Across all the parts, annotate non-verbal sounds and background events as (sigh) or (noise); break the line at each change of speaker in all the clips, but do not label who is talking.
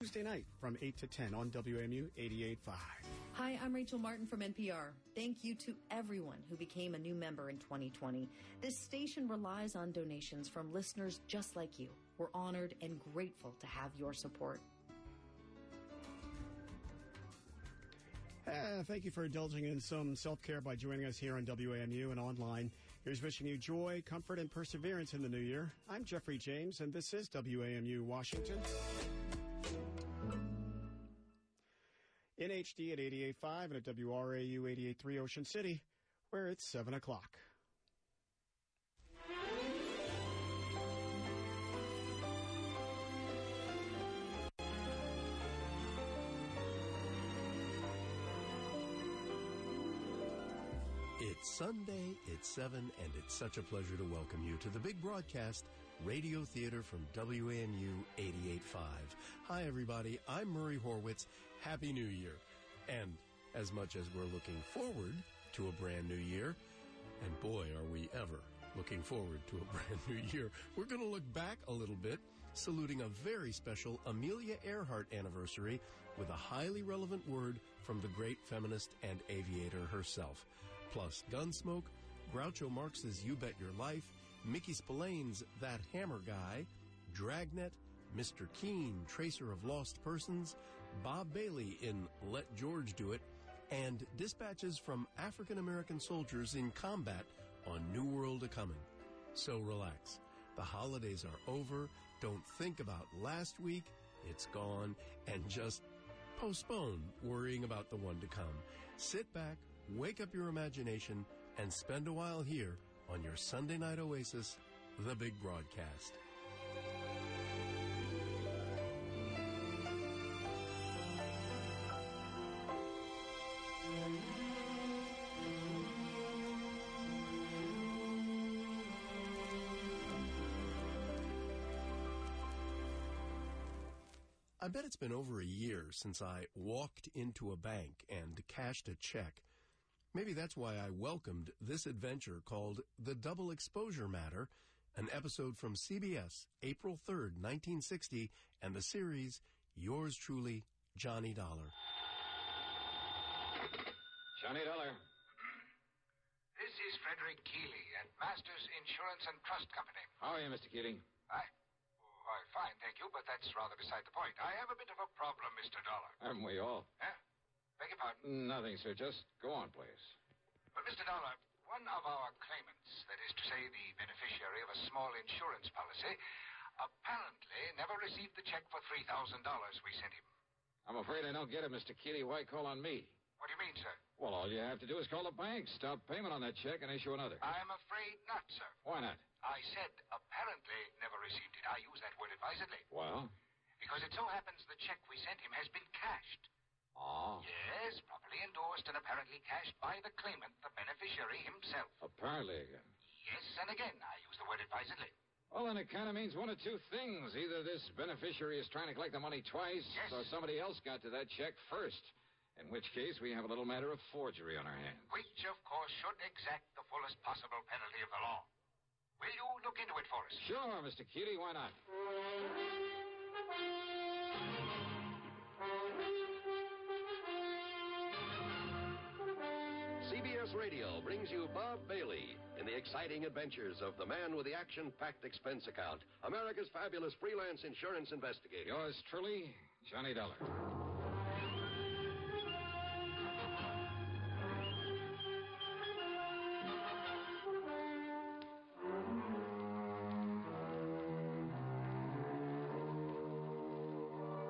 Tuesday night from 8 to 10 on WMU 88.5.
Hi, I'm Rachel Martin from NPR. Thank you to everyone who became a new member in 2020. This station relies on donations from listeners just like you. We're honored and grateful to have your support.
Uh, thank you for indulging in some self care by joining us here on WAMU and online. Here's wishing you joy, comfort, and perseverance in the new year. I'm Jeffrey James, and this is WAMU Washington. In HD at 88.5 and at WRAU 88.3 Ocean City, where it's 7 o'clock.
It's Sunday, it's 7, and it's such a pleasure to welcome you to the big broadcast, Radio Theater from WAMU 88.5. Hi, everybody. I'm Murray Horwitz. Happy New Year. And as much as we're looking forward to a brand new year, and boy, are we ever looking forward to a (laughs) brand new year, we're going to look back a little bit, saluting a very special Amelia Earhart anniversary with a highly relevant word from the great feminist and aviator herself. Plus, Gunsmoke, Groucho Marx's You Bet Your Life, Mickey Spillane's That Hammer Guy, Dragnet, Mr. Keene, Tracer of Lost Persons, Bob Bailey in Let George Do It, and dispatches from African American soldiers in combat on New World a Comin'. So relax. The holidays are over. Don't think about last week. It's gone. And just postpone worrying about the one to come. Sit back, wake up your imagination, and spend a while here on your Sunday night oasis, The Big Broadcast. I bet it's been over a year since I walked into a bank and cashed a check. Maybe that's why I welcomed this adventure called The Double Exposure Matter, an episode from CBS, April 3rd, 1960, and the series Yours Truly, Johnny Dollar.
Johnny Dollar.
This is Frederick Keeley at Masters Insurance and Trust Company.
How are you, Mr. Keating?
I. Why, fine, thank you, but that's rather beside the point. I have a bit of a problem, Mr. Dollar.
Haven't we all?
Huh? Beg your pardon?
Nothing, sir. Just go on, please.
But, Mr. Dollar, one of our claimants, that is to say, the beneficiary of a small insurance policy, apparently never received the check for $3,000 we sent him.
I'm afraid I don't get it, Mr. Keeley. Why call on me?
What do you mean, sir?
Well, all you have to do is call the bank, stop payment on that check, and issue another.
I'm afraid not, sir.
Why not?
I said apparently never received it. I use that word advisedly.
Well?
Because it so happens the check we sent him has been cashed. Ah.
Oh.
Yes, properly endorsed and apparently cashed by the claimant, the beneficiary himself.
Apparently again.
Yes, and again, I use the word advisedly.
Well, then it kind of means one of two things. Either this beneficiary is trying to collect the money twice,
Yes.
or somebody else got to that check first. In which case, we have a little matter of forgery on our hands.
Which, of course, should exact the fullest possible penalty of the law. Will you look into it for us?
Sure, Mr. Keeley, why not?
CBS Radio brings you Bob Bailey in the exciting adventures of the man with the action packed expense account, America's fabulous freelance insurance investigator.
Yours truly, Johnny Dollar.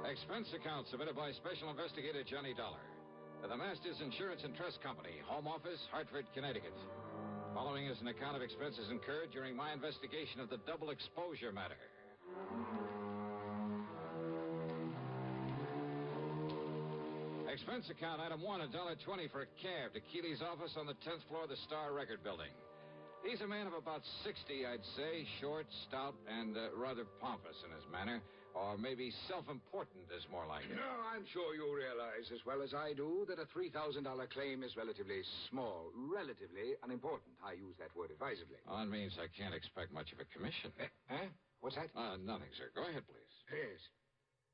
Expense account submitted by Special Investigator Johnny Dollar to the Masters Insurance and Trust Company, Home Office, Hartford, Connecticut. Following is an account of expenses incurred during my investigation of the double exposure matter. Expense account item one, a dollar twenty for a cab to Keeley's office on the tenth floor of the Star Record Building. He's a man of about sixty, I'd say, short, stout, and uh, rather pompous in his manner, or maybe self-important is more like it.
No, I'm sure you realize as well as I do that a $3,000 claim is relatively small, relatively unimportant. I use that word advisedly.
Well, that means I can't expect much of a commission.
Huh? What's that?
Uh, nothing, sir. Go ahead, please.
yes.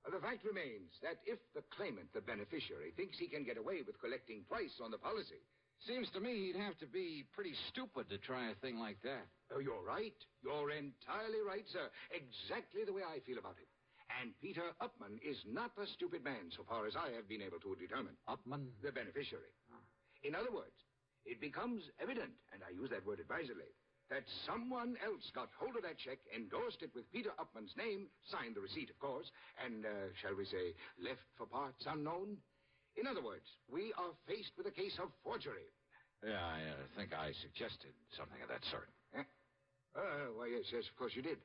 Well, the fact remains that if the claimant, the beneficiary, thinks he can get away with collecting twice on the policy.
Seems to me he'd have to be pretty stupid to try a thing like that.
Oh, you're right. You're entirely right, sir. Exactly the way I feel about it. And Peter Upman is not a stupid man, so far as I have been able to determine.
Upman?
The beneficiary. In other words, it becomes evident, and I use that word advisedly, that someone else got hold of that check, endorsed it with Peter Upman's name, signed the receipt, of course, and, uh, shall we say, left for parts unknown. In other words, we are faced with a case of forgery.
Yeah, I uh, think I suggested something of that sort.
Eh? Uh, why, yes, yes, of course you did.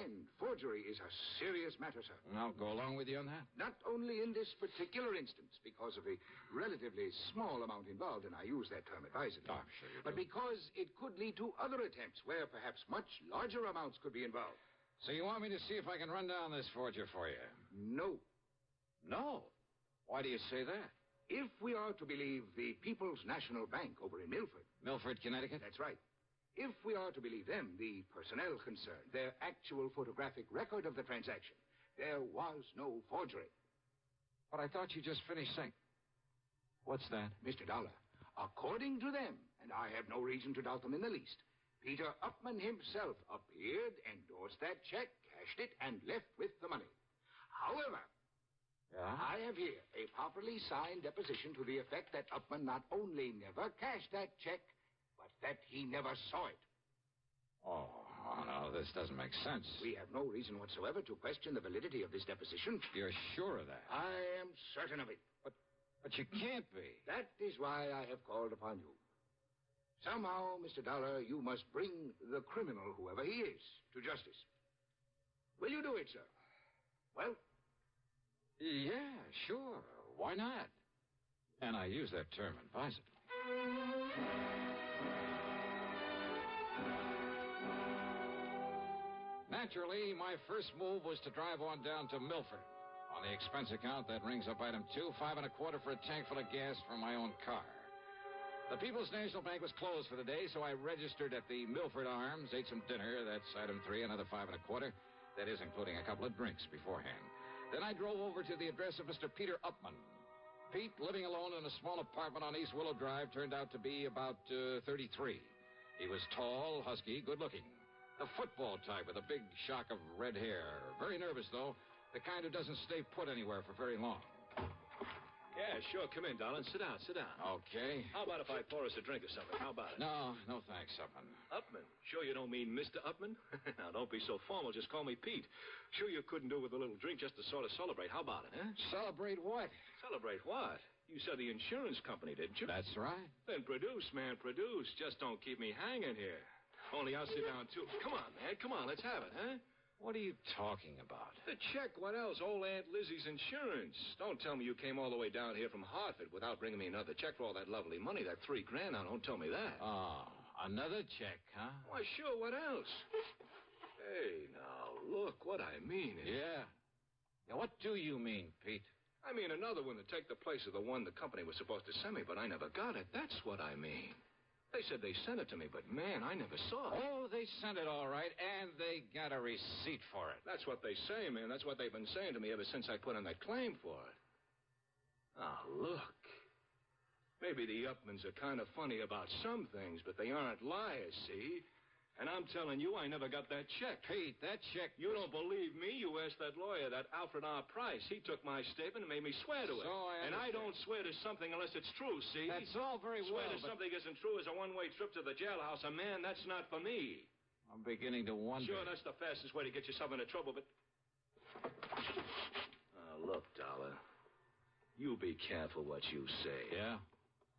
And forgery is a serious matter, sir.
And I'll go along with you on that.
Not only in this particular instance, because of the relatively small amount involved, and I use that term advisedly,
Oh, I'm sure you
but
do.
because it could lead to other attempts where perhaps much larger amounts could be involved.
So you want me to see if I can run down this forger for you?
No.
No. Why do you say that?
If we are to believe the People's National Bank over in Milford,
Milford, Connecticut?
that's right. If we are to believe them, the personnel concerned, their actual photographic record of the transaction, there was no forgery.
But I thought you just finished saying. What's that?
Mr. Dollar, according to them, and I have no reason to doubt them in the least, Peter Upman himself appeared, endorsed that check, cashed it, and left with the money. However,
Yeah?
I have here a properly signed deposition to the effect that Upman not only never cashed that check, but that he never saw it.
Oh, oh, no, this doesn't make sense.
We have no reason whatsoever to question the validity of this deposition.
You're sure of that?
I am certain of it.
But you can't be.
That is why I have called upon you. Somehow, Mr. Dollar, you must bring the criminal, whoever he is, to justice. Will you do it, sir? Well,
Yeah, sure. Why not? And I use that term advisedly. Naturally, my first move was to drive on down to Milford. On the expense account, that rings up item two, five and a quarter for a tank full of gas for my own car. The People's National Bank was closed for the day, so I registered at the Milford Arms, ate some dinner, that's item three, another five and a quarter. That is including a couple of drinks beforehand. Then I drove over to the address of Mr. Peter Upman. Pete, living alone in a small apartment on East Willow Drive, turned out to be about uh, 33. He was tall, husky, good looking. The football type with a big shock of red hair. Very nervous, though. The kind who doesn't stay put anywhere for very long.
Yeah, sure. Come in, darling. Sit down, sit down.
Okay.
How about if I pour us a drink or something? How about it?
No, no thanks, Upman.
Upman? Sure you don't mean Mr. Upman? (laughs) now, don't be so formal. Just call me Pete. Sure you couldn't do with a little drink just to sort of celebrate. How about it, huh?
Celebrate what?
Celebrate what? You said the insurance company, didn't you?
That's right.
Then produce, man, produce. Just don't keep me hanging here. Only I'll sit down, too. Come on, man. Come on. Let's have it, huh?
What are you talking about?
The check, what else? Old Aunt Lizzie's insurance. Don't tell me you came all the way down here from Hartford without bringing me another check for all that lovely money, that three grand. Now, don't tell me that.
Oh, another check, huh?
Why, sure, what else? Hey, now, look, what I mean is.
Yeah. Now, what do you mean, Pete?
I mean another one to take the place of the one the company was supposed to send me, but I never got it. That's what I mean. They said they sent it to me, but man, I never saw it.
Oh, they sent it all right, and they got a receipt for it.
That's what they say, man. That's what they've been saying to me ever since I put in that claim for it. Now, look. Maybe the Upmans are kind of funny about some things, but they aren't liars, see? And I'm telling you, I never got that check.
Pete, that check.
You don't believe me? You asked that lawyer, that Alfred R. Price. He took my statement and made me swear to it.
So I
and I
understand.
don't swear to something unless it's true, see?
That's all very
swear to
well. but
something isn't true is a one-way trip to the jailhouse. A man, that's not for me.
I'm beginning to wonder.
Sure, that's the fastest way to get yourself into trouble, but... Oh, look, Dollar. You be careful what you say.
Yeah?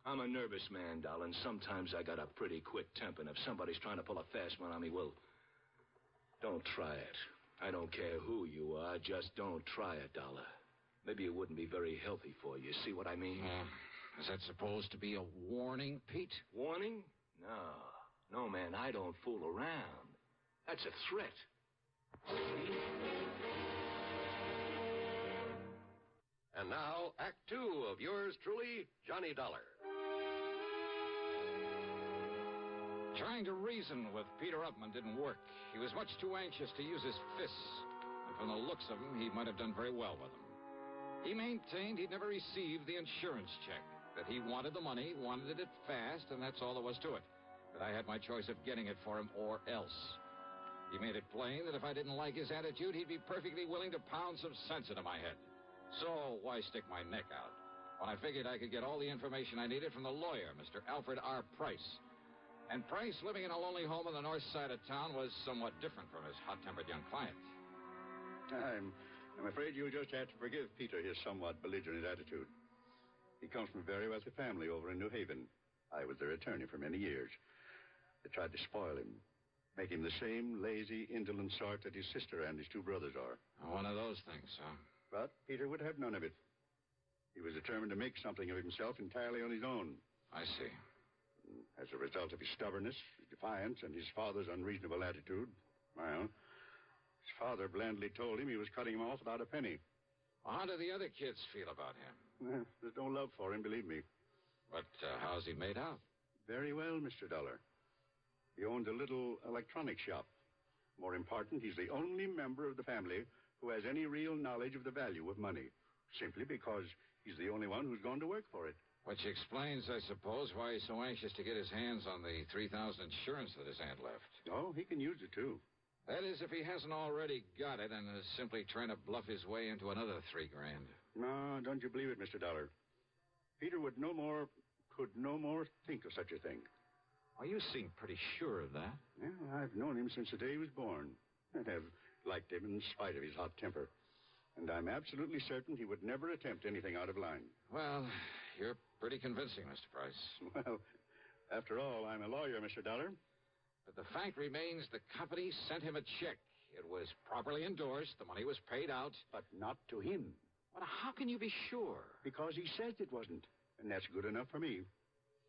I'm a nervous man, Dollar, and sometimes I got a pretty quick temper, and if somebody's trying to pull a fast one on me, well, don't try it. I don't care who you are, just don't try it, Dollar. Maybe it wouldn't be very healthy for you. See what I mean?
Yeah. Hmm. Is that supposed to be a warning, Pete?
Warning? No. No, man, I don't fool around. That's a threat.
And now, Act Two of yours truly, Johnny Dollar.
Trying to reason with Peter Upman didn't work. He was much too anxious to use his fists. From the looks of him, he might have done very well with them. He maintained he'd never received the insurance check, that he wanted the money, wanted it fast, and that's all there was to it. That I had my choice of getting it for him or else. He made it plain that if I didn't like his attitude, he'd be perfectly willing to pound some sense into my head. So why stick my neck out? When I figured I could get all the information I needed from the lawyer, Mr. Alfred R. Price. And Price, living in a lonely home on the north side of town, was somewhat different from his hot tempered young client.
I'm, I'm afraid you'll just have to forgive Peter his somewhat belligerent attitude. He comes from a very wealthy family over in New Haven. I was their attorney for many years. They tried to spoil him, make him the same lazy, indolent sort that his sister and his two brothers are.
One of those things, huh?
But Peter would have none of it. He was determined to make something of himself entirely on his own.
I see.
As a result of his stubbornness, his defiance, and his father's unreasonable attitude, well, his father blandly told him he was cutting him off without a penny.
Well, how do the other kids feel about him?
Well, There's no love for him, believe me.
But uh, how's he made out?
Very well, Mr. Dollar. He owns a little electronic shop. More important, he's the only member of the family who has any real knowledge of the value of money, simply because he's the only one who's gone to work for it.
Which explains, I suppose, why he's so anxious to get his hands on the 3000 insurance that his aunt left.
Oh, he can use it, too.
That is, if he hasn't already got it and is simply trying to bluff his way into another three grand.
No, don't you believe it, Mr. Dollar. Peter would no more, could no more think of such a thing.
Oh, you seem pretty sure of that.
Well, I've known him since the day he was born, and have liked him in spite of his hot temper. And I'm absolutely certain he would never attempt anything out of line.
Well, you're pretty convincing, Mr. Price.
(laughs) Well, after all, I'm a lawyer, Mr. Dollar.
But the fact remains the company sent him a check. It was properly endorsed, the money was paid out.
But not to him,
But how can you be sure?
because he says it wasn't. And that's good enough for me.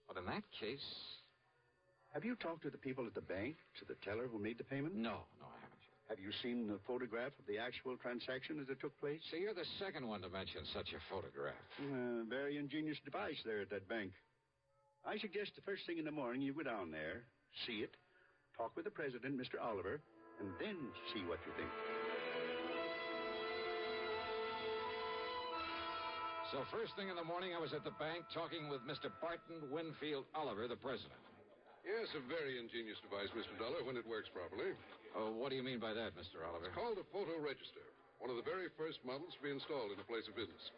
But in that case.
Have you talked to the people at the bank, to the teller who made the payment?
No, no, I haven't.
Have you seen the photograph of the actual transaction as it took place?
So you're the second one to mention such a photograph.
Uh, very ingenious device there at that bank. I suggest the first thing in the morning you go down there, see it, talk with the president, Mr. Oliver, and then see what you think.
So first thing in the morning, I was at the bank talking with Mr. Barton Winfield Oliver, the president.
Yes, a very ingenious device, Mr. Dollar, when it works properly.
Oh, what do you mean by that, Mr. Oliver?
Called a photo register, one of the very first models to be installed in a place of business.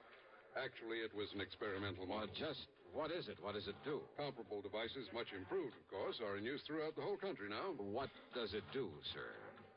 Actually, it was an experimental
Well,
model.
just what is it? What does it do?
Comparable devices, much improved, of course, are in use throughout the whole country now.
What does it do, sir?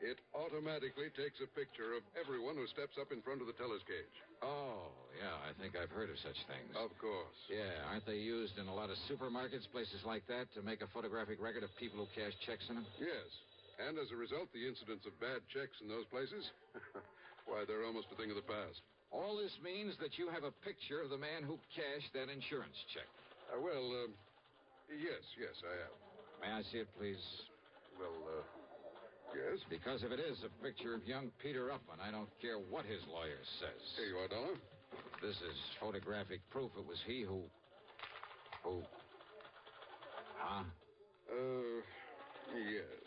It automatically takes a picture of everyone who steps up in front of the teller's cage.
Oh, yeah, I think I've heard of such things.
Of course.
Yeah, aren't they used in a lot of supermarkets, places like that, to make a photographic record of people who cash checks in them?
Yes. And as a result, the incidence of bad checks in those places, (laughs) why, they're almost a thing of the past.
All this means that you have a picture of the man who cashed that insurance check.
Uh, well, um, yes, yes, I have.
May I see it, please?
Well, uh, yes.
Because if it is a picture of young Peter Upman, I don't care what his lawyer
Here
says.
you are, Dollar.
This is photographic proof it was he who. who. Huh?
Uh, yes.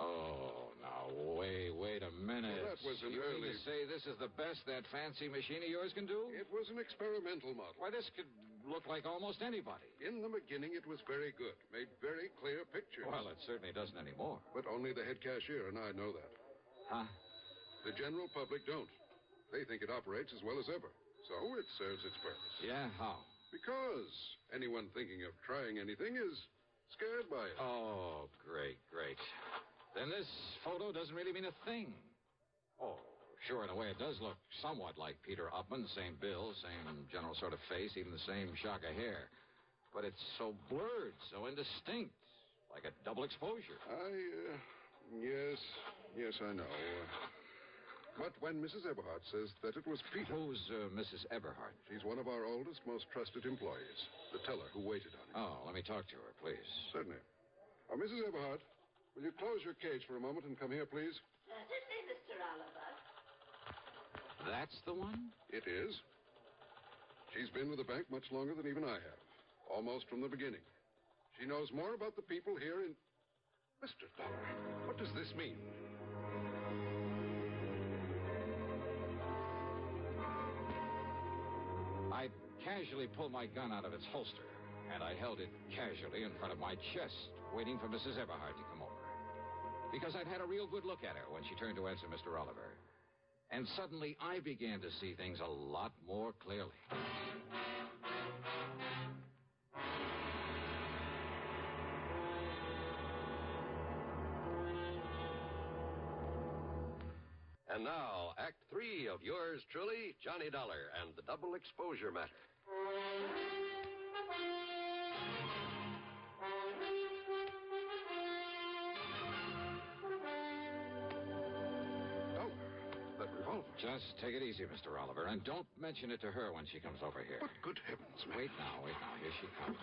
Oh, now, wait, wait a minute.
Well, that was an
you mean
early-
to say this is the best that fancy machine of yours can do?
It was an experimental model.
Why, this could look like almost anybody.
In the beginning, it was very good, made very clear pictures.
Well, it certainly doesn't anymore.
But only the head cashier and I know that.
Huh?
The general public don't. They think it operates as well as ever. So it serves its purpose.
Yeah, how?
Because anyone thinking of trying anything is scared by it.
Oh, great, great. Then this photo doesn't really mean a thing. Oh, sure, in a way it does look somewhat like Peter Upman, same bill, same general sort of face, even the same shock of hair. But it's so blurred, so indistinct, like a double exposure.
I, uh, yes, yes, I know. Uh, But when Mrs. Eberhardt says that it was Peter,
Who's uh, Mrs. Eberhardt?
she's one of our oldest, most trusted employees, the teller who waited on him.
Oh, let me talk to her, please.
Certainly. Uh, Mrs. Eberhardt, will you close your cage for a moment and come here, please?
(laughs) Certainly, Mr. Uh, Oliver.
That's the one?
It is. She's been with the bank much longer than even I have, almost from the beginning. She knows more about the people here in. Mr. Dollar, what does this mean?
casually pulled my gun out of its holster, and I held it casually in front of my chest, waiting for Mrs. Everhard to come over. Because I'd had a real good look at her when she turned to answer Mr. Oliver. And suddenly I began to see things a lot more clearly.
And now, Act Three of yours truly, Johnny Dollar and the Double Exposure Matter.
Oh, that revolver. Just take it easy, Mr. Oliver, and don't mention it to her when she comes over here. But good heavens, man. Wait now, wait now. Here she comes.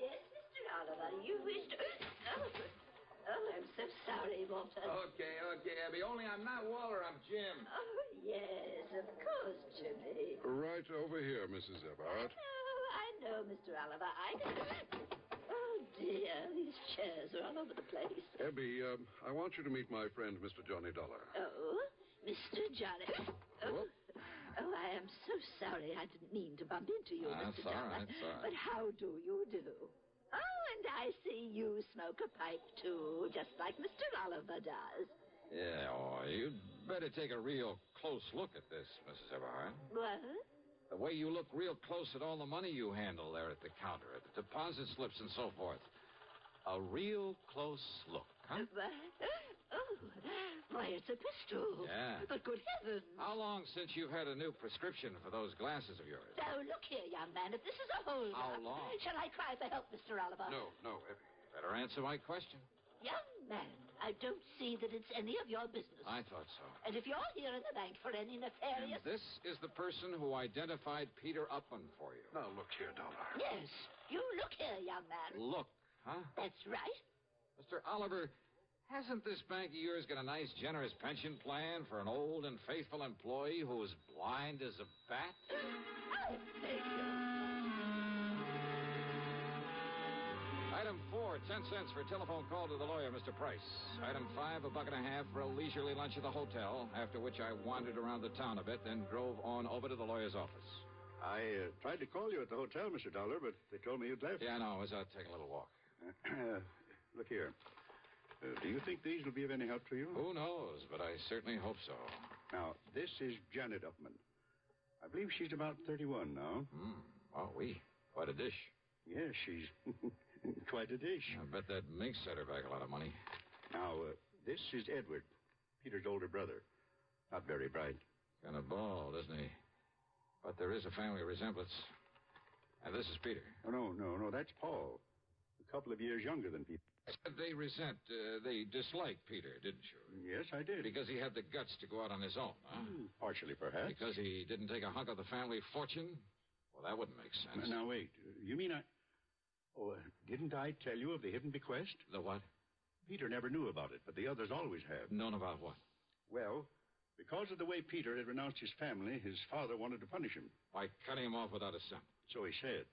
Yes, Mr. Oliver, you wished. Oh, oh, I'm so sorry, Walter.
Okay, okay, Abby. Only I'm not Waller, I'm Jim.
Oh, yes, of course, Jimmy.
Right over here, Mrs. Everhart.
Oh, I know, Mr. Oliver. I. Oh, dear, these chairs are all over the place.
Abby, um, I want you to meet my friend, Mr. Johnny Dollar.
Oh, Mr. Johnny. Oh, oh, I am so sorry. I didn't mean to bump into you,
Ah,
Mr.
it's all
Johnny.
right, it's all right.
But how do you do? Oh, and I see you smoke a pipe too, just like Mr. Oliver does.
Yeah, oh, you'd better take a real close look at this, Mrs. Everhart.
What?
The way you look real close at all the money you handle there at the counter, at the deposit slips and so forth. A real close look, huh?
What? Oh, why, it's a pistol.
Yeah.
But good heavens.
How long since you've had a new prescription for those glasses of yours?
So, look here, young man. If this is a hold
How long?
Shall I cry for help, Mr. Oliver?
no, Eddie. Better answer my question.
Young man, I don't see that it's any of your business.
I thought so.
And if you're here in the bank for any
And
nefarious.
this is the person who identified Peter Upman for you.
Now, look here, Dollar.
Yes. You look here, young man.
Look, huh?
That's right.
Mr. Oliver, hasn't this bank of yours got a nice, generous pension plan for an old and faithful employee who is blind as a bat?
I beg you.
Item four, ten cents for a telephone call to the lawyer, Mr. Price. Item five, a buck and a half for a leisurely lunch at the hotel, after which I wandered around the town a bit, then drove on over to the lawyer's office.
I uh, tried to call you at the hotel, Mr. Dollar, but they told me you'd left.
Yeah, I know. I was out taking a little walk.
(clears throat) look here. Uh, do you think these will be of any help to you?
Who knows, but I certainly hope so.
Now, this is Janet Upman. I believe she's about 31 now.
Hmm. Oh, we. Quite a dish.
Yes, she's (laughs) quite a dish.
I bet that mink set her back a lot of money.
Now, uh, this is Edward, Peter's older brother. Not very bright.
Kind of bald, isn't he? But there is a family resemblance. And this is Peter.
Oh, no, no, no, that's Paul. A couple of years younger than Peter.
Said They resent, uh, they dislike Peter, didn't you?
Yes, I did.
Because he had the guts to go out on his own, huh?
Hmm, Partially, perhaps.
Because he didn't take a hunk of the family fortune? Well, that wouldn't make sense.
Now, wait. You mean I. Oh, uh, didn't I tell you of the hidden bequest?
The what?
Peter never knew about it, but the others always have.
Known about what?
Well, because of the way Peter had renounced his family, his father wanted to punish him.
By cutting him off without a cent.
So he said.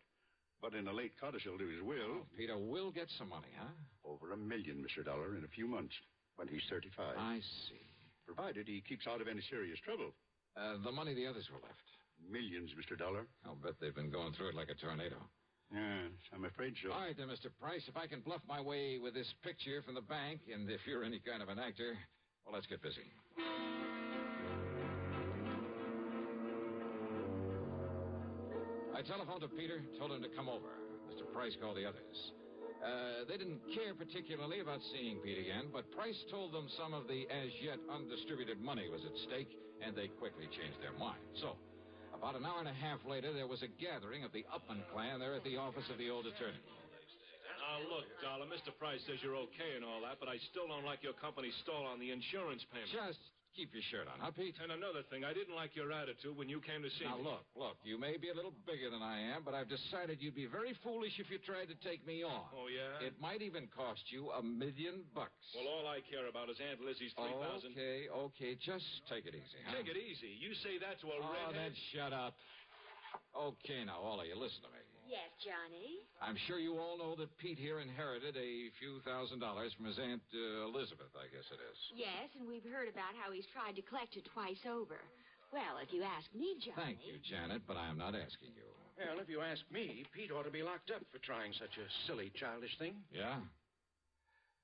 But in a late codicil to his will,
Oh, Peter will get some money, huh?
over a million, Mr. Dollar, in a few months, when he's 35.
I see.
Provided he keeps out of any serious trouble.
Uh, the money the others were left.
Millions, Mr. Dollar.
I'll bet they've been going through it like a tornado.
Yes, I'm afraid so.
All right, then, Mr. Price, if I can bluff my way with this picture from the bank, and if you're any kind of an actor, well, let's get busy. I telephoned to Peter, told him to come over. Mr. Price called the others. Uh, they didn't care particularly about seeing Pete again, but Price told them some of the as yet undistributed money was at stake, and they quickly changed their mind. So, about an hour and a half later, there was a gathering of the Upman clan there at the office of the old attorney.
Now, Uh, look, Dollar, Mr. Price says you're okay and all that, but I still don't like your company stall on the insurance payment.
Just keep your shirt on, huh, Pete?
And another thing, I didn't like your attitude when you came to see
Now,
me.
look, look, you may be a little bigger than I am, but I've decided you'd be very foolish if you tried to take me on.
Oh, yeah?
It might even cost you a million bucks.
Well, all I care about is Aunt Lizzie's 3000
Okay, okay, just take it easy, huh?
Take it easy. You say that to a
Oh,
redhead.
then shut up. Okay, now, all of you, listen to me.
Yes, Johnny.
I'm sure you all know that Pete here inherited a few thousand dollars from his Aunt uh, Elizabeth, I guess it is.
Yes, and we've heard about how he's tried to collect it twice over.
Well, if you ask me, Johnny.
Thank you, Janet, but I am not asking you.
Well, if you ask me, Pete ought to be locked up for trying such a silly, childish thing.
Yeah?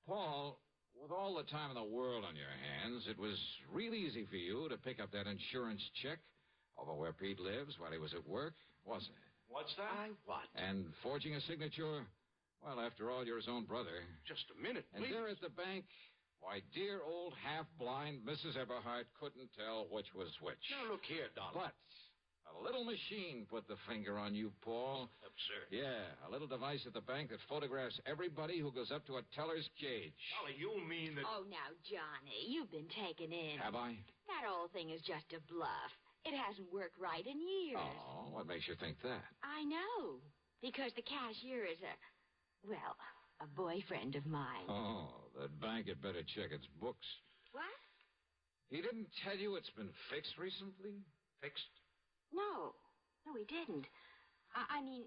Paul, with all the time in the world on your hands, it was real easy for you to pick up that insurance check over where Pete lives while he was at work, wasn't it?
What's that? I what?
And forging a signature? Well, after all, you're his own brother.
Just a minute,
And
please.
there at the bank, why, dear old half blind Mrs. Everhart couldn't tell which was which.
Now, look here, Donald.
But a little machine put the finger on you, Paul.
Absurd.
Yeah, a little device at the bank that photographs everybody who goes up to a teller's cage.
Dolly, you mean that.
Oh, now, Johnny, you've been taken in.
Have I?
That whole thing is just a bluff. It hasn't worked right in years.
Oh, what makes you think that?
I know. Because the cashier is a, well, a boyfriend of mine.
Oh, that bank had better check its books.
What?
He didn't tell you it's been fixed recently?
Fixed?
No. No, he didn't. I, I mean,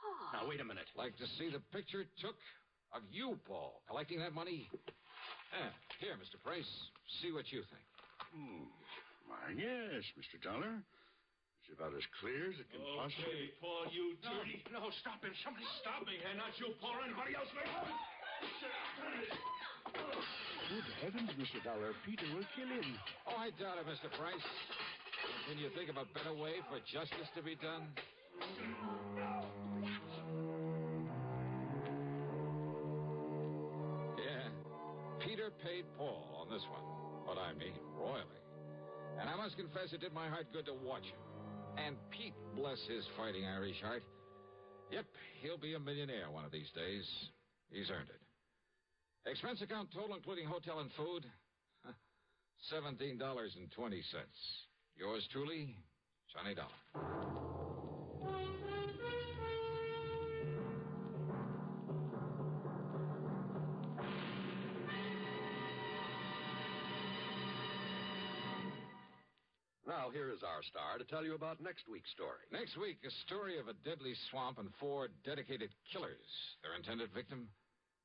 Paul.
Now, wait a minute.
Like to see the picture it took of you, Paul, collecting that money? Eh, here, Mr. Price, see what you think.
Hmm. Why, yes, Mr. Dollar. It's about as clear as it can possibly
Hey, Paul, you dirty. No, stop him. Somebody stop me here. Not you, Paul, or anybody else. Wait.
Good heavens, Mr. Dollar. Peter will kill him.
Oh, I doubt it, Mr. Price. Can you think of a better way for justice to be done? Yeah. Peter paid Paul on this one, but I mean royally. And I must confess it did my heart good to watch him. And Pete, bless his fighting Irish heart. Yep, he'll be a millionaire one of these days. He's earned it. Expense account total, including hotel and food, seventeen dollars and twenty cents. Yours truly, Johnny Dollar.
Now, here is our star to tell you about next week's story.
Next week, a story of a deadly swamp and four dedicated killers. Their intended victim?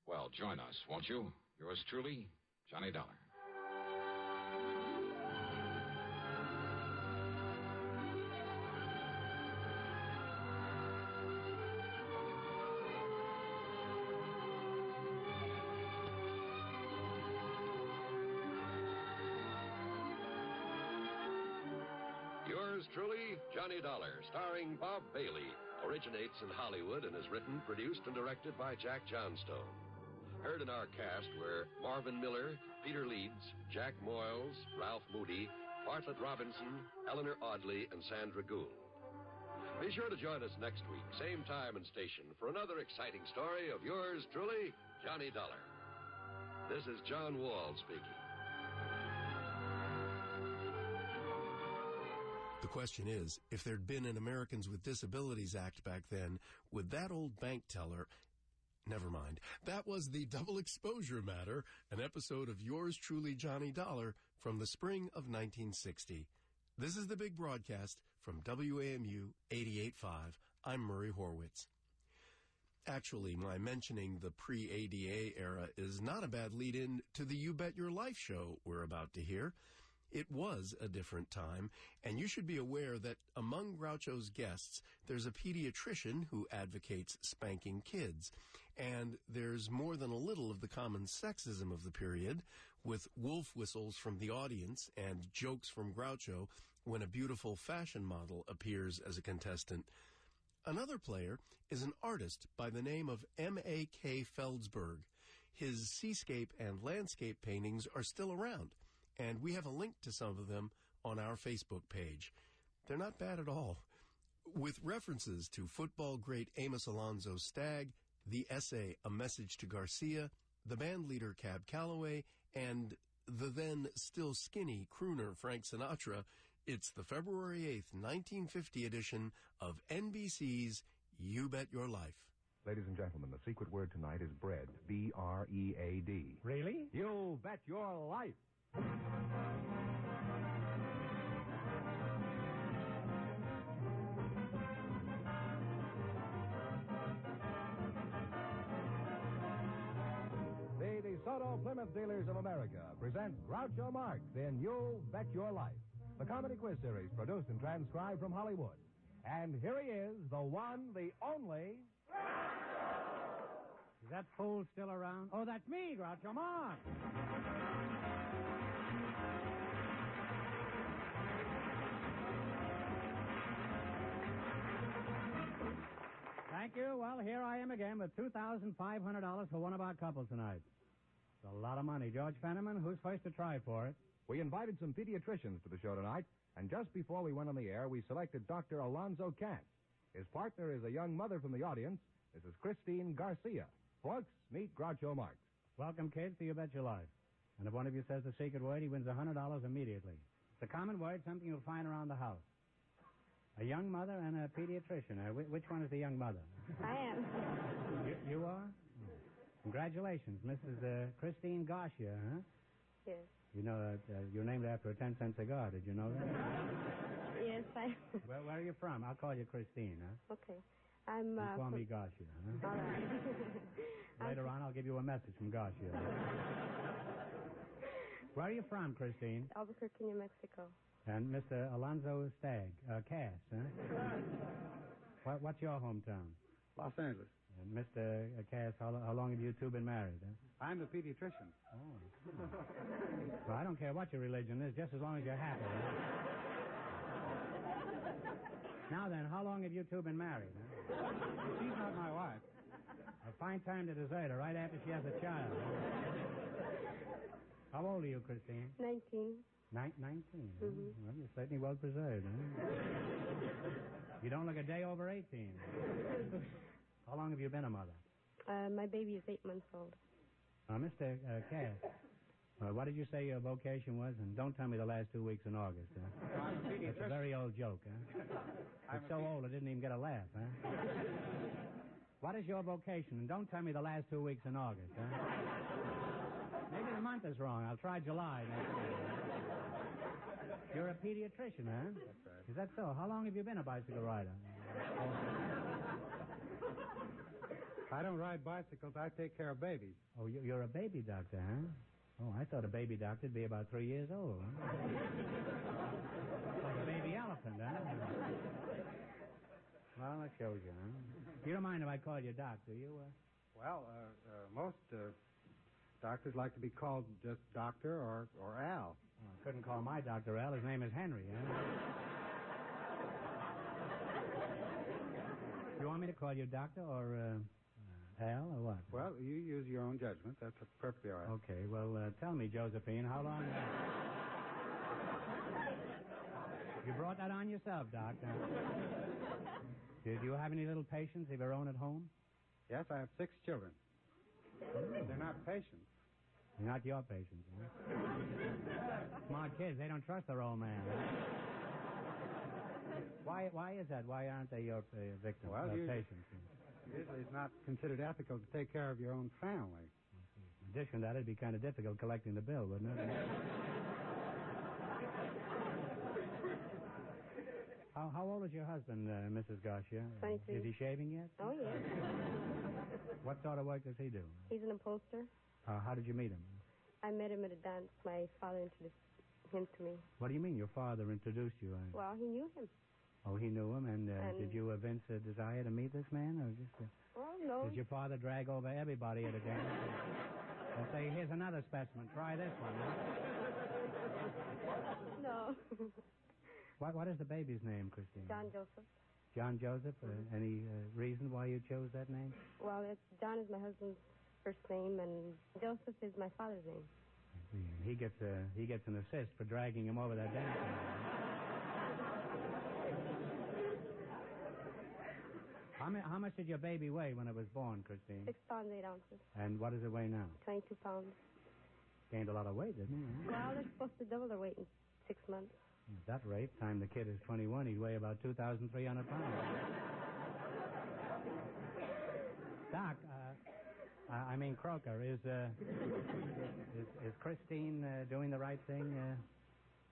Well, join us, won't you? Yours truly, Johnny Dollar.
Yours truly, Johnny Dollar, starring Bob Bailey, originates in Hollywood and is written, produced, and directed by Jack Johnstone. Heard in our cast were Marvin Miller, Peter Leeds, Jack Moyles, Ralph Moody, Bartlett Robinson, Eleanor Audley, and Sandra Gould. Be sure to join us next week, same time and station, for another exciting story of yours truly, Johnny Dollar. This is John Wall speaking.
The question is if there'd been an Americans with Disabilities Act back then, would that old bank teller. Never mind. That was the double exposure matter, an episode of yours truly, Johnny Dollar, from the spring of 1960. This is the big broadcast from WAMU 88.5. I'm Murray Horwitz. Actually, my mentioning the pre ADA era is not a bad lead in to the You Bet Your Life show we're about to hear. It was a different time, and you should be aware that among Groucho's guests, there's a pediatrician who advocates spanking kids. And there's more than a little of the common sexism of the period, with wolf whistles from the audience and jokes from Groucho when a beautiful fashion model appears as a contestant. Another player is an artist by the name of M.A.K. Feldsberg. His seascape and landscape paintings are still around, and we have a link to some of them on our Facebook page. They're not bad at all. With references to football great Amos Alonzo Stagg, the essay A Message to Garcia, the band leader Cab Calloway, and the then still skinny crooner Frank Sinatra, it's the February 8th, 1950 edition of NBC's You Bet Your Life.
Ladies and gentlemen, the secret word tonight is bread. B R E A D. Really? You bet your life. The DeSoto Plymouth Dealers of America present Groucho Marx in You Bet Your Life. the comedy quiz series produced and transcribed from Hollywood. And here he is, the one, the only.
Is that fool still around? Oh, that's me, Groucho Marx. Thank you. Well, here I am again with $2,500 for one of our couples tonight. It's a lot of money. George Fenneman, who's first to try for it?
We invited some pediatricians to the show tonight, and just before we went on the air, we selected Dr. Alonzo Katz. His partner is a young mother from the audience, Mrs. Christine Garcia. Folks, meet Groucho Marx.
Welcome, kids, to You Bet Your Life. And if one of you says the secret word, he wins $100 immediately. It's a common word, something you'll find around the house. A young mother and a pediatrician. Uh, wh- which one is the young mother?
I am.
You, you are? Congratulations, Mrs. Uh, Christine Garcia, huh?
Yes.
You know, uh, uh, you're named after a 10 cent cigar. Did you know
(laughs)
that?
Yes, I.
where, where are you from? I'll call you Christine, huh?
Okay. (laughs) I'm.
You
Uh,
call
from-
me Garcia, huh?
All right.
Later on, I'll give you a message from
(laughs)
Garcia. Where are you from, Christine?
Albuquerque, New Mexico.
And Mr. Alonzo Stagg, uh, Cass,
(laughs)
huh? What, what's your hometown?
Los Angeles.
And Mr. Cass, how, lo- how long have you two been married? Huh?
I'm the pediatrician.
Well, I don't care what your religion is, just as long as you're happy. now then, how long have you two been married? Huh? She's not my wife. A fine time to desert her right after she has a child. How old are you, Christine?
19.
Nine, 19. huh?
Mm-hmm.
Well, you're certainly well preserved. Huh? you don't look a day over 18. How long have you been a mother?
Uh, my baby is eight months old.
Uh, Mr. Uh, Cass, uh, what did you say your vocation was? And don't tell me the last two weeks in August. Huh?
I'm a
It's a
pediatrician.
very old joke, huh?
I'm
It's
a
so old I didn't even get a laugh, huh? What is your vocation? And don't tell me the last two weeks in August, huh? Maybe the month is wrong. I'll try July. next year. You're a pediatrician, huh? That's right. Is that so? How long have you been a bicycle rider?
I don't ride bicycles. I take care of babies.
Oh, you- you're a baby doctor, huh? Oh, I thought a baby doctor'd be about three years old. Huh? Like a (laughs) baby elephant, huh? Well, that shows you, huh? You don't mind if I call you doc, do you? Uh,
Well, uh, uh, most uh, doctors like to be called just doctor or, or Al.
I couldn't call my doctor Al. His name is Henry, huh?
(laughs)
you want me to call you doctor or uh, Al or what?
Well, you use your own judgment. That's perfectly all right.
Okay, well, uh, tell me, Josephine, how long... uh, you brought that on yourself, Doc. Now, do do you have any little patients of your own at home? Hmm.
Yes, I have six children. They're not patients.
They're Not your patients, huh? Smart kids, they don't trust their old man. Why, why is that? Why aren't they your uh, victims,
Well,
uh,
you-
patients?
Usually it's not considered ethical to take care of your own family.
Mm-hmm. In addition to that, it'd be kind of difficult collecting the bill, wouldn't it?
(laughs)
how, how old is your husband, uh, Mrs. Garcia?
23.
Is he shaving yet?
Oh, (laughs) yes.
What sort of work does he do?
He's an upholster.
Uh, how did you meet him?
I met him at a dance. My father introduced him to me.
What do you mean your father introduced you? Uh,
Well, he knew him.
oh, he knew him, and, uh,
And-
did you evince a desire to meet this man, or just? Uh,
Well, no.
Does your father drag over everybody at a dance?
(laughs)
and say, here's another specimen. Try this one.
(laughs)
(laughs) no.
What, what is the baby's name, Christine?
John Joseph.
John Joseph. Uh, any uh, reason why you chose that name?
Well, it's, John is my husband's first name, and Joseph is my father's name.
He gets uh, he gets an assist for dragging him over that dance. how, mu- how much did your baby weigh when it was born, Christine?
Six pounds, eight ounces,
And what does it weigh now?
22 pounds.
Gained a lot of weight, didn't it?
Well, they're supposed to double their weight in six months.
At that rate, time the kid is 21, he'd weigh about 2,300 pounds. Doc, uh, I I mean Croker, is uh, is, is Christine uh, doing the right thing? Uh,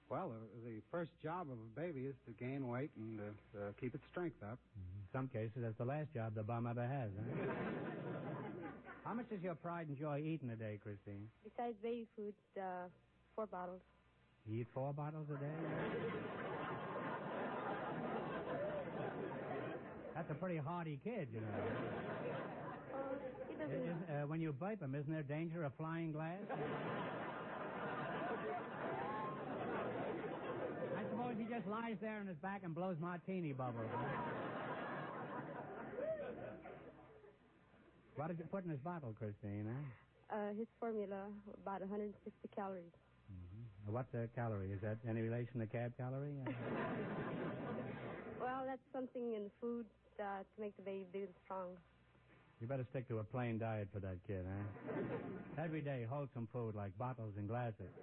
Well, uh, the first job of a baby is to gain weight and uh, uh, keep its strength up.
Mm-hmm. in some cases, that's the last job the bum ever has. Huh? (laughs) How much does your pride and joy eating a day, Christine?
(laughs) Besides baby food, uh, four bottles.
You eat four bottles a day? That's a pretty hardy kid, you know.
He
Is-
doesn't
is- uh, when you bite him, isn't there danger of flying glass? I suppose he just lies there on his back and blows martini bubbles. What did you put in his bottle, Christine?
Uh,
Huh?
his formula, about 160 calories.
Mm-hmm. What's the calorie? Is that any relation to cab calorie?
Well, that's something in food uh, to make the baby big and strong.
you better stick to a plain diet for that kid,
(laughs)
huh? Every day, wholesome food like bottles and glasses.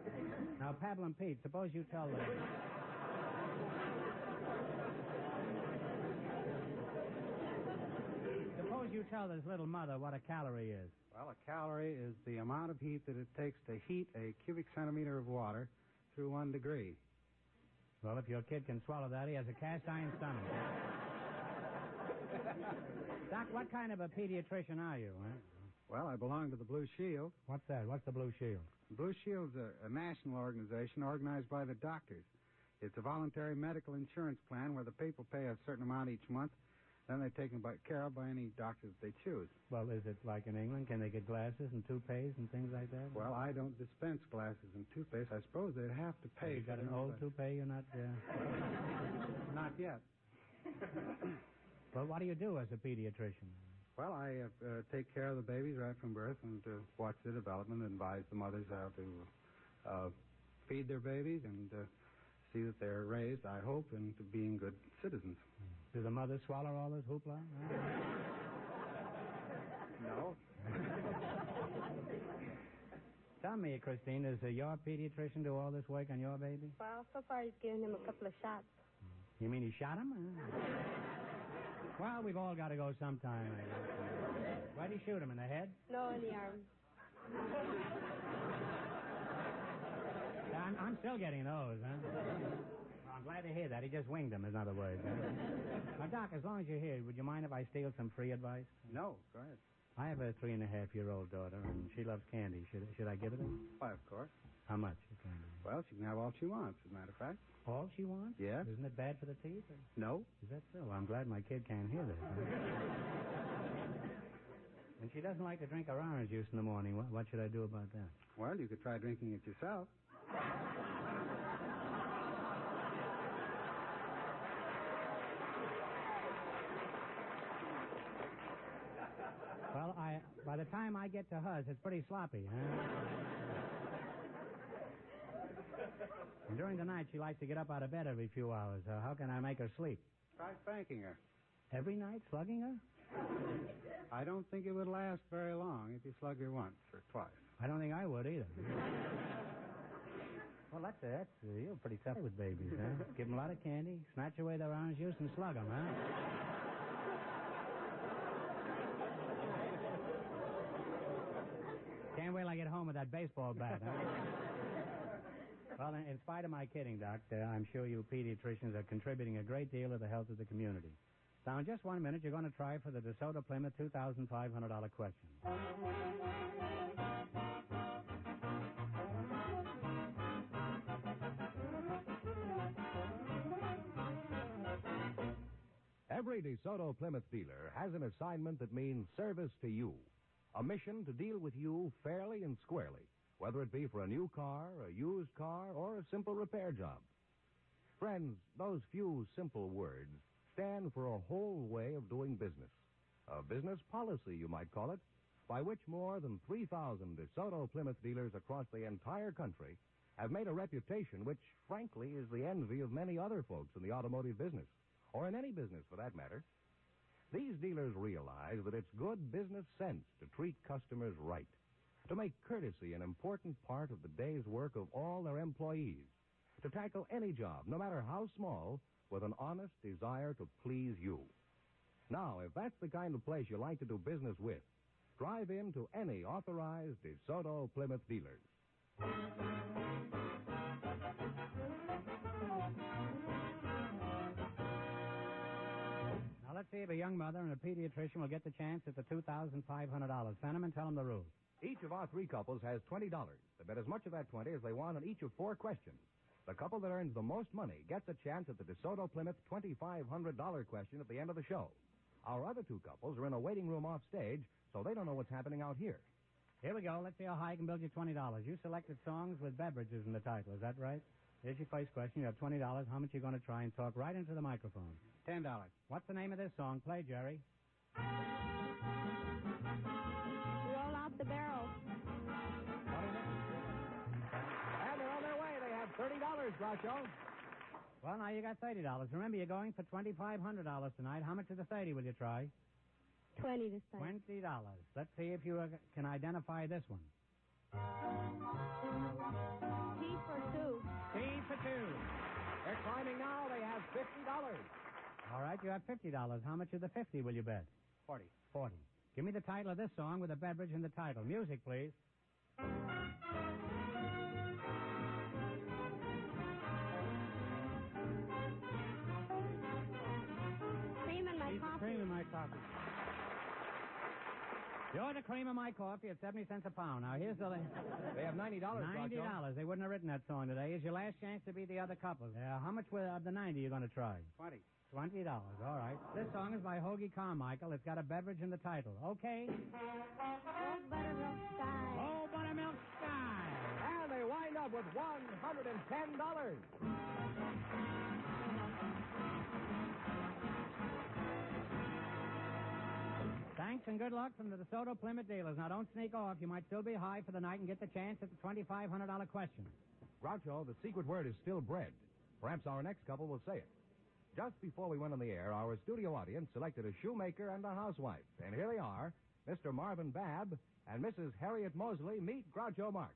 Now, Pablo and Pete, suppose you tell them. Suppose you tell this little mother what a calorie is.
Well, a calorie is the amount of heat that it takes to heat a cubic centimeter of water through one degree.
Well, if your kid can swallow that, he has a cast iron stomach. Doc, what kind of a pediatrician are you, huh?
Well, I belong to the Blue Shield.
What's that? What's the Blue Shield?
Blue Shield's a, a national organization organized by the doctors. It's a voluntary medical insurance plan where the people pay a certain amount each month, then they're taken by, care of by any doctors they choose.
Well, is it like in England? Can they get glasses and toupees and things like that?
Well, I don't dispense glasses and toothpaste. I suppose they'd have to
Have
pay.
you
for
got an
them,
old
but-
toupee? You're not. Uh...
(laughs) Not yet.
Well, what do you do as a pediatrician?
Well, I uh, uh, take care of the babies right from birth and uh, watch their development and advise the mothers how to uh, feed their babies and uh, see that they're raised, I hope, into being good citizens.
Do the mothers swallow all this hoopla?
No?
Tell me, Christine, does uh, your pediatrician do all this work on your baby?
Well, so far he's given him a couple of shots.
You mean he shot him? huh? well, we've all got to go sometime. I
(laughs)
guess. Why'd he shoot him in the head?
No, in the arm.
I'm, I'm still getting those, huh? Well, I'm glad to hear that. He just winged him, in other words. Huh? now, Doc, as long as you're here, would you mind if I steal some free advice?
No, go ahead.
I have a three and a half year old daughter, and she loves candy. Should, should I give it her?
Why, of course.
How much? of Candy?
Well, she can have all she wants, as a matter of fact.
All she wants?
Yes?
Isn't it bad for the teeth? or-
No?
Is that so? I'm glad my kid can't hear this. and she doesn't like to drink her orange juice in the morning. What, what should I do about that?
Well, you could try drinking it yourself.
Well, I by the time I get to hers, it's pretty sloppy, huh? And during the night, she likes to get up out of bed every few hours. Uh, how can I make her sleep?
Try spanking her.
Every night, slugging her?
I don't think it would last very long if you slug her once or twice.
I don't think I would either. well, that's it. That's, uh, you're pretty tough with babies, huh? Give them a lot of candy, snatch away their orange juice, and slug them, huh? Can't wait till I get home with that baseball bat, huh? Well, in in spite of my kidding, Doc, uh, I'm sure you pediatricians are contributing a great deal to the health of the community. Now, in just one minute, you're going to try for the DeSoto Plymouth $2,500 question.
Every DeSoto Plymouth dealer has an assignment that means service to you. A mission to deal with you fairly and squarely, whether it be for a new car, a used car, or a simple repair job. Friends, those few simple words stand for a whole way of doing business. A business policy, you might call it, by which more than 3,000 DeSoto Plymouth dealers across the entire country have made a reputation which, frankly, is the envy of many other folks in the automotive business, or in any business for that matter. These dealers realize that it's good business sense to treat customers right, to make courtesy an important part of the day's work of all their employees, to tackle any job, no matter how small, with an honest desire to please you. Now, if that's the kind of place you like to do business with, drive in to any authorized DeSoto Plymouth dealers.
Now, let's see if a young mother and a pediatrician will get the chance at the $2,500. Send them and tell them the rules.
Each of our three couples has $20. They bet as much of that 20 as they want on each of four questions. The couple that earns the most money gets a chance at the DeSoto Plymouth $2,500 question at the end of the show. Our other two couples are in a waiting room offstage, so they don't know what's happening out here.
Here we go. Let's see how high I can build you twenty dollars. You selected songs with beverages in the title. Is that right? Here's your first question. You have twenty dollars. How much are you going to try and talk right into the microphone? Ten dollars. What's the name of this song? Play, Jerry.
Roll out the barrel.
And they're on their way. They have thirty dollars, Groucho. Well, now you got thirty dollars. Remember, you're going for twenty-five hundred dollars tonight. How much of the thirty will you try?
Twenty this time.
Twenty dollars. Let's see if you uh, can identify this one.
T for two.
T for two. They're climbing now. They have fifty dollars. All right, you have fifty dollars. How much of the fifty will you bet? Forty. Forty. Give me the title of this song with a beverage in the title. Music, please.
Cream in my
He's the
coffee.
cream in my coffee. You're the cream of my coffee at 70 cents a pound. Now, here's the.
They have $90,
$90.
Groucho.
They wouldn't have written that song today. Here's your last chance to be the other couple. Uh, how much will- of the 90 are you going to try?
Twenty.
$20. All right. This song is by Hoagie Carmichael. It's got a beverage in the title. Okay?
Old buttermilk sky.
Old buttermilk sky.
And they wind up with $110.
Thanks and good luck from the DeSoto Plymouth dealers. Now, don't sneak off. You might still be high for the night and get the chance at the $2,500 question.
Groucho, the secret word is still bread. Perhaps our next couple will say it. Just before we went on the air, our studio audience selected a shoemaker and a housewife. And here they are Mr. Marvin Babb and Mrs. Harriet Mosley meet Groucho Marx.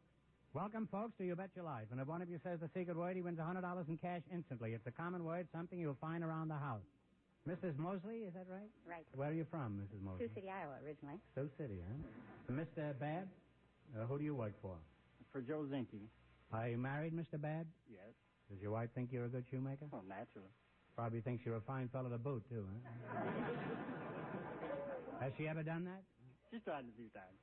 Welcome, folks, to You Bet Your Life. And if one of you says the secret word, he wins $100 in cash instantly. It's a common word, something you'll find around the house. Mrs. Mosley, is that right?
Right.
Where are you from, Mrs. Mosley?
Sioux City, Iowa, originally.
Sioux City, huh? And Mr. Babb, uh, who do you work for?
For Joe Zinke.
Are you married, Mr. Babb?
Yes.
Does your wife think you're a good shoemaker?
Well, naturally.
Probably thinks you're a fine fellow to boot, too, huh? Has she ever done that?
She's tried a few times.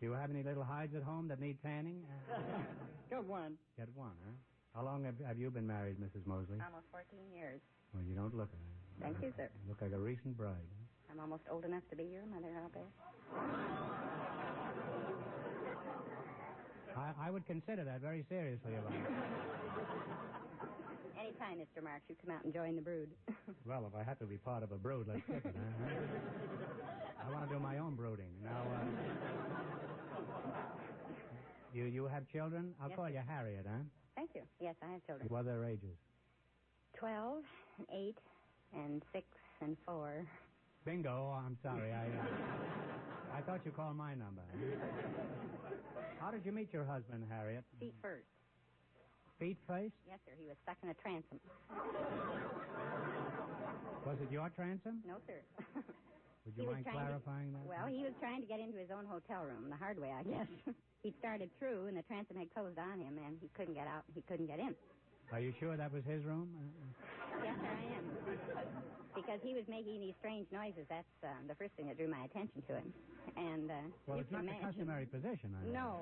Do you have any little hides at home that need tanning? Uh, Mm-hmm.
(laughs) Got one.
Get one, huh? How long have, have you been married, Mrs. Mosley?
Almost 14 years.
Well, you don't look it.
Um, Thank you, sir.
You look like a recent bride.
I'm almost old enough to be your mother, I'll bet.
I, I would consider that very seriously. If
(laughs)
I,
Anytime, Mr. Marks, you come out and join the brood. (laughs)
well, if I have to be part of a brood, let's kick it, huh? I want to do my own brooding. Now, uh, you, you have children? I'll
Yes,
call
sir.
you Harriet, huh?
Thank you. Yes, I have children.
What are their ages?
12, and 8, and 6, and 4.
Bingo. I'm sorry. I
(laughs)
uh, I thought you called my number. How did you meet your husband, Harriet?
Feet first.
Feet first?
Yes, sir. He was stuck in a transom.
Was it your transom?
No, sir. (laughs)
Would you
He was
mind
trying to-
clarifying that?
Well, he was trying to get into his own hotel room the hard way, I guess. (laughs) He started through, and the transom had closed on him, and he couldn't get out. He couldn't get in.
Are you sure that was his room? Uh,
Yes, sir, I am. (laughs) Because he was making these strange noises. That's uh, the first thing that drew my attention to him. And uh,
Well,
you
it's
can
not the
imagine.
customary position. I
No.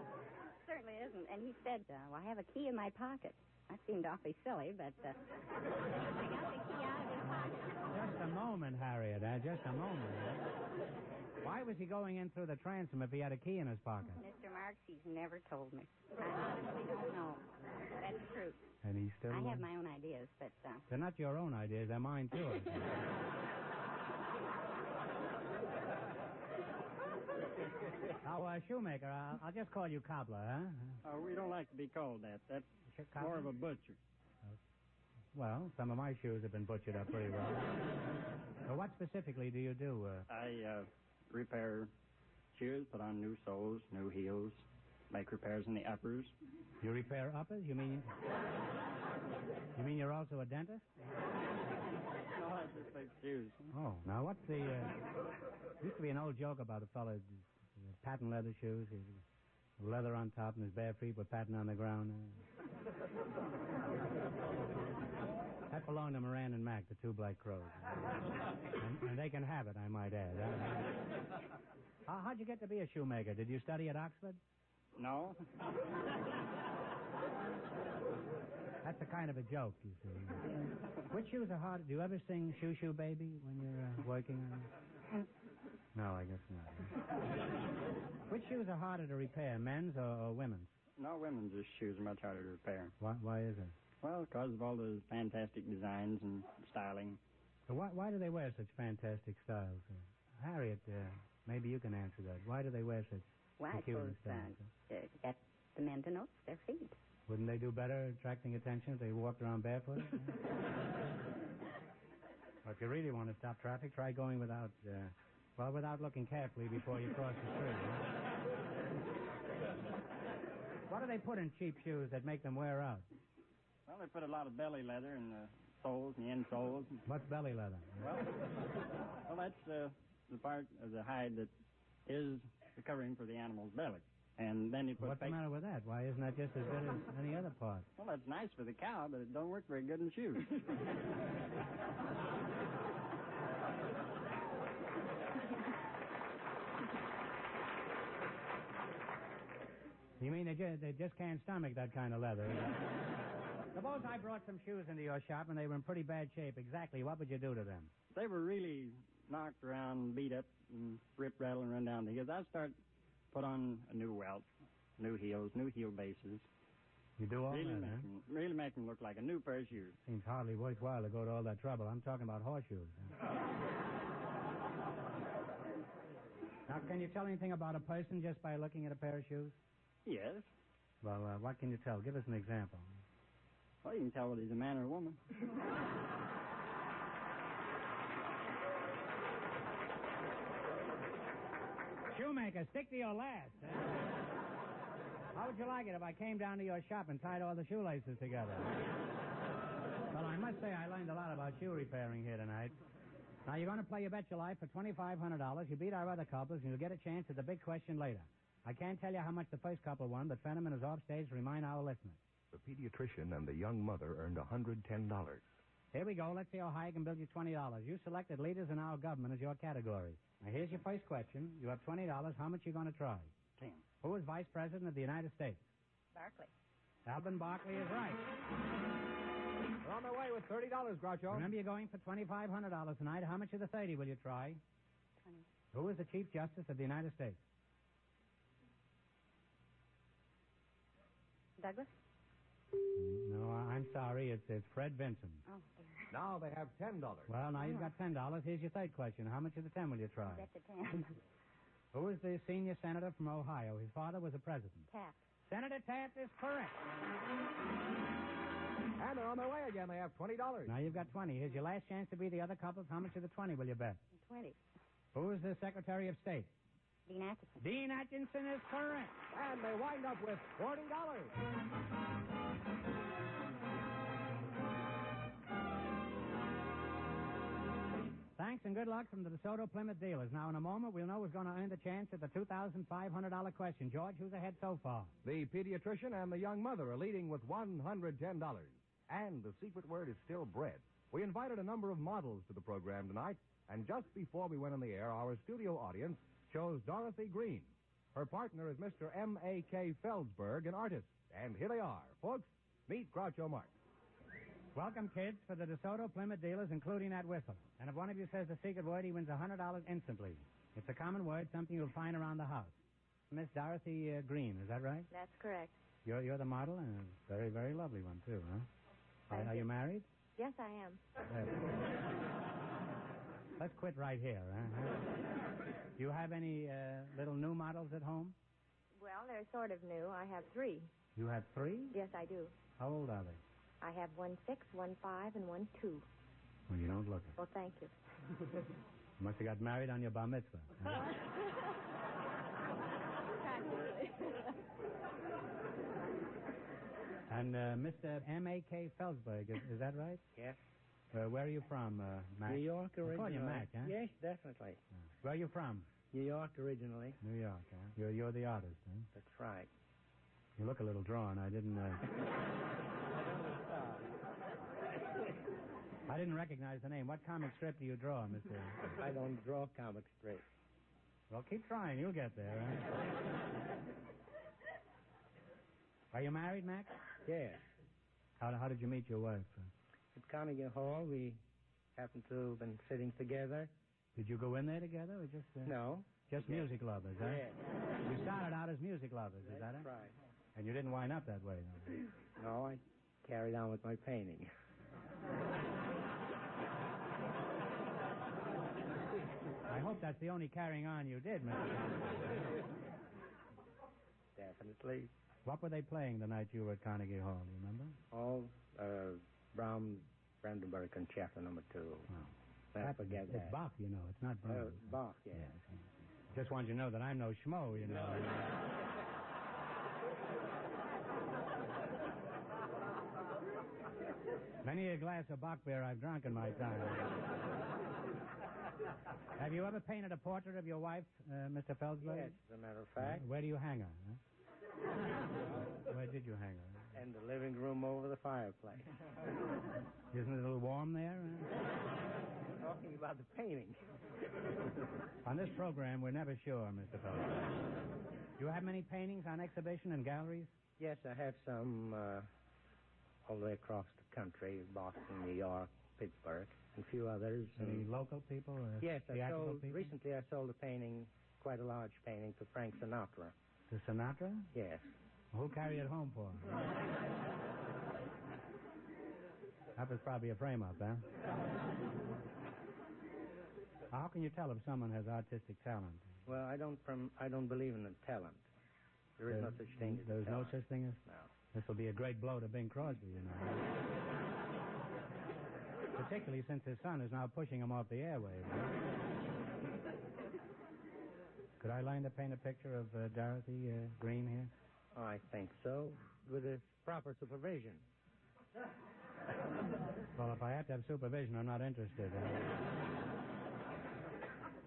(laughs) Certainly isn't. And he said, uh, well, I have a key in my pocket. That seemed awfully silly, but uh, I got the key out of his pocket.
Just a moment, Harriet. Uh, just a moment.
(laughs)
Why was he going in through the transom if he had a key in his pocket?
Mr. Marks, he's never told me. I honestly don't know. That's true.
And he still.
I
uh,
have my own ideas, but uh,
They're not your own ideas. They're mine too.
(laughs)
I think. now, uh, shoemaker, I'll, I'll just call you cobbler, huh?
Uh, we don't like to be called that. That's more of a butcher.
Well, some of my shoes have been butchered up pretty well. Now, what specifically do you do? Uh,
I uh, repair shoes, put on new soles, new heels, make repairs in the uppers.
you repair uppers?
(laughs)
You mean? You mean you're also a dentist?
No, I just make shoes.
Oh, now what's the? Uh, used to be an old joke about a fellow, uh, patent leather shoes, his leather on top and his bare feet were patent on the ground. uh, That belonged to Moran and Mac, the two black crows. And, and they can have it, I might add. Uh, how- how'd you get to be a shoemaker? Did you study at Oxford?
No?
That's a kind of a joke, you see. Which shoes are hard? Do you ever sing Shoo Shoo Baby when you're uh, working on it? No, I guess not. Which shoes are harder to repair, men's or, or women's?
No, women's shoes are much harder to repair.
Why, why is it?
Well, because of all those fantastic designs and styling.
So Why, why do they wear such fantastic styles? Uh, Harriet, uh, maybe you can answer that. Why do they wear such
Why, I
peculiar
suppose uh,
styles?
uh, get the men to notice their feet.
Wouldn't they do better attracting attention if they walked around (laughs) barefoot? or if you really want to stop traffic, try going without, uh, well, without looking carefully before you cross the street. What do they put in cheap shoes that make them wear out?
Well, they put a lot of belly leather in the soles and the insoles.
What's belly leather?
Well, well that's uh, the part of the hide that is the covering for the animal's belly. And then you put
What's the
fake-
matter with that? Why isn't that just as (laughs) good as any other part?
Well, that's nice for the cow, but it don't work very good in shoes.
You mean they just, they just can't stomach that kind of leather? Suppose I brought some shoes into your shop and they were in pretty bad shape. Exactly what would you do to them?
they were really knocked around, beat up, and rip, rattle, and run down to heels. I start put on a new welt, new heels, new heel bases.
You do all
really
that,
make
huh?
'em- really make them look like a new pair of shoes.
Seems hardly worthwhile to go to all that trouble. I'm talking about horseshoes. Now, can you tell anything about a person just by looking at a pair of shoes?
Yes.
Well, uh, what can you tell? Give us an example.
Well, you can tell whether he's a man or a woman.
Shoemaker, stick to your last. How would you like it if I came down to your shop and tied all the shoelaces together? well, I must say I learned a lot about shoe repairing here tonight. Now, you're going to play You Bet Your Life for $2,500. You beat our other couples, and you'll get a chance at the big question later. I can't tell you how much the first couple won, but Fenneman is off stage to remind our listeners.
The pediatrician and the young mother earned $110.
Here we go. Let's see how high I can build you $20. You selected leaders in our government as your category. Now, here's your first question. You have $20. How much you going to try?
Ten.
Who is Vice President of the United States?
Barclay.
Alvin Barkley is right. We're on the way with $30, Groucho. Remember, you're going for $2,500 tonight. How much of the 30 will you try?
Twenty.
Who is the Chief Justice of the United States?
Douglas?
No, I- I'm sorry. It's, it's Fred Benson.
Oh, dear.
Now they have $10.
Well, now you've got $10. Here's your third question. How much of the 10 will you try?
That's a ten.
(laughs) Who is the senior senator from Ohio? His father was a president.
Taft.
Senator Taft is correct. And they're on their way again. They have $20. Now you've got 20 Here's your last chance to be the other couples. How much of the 20 will you bet?
Twenty.
Who is the Secretary of State?
Dean Atkinson.
Dean Atkinson is correct. And they wind up with $40. Thanks and good luck from the DeSoto Plymouth dealers. Now, in a moment, we'll know who's going to earn the chance at the $2,500 question. George, who's ahead so far?
The pediatrician and the young mother are leading with $110. And the secret word is still bread. We invited a number of models to the program tonight, and just before we went on the air, our studio audience chose Dorothy Green. Her partner is Mr. M.A.K. Feldsberg, an artist. And here they are. Folks, meet Groucho Marx.
Welcome, kids, for the DeSoto Plymouth dealers, including that whistle. And if one of you says the secret word, he wins $100 instantly. It's a common word, something you'll find around the house. Miss Dorothy uh, Green, is that right?
That's correct.
You're, you're the model, and a very, very lovely one, too, huh? Are, are you married?
Yes, I am.
Yes. Let's quit right here, huh? Do you have any uh, little new models at home?
Well, they're sort of new. I have three.
You have three?
Yes, I do.
How old are they?
I have one six, one five, and one two.
Well, you don't look it.
Well, thank you.
You must have got married on your bar mitzvah.
Practically.
And uh, Mr. M.A.K. Felsberg, is, is that right?
Yes.
Uh, where are you from, uh, Mac?
New York
I call
originally.
you Mac, huh?
Yes, definitely.
Where are you from?
New York originally.
New York, huh? You're, you're the artist, huh?
That's right.
You look a little drawn. I didn't, uh, I didn't recognize the name. What comic strip do you draw, Mr.?
I don't draw comic strips.
Well, keep trying. You'll get there. huh? Are you married,
(laughs)
Mac?
Yes.
How, how did you meet your wife?
At Carnegie Hall, we happened to have been sitting together.
Did you go in there together or just... Uh,
No.
Just
Yeah.
music lovers, huh?
Yes.
You started out as music lovers, is that it?
That's right.
And you didn't wind up that way, though.
No, I carried on with my painting.
I hope that's the only carrying on you did, Mr.
Definitely.
what were they playing the night you were at Carnegie Hall, do you remember?
All uh, Brahms, Brandenburg Concerto Number Two. I
That's-
forget
it's
that.
Bach, you know. It's not Brahms.
Uh, Bach, yes.
Just wanted you to know that I'm no schmo, you know. Many a glass of Bach beer I've drunk in my time. Have you ever painted a portrait of your wife, uh, Mr. Felsberg?
Yes, as
(laughs)
a matter of fact.
Where do you hang her? Huh? Where did you hang her?
In the living room over the fireplace.
Isn't it a little warm there?
Talking about the painting.
On this program, we're never sure, Mr. Felsberg. Do you have many paintings on exhibition in galleries?
Yes, I have some uh, all the way across the country, Boston, New York, Pittsburgh, and a few others.
Any
and-
local people? Or
Yes, I
theatrical
sold,
people?
recently I sold a painting, quite a large painting, to Frank Sinatra.
To Sinatra?
Yes.
Who carry it home for? That was probably a frame-up, huh? How can you tell if someone has artistic talent?
Well, I don't prom- I don't believe in the talent. There is no such thing as
There's no
talent.
such thing as. This will be a great blow to Bing Crosby, you know. Particularly since his son is now pushing him off the airwaves. Could I line to paint a picture of uh, Dorothy uh, Green here?
I think so, with the proper supervision.
Well, if I have to have supervision, I'm not interested.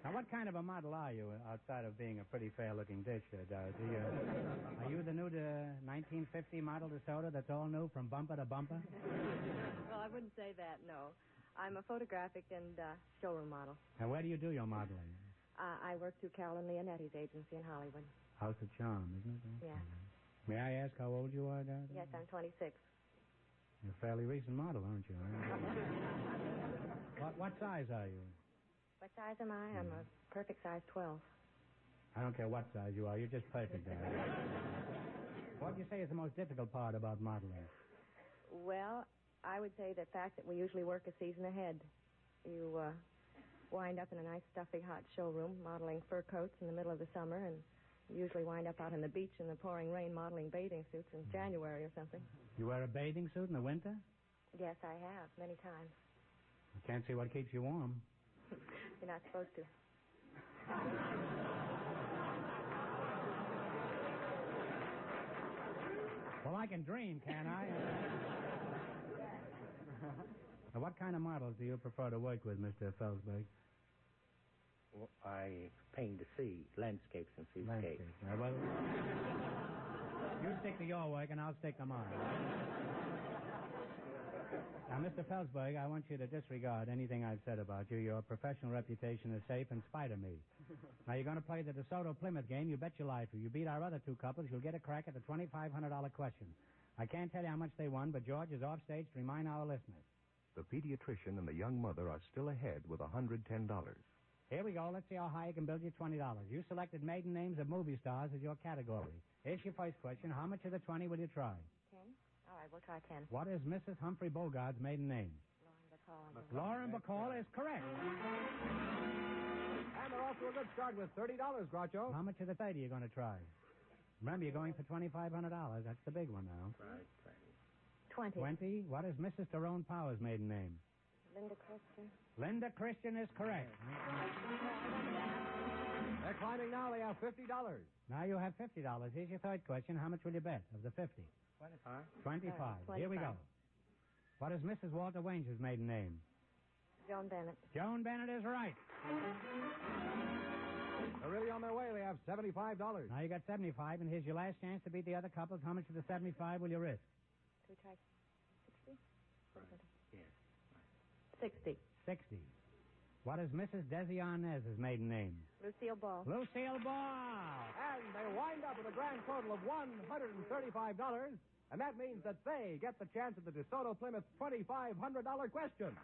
now, what kind of a model are you uh, outside of being a pretty fair-looking dish, uh, Dorothy? Uh, are you the new uh, 1950 model to soda that's all new from bumper to bumper?
(laughs) well, I wouldn't say that, no. I'm a photographic and uh, showroom model.
And where do you do your modeling?
Uh, I work through Carolyn Leonetti's agency in Hollywood.
House of Charm, isn't it?
Yeah.
May I ask how old you are, Dorothy?
Yes, I'm 26.
You're a fairly recent model, aren't you? what, what size are you?
What size am I? I'm a perfect size 12.
I don't care what size you are. You're just perfect, Dorothy. what do you say is the most difficult part about modeling?
Well, I would say the fact that we usually work a season ahead. You uh, wind up in a nice, stuffy, hot showroom modeling fur coats in the middle of the summer and you usually wind up out on the beach in the pouring rain modeling bathing suits in January or something.
You wear a bathing suit in the winter?
Yes, I have, many times. (laughs)
I can't see what keeps you warm.
You're not supposed to.
Well, I can dream, can I? now, what kind of models do you prefer to work with, Mr. Felsberg?
Well, I paint the sea, landscapes and seascapes.
Now, well, you stick to your work, and I'll stick to mine. Now, Mr. Felsberg, I want you to disregard anything I've said about you. Your professional reputation is safe in spite of me. Now, you're going to play the DeSoto Plymouth game. You bet your life. If you beat our other two couples, you'll get a crack at the $2,500 question. I can't tell you how much they won, but George is off stage to remind our listeners.
The pediatrician and the young mother are still ahead with $110.
Here we go. Let's see how high you can build your $20. You selected maiden names of movie stars as your category. Here's your first question. How much of the 20 will you try?
Ten? All right, we'll try ten.
What is Mrs. Humphrey Bogart's maiden name? Lauren Bacall is correct.
And they're off to a good start with $30, Groucho.
How much of the 30 are you going to try? Remember, you're going for $2,500. That's the big one now.
Right, right.
Twenty.
20. What is Mrs. Tyrone Power's maiden name?
Linda Christian.
Linda Christian is correct.
They're climbing now. They have $50.
Now you have $50. Here's your third question. How much will you bet of the 50?
Twenty-five.
Uh,
25. Here we go. What is Mrs. Walter Wange's maiden name?
Joan Bennett.
Joan Bennett is right.
They're really on their way. They have $75.
Now you got 75, and here's your last chance to beat the other couples. How much of the 75 will you risk?
Two tries. Sixty? Yes. Sixty.
60. What What is Mrs. Desi Arnaz's maiden name?
Lucille Ball.
Lucille Ball. And they wind up with a grand total of $135, and that means that they get the chance at the DeSoto Plymouth $2,500 question.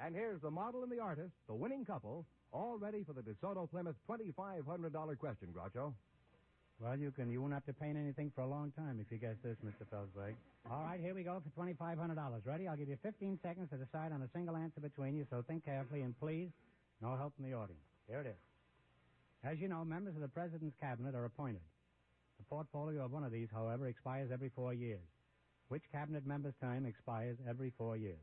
And here's the model and the artist, the winning couple, all ready for the DeSoto Plymouth $2,500 question, Groucho. Well, you can. You won't have to paint anything for a long time if you guess this, Mr. Felsberg. All right, here we go for $2,500. Ready? I'll give you 15 seconds to decide on a single answer between you, so think carefully and please, no help from the audience. Here it is. As you know, members of the President's Cabinet are appointed. The portfolio of one of these, however, expires every four years. Which Cabinet member's term expires every four years?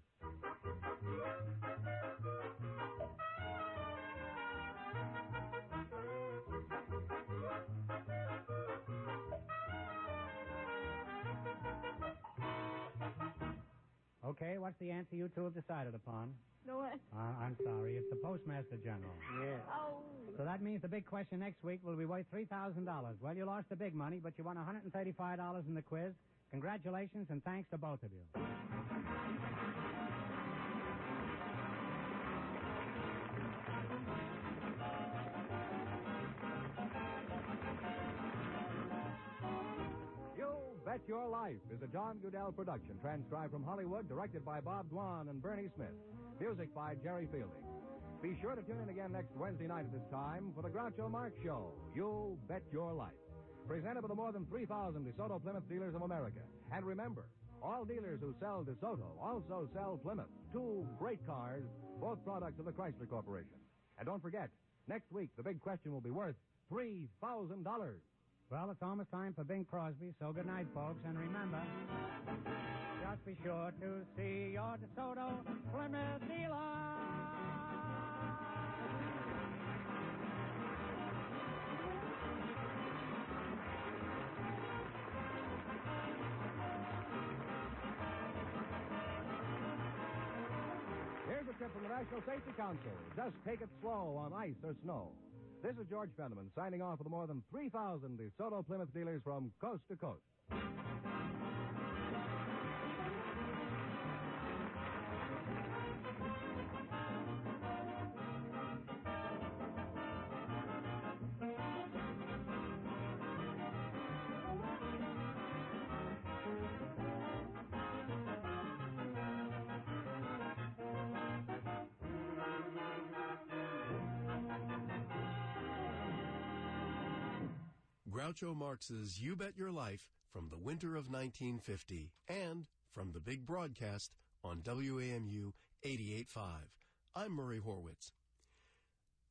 Okay, what's the answer you two have decided upon?
No, I...
Uh, I'm sorry, it's the Postmaster General.
Yes. Oh.
So that means the big question next week will be worth $3,000. Well, you lost the big money, but you won $135 in the quiz. Congratulations and thanks to both of you. You Bet Your Life is a John Goodell production, transcribed from Hollywood, directed by Bob Dwan and Bernie Smith. Music by Jerry Fielding. Be sure to tune in again next Wednesday night at this time for the Groucho Marx Show, You Bet Your Life. Presented by the more than 3,000 DeSoto Plymouth dealers of America. And remember, all dealers who sell DeSoto also sell Plymouth. Two great cars, both products of the Chrysler Corporation. And don't forget, next week the big question will be worth $3,000. Well, it's almost time for Bing Crosby, so good night, folks. And remember, just be sure to see your DeSoto Plymouth dealer. Here's a tip from the National Safety Council. Just take it slow on ice or snow. This is George Fenneman signing off with more than 3,000 DeSoto Plymouth dealers from coast to coast.
Groucho Marx's You Bet Your Life from the winter of 1950 and from the big broadcast on WAMU 88.5. I'm Murray Horwitz.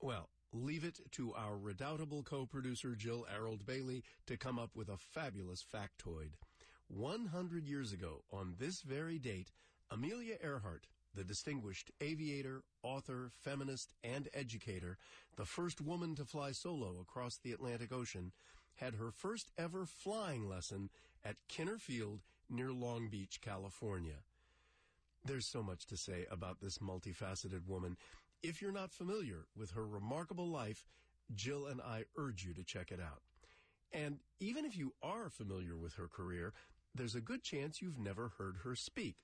Well, leave it to our redoubtable co producer Jill Harold Bailey to come up with a fabulous factoid. 100 years ago, on this very date, Amelia Earhart, the distinguished aviator, author, feminist, and educator, the first woman to fly solo across the Atlantic Ocean, had her first ever flying lesson at Kinner Field near Long Beach, California. There's so much to say about this multifaceted woman. If you're not familiar with her remarkable life, Jill and I urge you to check it out. And even if you are familiar with her career, there's a good chance you've never heard her speak.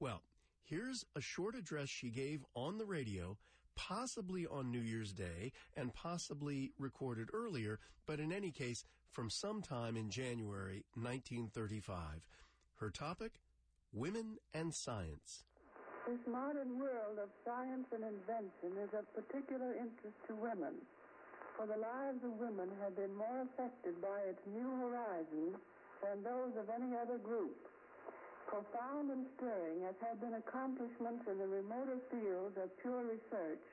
Well, here's a short address she gave on the radio possibly on New Year's Day and possibly recorded earlier, but in any case, from sometime in January 1935. Her topic? Women and Science.
This modern world of science and invention is of particular interest to women, for the lives of women have been more affected by its new horizons than those of any other group. Profound and stirring as have been accomplishments in the remoter fields of pure research,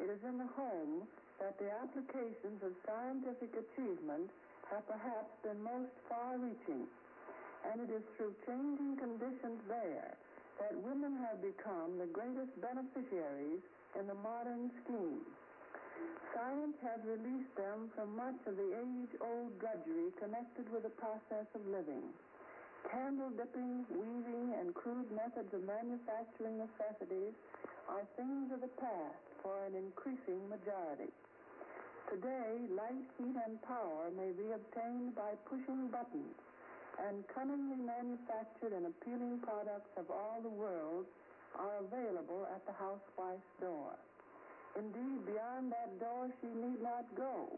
it is in the home that the applications of scientific achievement have perhaps been most far-reaching. And it is through changing conditions there that women have become the greatest beneficiaries in the modern scheme. Science has released them from much of the age-old drudgery connected with the process of living. Candle dipping, weaving, and crude methods of manufacturing necessities are things of the past for an increasing majority. Today, light, heat, and power may be obtained by pushing buttons, and cunningly manufactured and appealing products of all the world are available at the housewife's door. Indeed, beyond that door she need not go,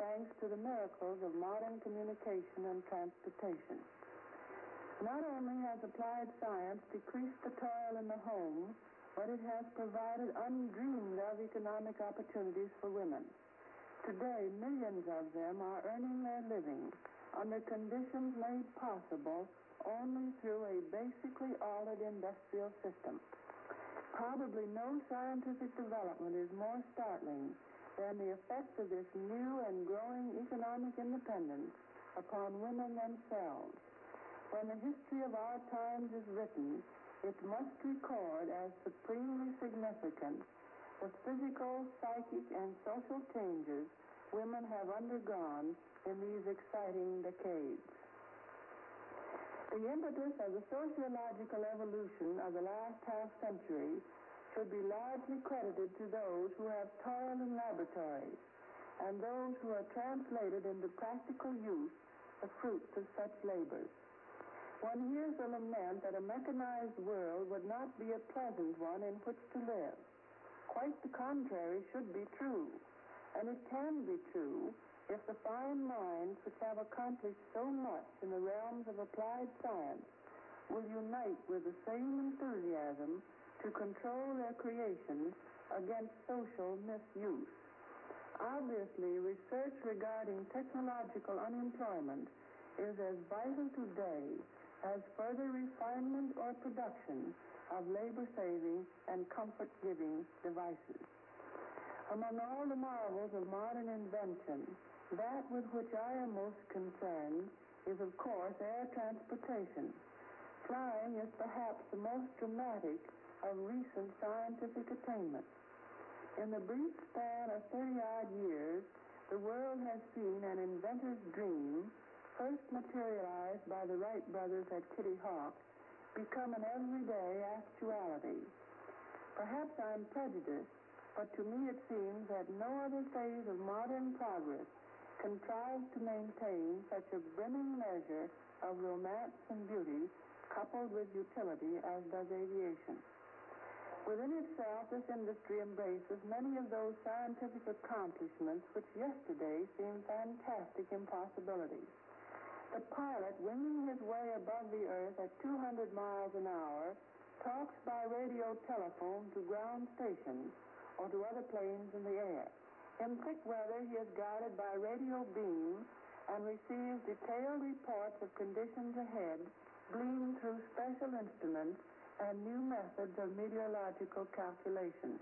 thanks to the miracles of modern communication and transportation. Not only has applied science decreased the toil in the home, but it has provided undreamed of economic opportunities for women. Today, millions of them are earning their living under conditions made possible only through a basically altered industrial system. Probably no scientific development is more startling than the effect of this new and growing economic independence upon women themselves. When the history of our times is written, it must record as supremely significant the physical, psychic, and social changes women have undergone in these exciting decades. The impetus of the sociological evolution of the last half century should be largely credited to those who have toiled in laboratories and those who have translated into practical use the fruits of such labors. One hears the lament that a mechanized world would not be a pleasant one in which to live. Quite the contrary should be true. And it can be true if the fine minds which have accomplished so much in the realms of applied science will unite with the same enthusiasm to control their creations against social misuse. Obviously, research regarding technological unemployment is as vital today as further refinement or production of labor-saving and comfort-giving devices. Among all the marvels of modern invention, that with which I am most concerned is, of course, air transportation. Flying is perhaps the most dramatic of recent scientific attainments. In the brief span of 30-odd years, the world has seen an inventor's dream, first materialized by the Wright brothers at Kitty Hawk, become an everyday actuality. Perhaps I'm prejudiced, but to me it seems that no other phase of modern progress contrives to maintain such a brimming measure of romance and beauty coupled with utility as does aviation. Within itself, this industry embraces many of those scientific accomplishments which yesterday seemed fantastic impossibilities. The pilot, winging his way above the earth at 200 miles an hour, talks by radio telephone to ground stations or to other planes in the air. In thick weather, he is guided by radio beams and receives detailed reports of conditions ahead, gleaned through special instruments and new methods of meteorological calculations.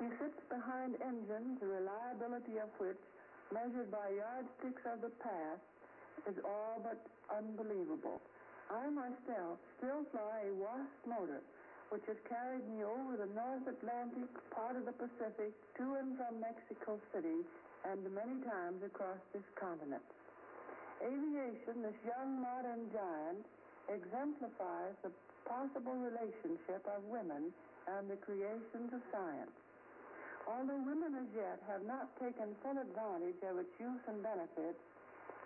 He sits behind engines, the reliability of which, measured by yardsticks of the past, is all but unbelievable. I myself still fly a Wasp motor which has carried me over the North Atlantic, part of the Pacific, to and from Mexico City, and many times across this continent. Aviation, this young modern giant, exemplifies the possible relationship of women and the creations of science. Although women as yet have not taken full advantage of its use and benefits,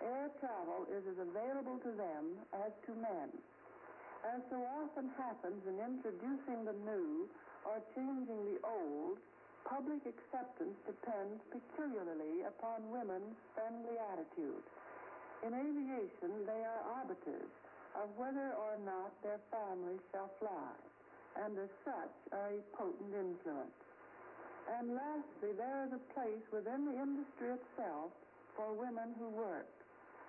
air travel is as available to them as to men. As so often happens in introducing the new or changing the old, public acceptance depends peculiarly upon women's friendly attitude. In aviation, they are arbiters of whether or not their families shall fly, and as such are a potent influence. And lastly, there is a place within the industry itself for women who work.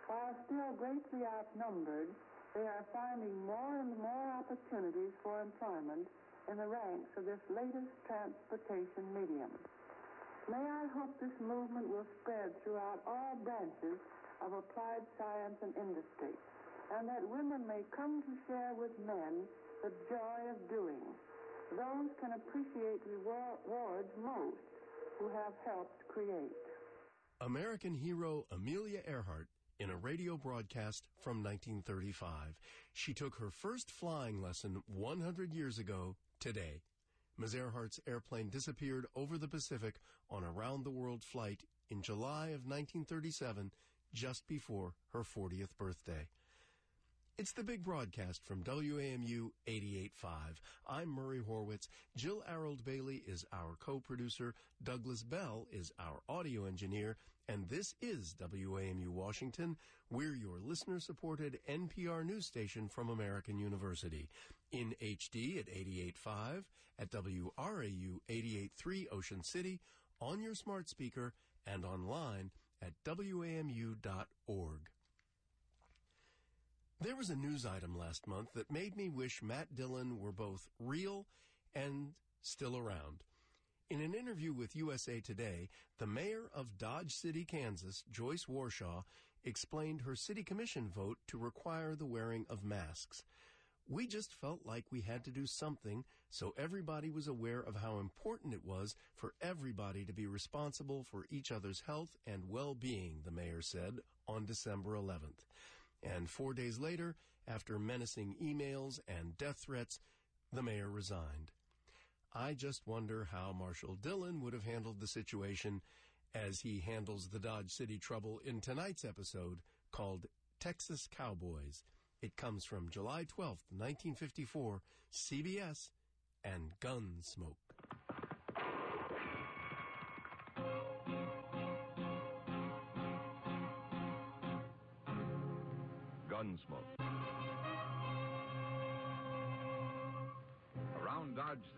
While still greatly outnumbered, they are finding more and more opportunities for employment in the ranks of this latest transportation medium. May I hope this movement will spread throughout all branches of applied science and industry, and that women may come to share with men the joy of doing. Those can appreciate rewards most who have helped create.
American hero Amelia Earhart in a radio broadcast from 1935. She took her first flying lesson 100 years ago today. Ms. Earhart's airplane disappeared over the Pacific on a round the world flight in July of 1937, just before her 40th birthday. It's the big broadcast from WAMU 88.5. I'm Murray Horwitz. Jill Arold Bailey is our co-producer. Douglas Bell is our audio engineer. And this is WAMU Washington. We're your listener-supported NPR news station from American University. In HD at 88.5, at WRAU 88.3 Ocean City, on your smart speaker, and online at WAMU.org. There was a news item last month that made me wish Matt Dillon were both real and still around. In an interview with USA Today, the mayor of Dodge City, Kansas, Joyce Warshaw, explained her city commission vote to require the wearing of masks. We just felt like we had to do something so everybody was aware of how important it was for everybody to be responsible for each other's health and well-being, the mayor said on December 11th. And four days later, after menacing emails and death threats, the mayor resigned. I just wonder how Marshall Dillon would have handled the situation as he handles the Dodge City trouble in tonight's episode called Texas Cowboys. It comes from July 12th, 1954, CBS and Gunsmoke.
Gunsmoke.
Around Dodge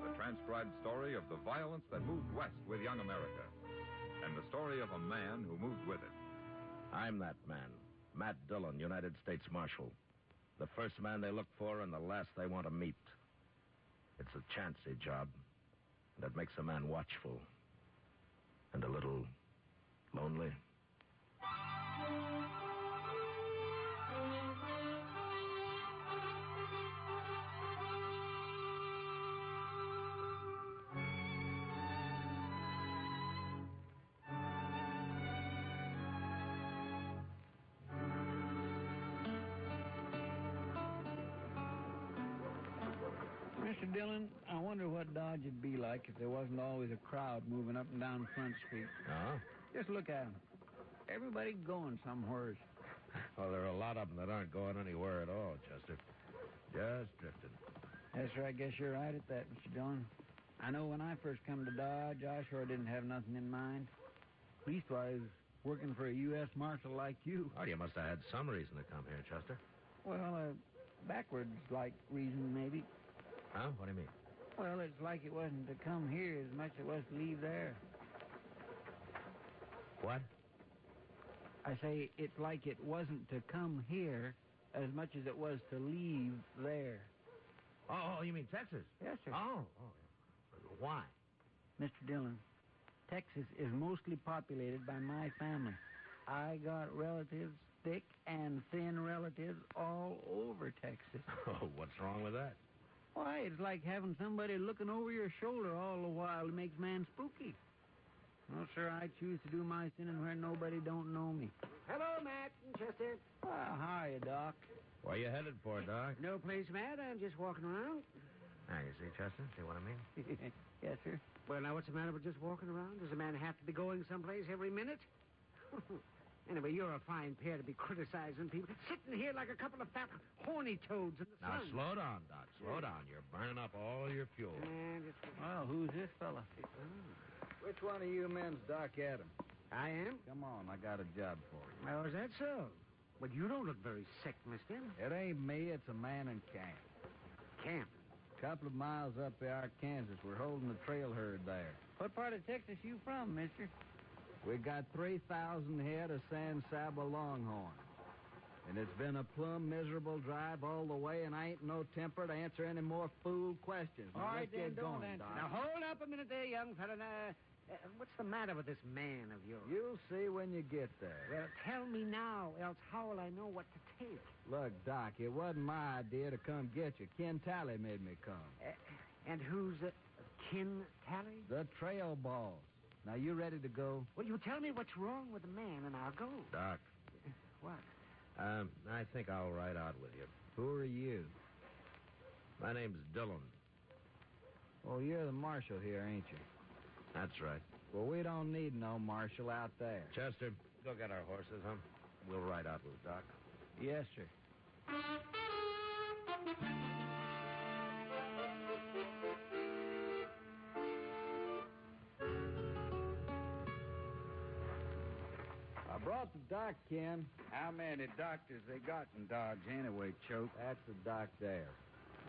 the transcribed story of the violence that moved west with young America, and the story of a man who moved with it.
I'm that man, Matt Dillon, United States Marshal. The first man they look for and the last they want to meet. It's a chancy job that makes a man watchful and a little lonely.
Mr. Dillon, I wonder what Dodge would be like if there wasn't always a crowd moving up and down Front Street.
Huh?
Just look at 'em. Everybody going somewheres.
(laughs) Well, there are a lot of them that aren't going anywhere at all, Chester. Just drifting.
Yes, sir, I guess you're right at that, Mr. Dillon. I know when I first come to Dodge, I sure didn't have nothing in mind. Leastwise, working for a U.S. Marshal like you.
Well, Oh, you must have had some reason to come here, Chester.
Well, a backwards-like reason, maybe.
Huh? What do you mean?
Well, it's like it wasn't to come here as much as it was to leave there.
What?
I say it's like it wasn't to come here as much as it was to leave there.
Oh, oh, you mean Texas?
Yes, sir.
Oh, oh. Why?
Mr. Dillon, Texas is mostly populated by my family. I got relatives, thick and thin relatives, all over Texas.
(laughs) Oh, what's wrong with that?
Why, it's like having somebody looking over your shoulder all the while that makes man spooky. No, sir, I choose to do my sinning where nobody don't know me.
Hello, Matt and Chester.
Uh,
Well, how are you, Doc?
Where you headed for, Doc?
No place, Matt. I'm just walking (laughs) around.
Now, Ah, you see, Chester, see what I mean?
yes, sir.
Well, now, what's the matter with just walking around? Does a man have to be going someplace every minute? (laughs) anyway, you're a fine pair to be criticizing people. Sitting here like a couple of fat horny toads in the
Now,
sun.
slow down, Doc. Slow down. You're burning up all your fuel.
And it's...
Well, who's this fella?
Which one of you men's Doc Adam?
I am?
Come on, I got a job for you.
Oh, is that so? Well, you don't look very sick, mister.
It ain't me, it's a man in camp.
Camp.
Couple of miles up the Arkansas. We're holding the trail herd there.
What part of Texas you from, mister?
We got 3,000 head of San Saba Longhorn. And it's been a plumb miserable drive all the way, and I ain't no temper to answer any more fool questions. Now,
All right,
let's
then,
get
don't
going,
answer.
Doc.
Now, hold up a minute there, young fella. Now, uh, what's the matter with this man of yours?
You'll see when you get there.
Well, tell me now, else how will I know what to take?
Look, Doc, it wasn't my idea to come get you. Ken Talley made me come.
and who's uh, Ken Talley?
The trail boss. Now, you ready to go?
Well, you tell me what's wrong with the man, and I'll go.
Doc,
What?
um, I think I'll ride out with you.
Who are you?
My name's Dillon.
Well, Oh, you're the marshal here, ain't you?
That's right.
Well, we don't need no marshal out there.
Chester, go get our horses, huh? We'll ride out with Doc.
Yes, sir. I brought the doc, Ken. How many doctors they got in Dodge anyway, Choke? That's the doc there.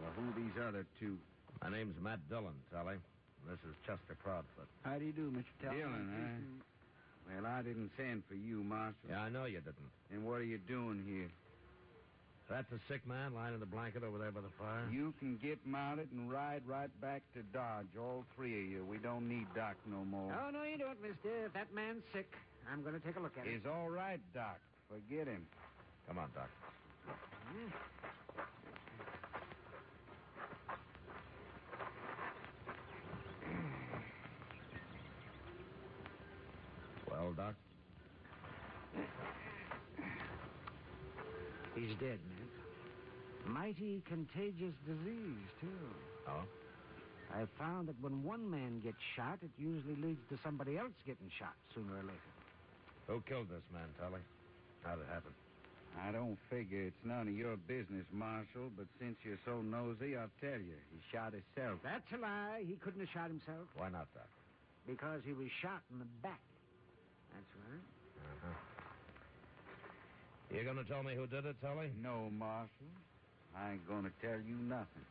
Well, who these other two?
My name's Matt Dillon, Sally. This is Chester Proudfoot.
How do Mm-hmm. you do, Mr.
Talley?
Dillon, huh? Well, I didn't send for you, Marshal.
Yeah, I know you didn't.
And what are you doing here?
That's a sick man lying in the blanket over there by the
Mm.
fire.
You can get mounted and ride right back to Dodge, all three of you. We don't need Doc no more.
Oh, no, you don't, mister. If that man's sick, I'm going to take a look at him.
He's all right, Doc. Forget him.
Come on, Doc.
Hmm.
Well, Doc,
He's dead, man. Mighty contagious disease, too.
oh?
I've found that when one man gets shot, it usually leads to somebody else getting shot sooner or later.
Who killed this man, Tully? How'd it happen?
I don't figure it's none of your business, Marshal, but since you're so nosy, I'll tell you. He shot himself.
That's a lie. He couldn't have shot himself
Why not, Doc?
because he was shot in the back. That's right.
Uh-huh. You gonna tell me who did it, Tully?
No, Marshal. I ain't gonna tell you nothing.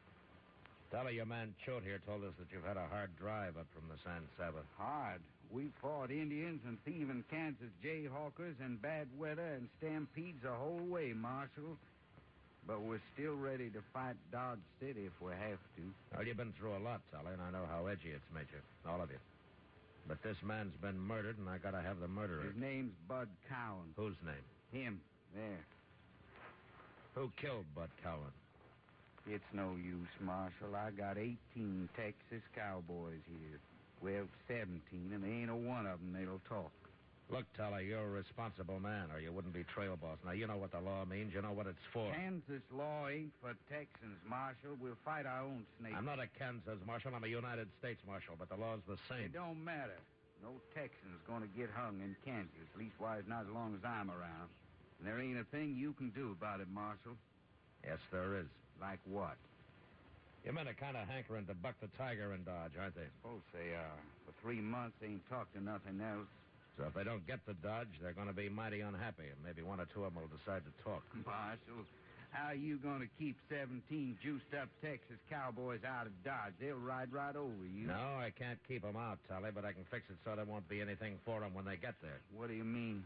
Tully, your man Choate here told us that you've had a hard drive up from the San Saba.
Hard. We fought Indians and thieving Kansas jayhawkers and bad weather and stampedes the whole way, Marshal. But we're still ready to fight Dodge City if we have to.
Well, you've been through a lot, Tully, and I know how edgy it's made you, all of you. But this man's been murdered, and I gotta have the murderer.
His name's Bud Cowan.
Whose name?
Him. There.
Who killed Bud Cowan?
It's no use, Marshal. I got 18 Texas cowboys here. Well, 17, and there ain't a one of them that'll talk.
Look, Tully, you're a responsible man, or you wouldn't be trail boss. Now, you know what the law means. You know what it's for.
Kansas law ain't for Texans, Marshal. We'll fight our own snakes.
I'm not a Kansas marshal. I'm a United States marshal, but the law's the
It
same.
don't matter. No Texan's gonna get hung in Kansas, leastwise not as long as I'm around. And there ain't a thing you can do about it, Marshal.
Yes, there is.
Like what? (laughs)
You men are kind of hankering to buck the tiger in Dodge, aren't they?
Suppose they are. For three months, they ain't talked to nothing else.
So if they don't get to Dodge, they're going to be mighty unhappy, and maybe one or two of them will decide to talk.
Marshal, how you gonna keep 17 juiced-up Texas cowboys out of Dodge? They'll ride right over you.
No, I can't keep them out, Tully, but I can fix it so there won't be anything for them when they get there.
What do you mean?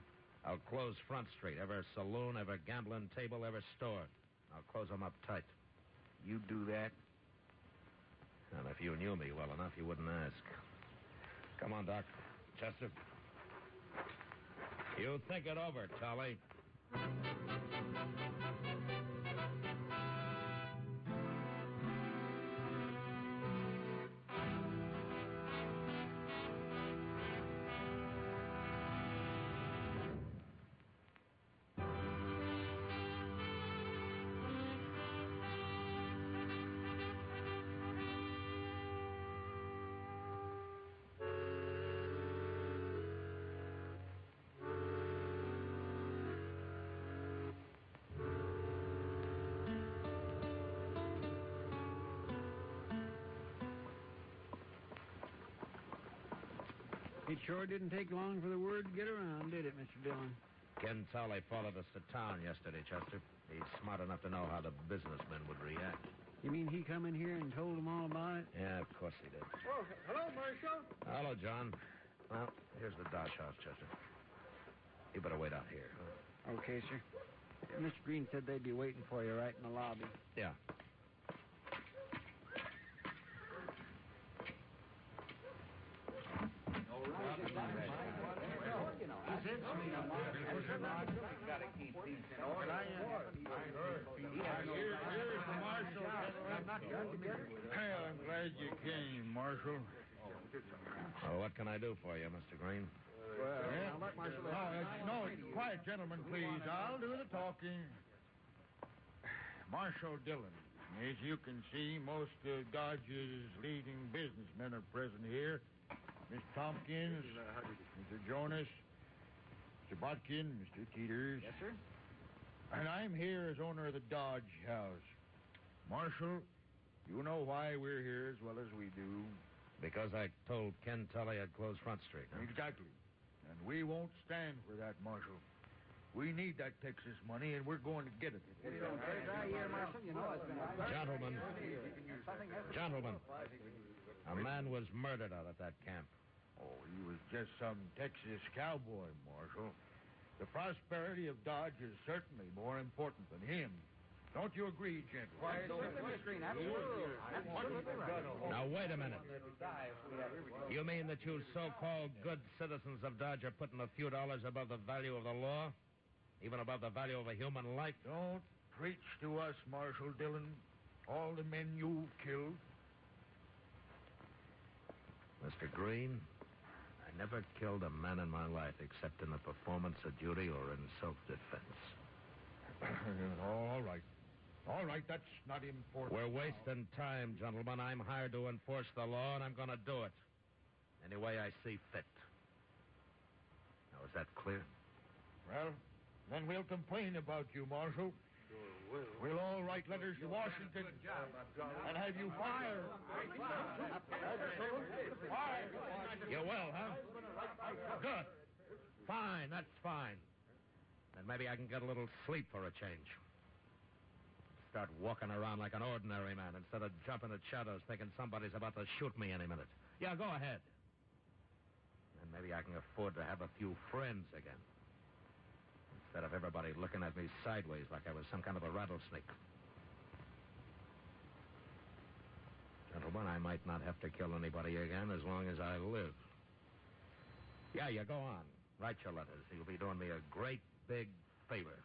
I'll close Front Street, every saloon, every gambling table, every store. I'll close them up tight.
You do that?
And if you knew me well enough, you wouldn't ask. Come on, Doc. Chester. You think it over, Tully.
It sure didn't take long for the word to get around, did it, Mr. Dillon?
Ken Tolley followed us to town yesterday, Chester. He's smart enough to know how the businessmen would react.
You mean he come in here and told them all about it?
Yeah, of course he did.
Oh, he- hello, Marshal.
Hello, John. Well, here's the Dodge house, Chester. You better wait out here.
Okay, sir. Mr. Green said they'd be waiting for you right in the lobby.
Yeah.
Well, I'm glad you came, Marshal.
Well, what can I do for you, Mr. Green?
Yeah? No, it's, Uh, no, it's quiet, gentlemen, please. I'll do the talking. Marshal Dillon. As you can see, most of Dodge's leading businessmen are present here. Miss Tompkins, Mr. Jonas, Mr. Botkin, Mr. Teeters. Yes, sir. And I'm here as owner of the Dodge House. Marshal, you know why we're here as well as we do.
Because I told Ken Tully I'd close Front Street. huh?
Exactly. And we won't stand for that, Marshal. We need that Texas money, and we're going to get it.
Gentlemen. Gentlemen. A man was murdered out at that camp.
Oh, he was just some Texas cowboy, Marshal. The prosperity of Dodge is certainly more important than him. Don't you agree, gentlemen?
Now, wait a minute. You mean that you so-called good citizens of Dodge are putting a few dollars above the value of the law? Even above the value of a human life?
Don't preach to us, Marshal Dillon. All the men you've killed.
Mr. Green, I never killed a man in my life except in the performance of duty or in self-defense.
(clears throat) all right. All right, that's not important.
We're wasting time, gentlemen. I'm hired to enforce the law, and I'm going to do it. Any way I see fit. Now, is that clear?
Well, then we'll complain about you, Marshal. We'll all write letters to Washington and have you fired.
You will, huh? Good. Fine, that's fine. Then maybe I can get a little sleep for a change. Start walking around like an ordinary man instead of jumping at shadows thinking somebody's about to shoot me any minute. Yeah, go ahead. Then maybe I can afford to have a few friends again. Instead of everybody looking at me sideways like I was some kind of a rattlesnake. Gentlemen, I might not have to kill anybody again as long as I live. Yeah, you go on. Write your letters. You'll be doing me a great big favor.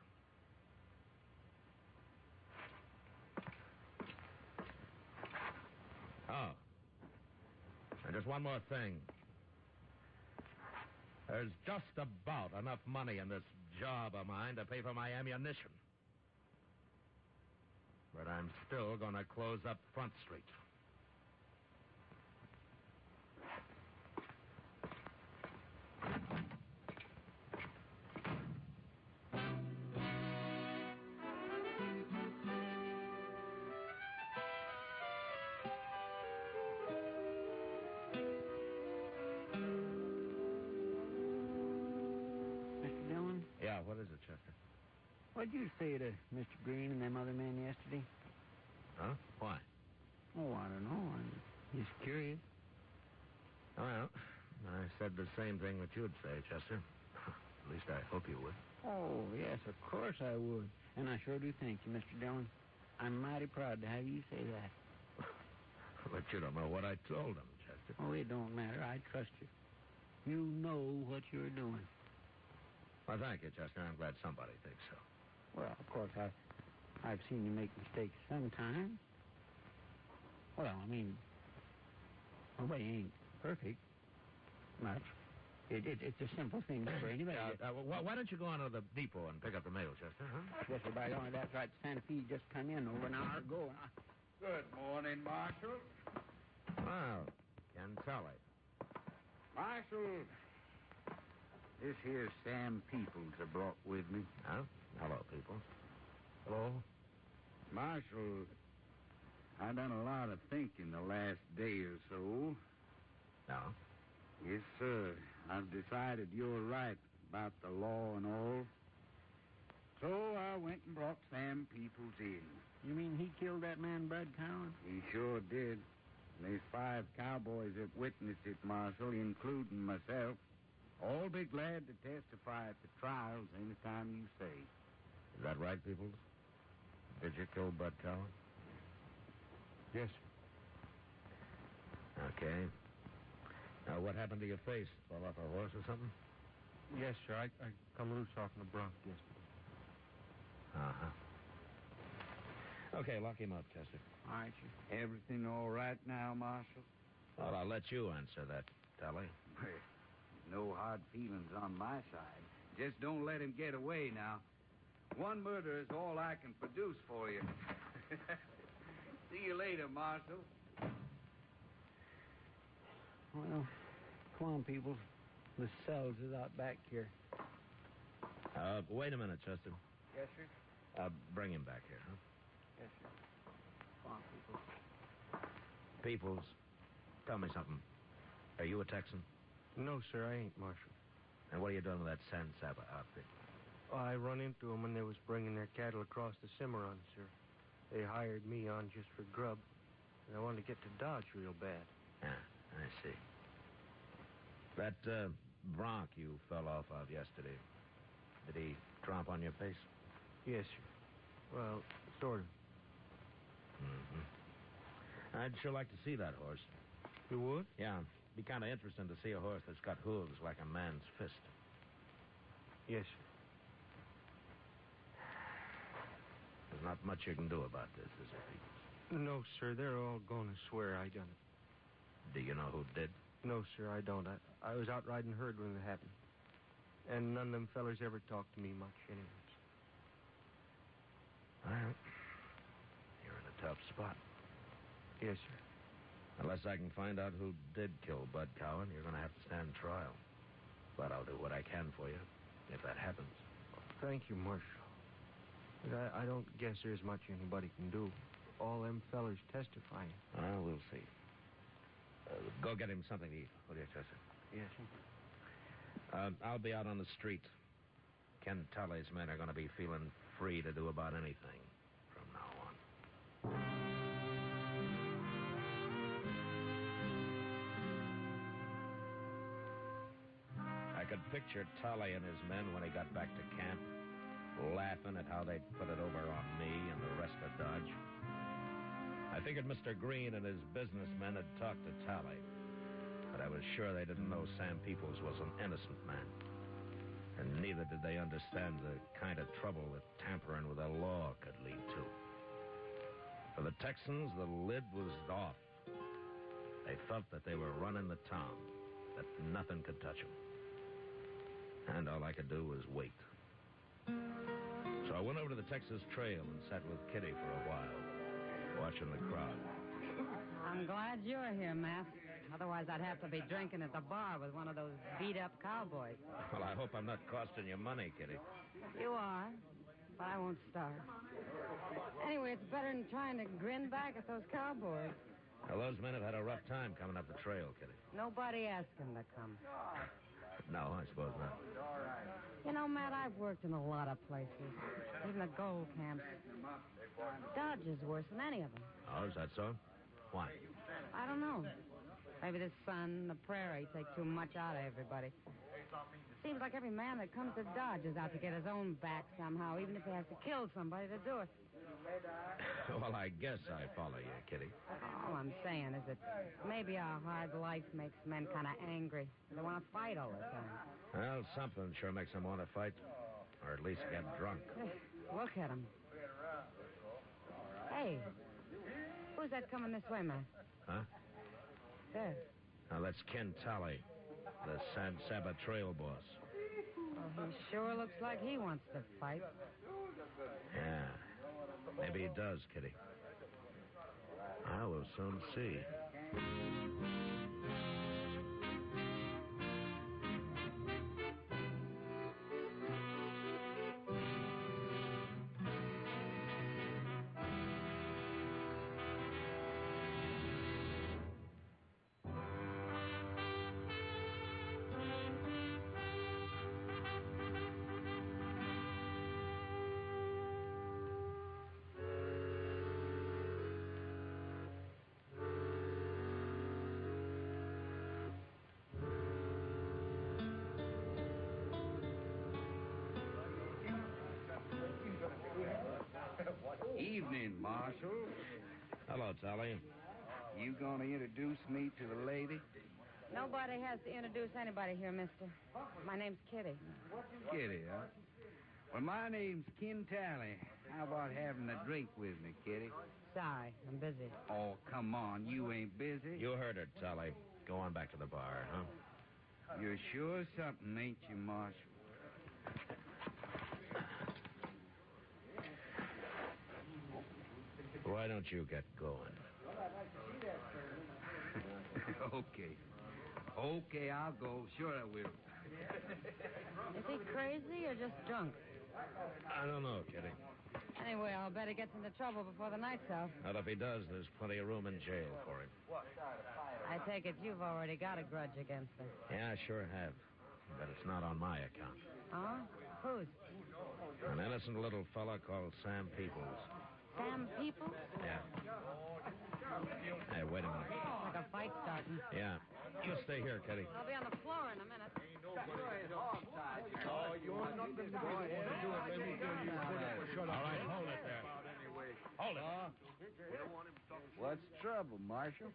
Oh. And just one more thing. There's just about enough money in this job of mine to pay for my ammunition. But I'm still going to close up Front Street.
Mr. Dillon,
Yeah, what is it, Chester?
what'd you say to Mr. Green and them other men yesterday?
Huh? Why?
Oh, I don't know. I'm just curious.
Oh, Well, I said the same thing that you'd say, Chester. (laughs) At least I hope you would.
Oh, yes, of course I would. And I sure do thank you, Mr. Dillon. I'm mighty proud to have you say that.
(laughs) But you don't know what I told him, Chester.
Oh, it don't matter. I trust you. You know what you're doing.
Well, thank you, Chester. I'm glad somebody thinks so.
Well, of course, I, I've seen you make mistakes sometimes. Well, I mean, nobody ain't perfect much. It, it, it's a simple thing for anybody.
Uh,
to-
uh, why, why don't you go on to the depot and pick up the mail, Chester, huh?
Yes, sir, by the way, that's right. Santa Fe just come in over an hour ago. And I,
Good morning, Marshal.
Well, Ken Tully.
Marshal, this here Sam Peoples I brought with me.
Huh? Hello, people.
Hello? Marshal, I done a lot of thinking the last day or so.
No?
Yes, sir. I've decided you're right about the law and all.
I went and brought Sam Peoples in.
You mean he killed that man, Brad Cowan?
He sure did. And There's five cowboys that witnessed it, Marshal, including myself. All be glad to testify at the trials any time you say.
Is that right, Peoples? Did you kill Bud Cowan?
Yes.
Okay. Now, what happened to your face? Fell off a horse or something?
Yes, sir. I, I got loose off in the Bronx yesterday.
Uh-huh. Okay, lock him up, Chester.
All right, sir. Everything all right now, Marshal?
Well, I'll let you answer that, Tully.
Well, No hard feelings on my side. Just don't let him get away now. One murder is all I can produce for you. (laughs) See you later, Marshal.
Well, come on, people. The cells is out back here.
Uh, wait a minute, Chester.
Yes, sir.
Uh, bring him back here, huh?
Yes, sir.
Come on, people.
Peoples, tell me something. Are you a Texan?
No, sir, I ain't, Marshal.
And what are you doing with that San Saba outfit?
I run into 'em when they was bringing their cattle across the Cimarron, sir. They hired me on just for grub, and I wanted to get to Dodge real bad.
Yeah, I see. That uh, bronc you fell off of yesterday, did he tromp on your face?
Yes, sir. Well, sort of.
Mm-hmm. I'd sure like to see that horse.
You would?
Yeah, be kind of interesting to see a horse that's got hooves like a man's fist.
Yes, sir.
There's not much you can do about this, is there, Pete?
No, sir, they're all going to swear I done it.
Do you know who did?
No, sir, I don't. I, I was out riding herd when it happened. And none of them fellers ever talked to me much, anyways.
Well, you're in a tough spot.
Yes, sir.
Unless I can find out who did kill Bud Cowan, you're going to have to stand trial. But I'll do what I can for you if that happens.
Thank you, Marshal. But I, I don't guess there's much anybody can do. All them fellers testifying.
Well, we'll see. Uh, go get him something to eat, will you, Chester?
Yes, sir.
Uh, I'll be out on the street. Ken Tully's men are going to be feeling free to do about anything from now on. I could picture Tully and his men when he got back to camp, laughing at how they'd put it over on me and the rest of Dodge. I figured Mr. Green and his businessmen had talked to Tully, but I was sure they didn't know Sam Peoples was an innocent man. And neither did they understand the kind of trouble that tampering with the law could lead to. For the Texans, the lid was off. They felt that they were running the town, that nothing could touch them. And all I could do was wait. So I went over to the Texas Trail and sat with Kitty for a while, watching the crowd.
I'm glad you're here, Matt. Otherwise, I'd have to be drinking at the bar with one of those beat up cowboys.
Well, I hope I'm not costing you money, Kitty.
You are, but I won't start. Anyway, it's better than trying to grin back at those cowboys.
Now, those men have had a rough time coming up the trail, Kitty.
Nobody asked them to come.
No, I suppose not.
You know, Matt, I've worked in a lot of places, even the gold camps. Dodge is worse than any of them.
Oh, is that so? Why?
I don't know. Maybe the sun, the prairie take too much out of everybody. Seems like every man that comes to Dodge is out to get his own back somehow, even if he has to kill somebody to do it.
well, I guess I follow you, Kitty.
All I'm saying is that maybe our hard life makes men kind of angry. They want to fight all the time.
Well, something sure makes them want to fight, or at least get drunk.
Look at them. Hey, who's that coming this way, Matt?
Huh?
There.
Now, that's Ken Talley, the San Saba trail boss.
Well, he sure looks like he wants to fight.
Yeah. Maybe he does, Kitty. I will soon see.
Marshal?
Hello, Tully.
You gonna introduce me to the lady?
Nobody has to introduce anybody here, mister. My name's Kitty.
Kitty, huh? Well, my name's Ken Talley. How about having a drink with me, Kitty?
Sorry, I'm busy.
Oh, come on. You ain't busy.
You heard her, Tully. Go on back to the bar, huh?
You're sure something, ain't you, Marshal?
Why don't you get going?
okay. Okay, I'll go. Sure I will.
Is he crazy or just drunk?
I don't know, Kitty.
Anyway, I'll bet he gets into trouble before the night's out.
But if he does, there's plenty of room in jail for him.
I take it you've already got a grudge against him.
Yeah, I sure have. But it's not on my account.
Huh? Whose?
An innocent little fella called Sam Peoples.
Sam Peoples?
Yeah. Hey, wait a minute.
Like a fight starting.
Yeah. You stay here, Kitty.
I'll be on the floor in a minute.
Oh, you want nothing to do
All right, hold it there. Hold it.
What's trouble, Marshal?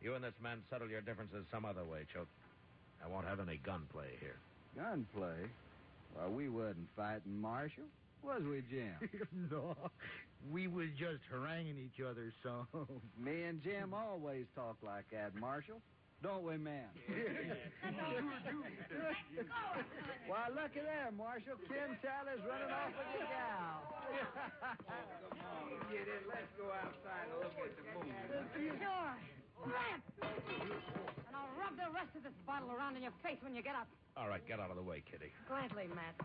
You and this man settle your differences some other way, Choke. I won't have any gunplay here.
Gunplay? Why, we wasn't fighting, Marshal. Was we, Jim?
no, we was just haranguing each other, so.
Me and Jim always talk like that, Marshal. Don't we, man? Why, look at there, Marshal. Kim Tyler's running off with the gal. (laughs) Get in. Let's go outside and look at the
Sure.
(laughs)
And I'll rub the rest of this bottle around in your face when you get up.
All right, get out of the way, Kitty.
Gladly, Matt.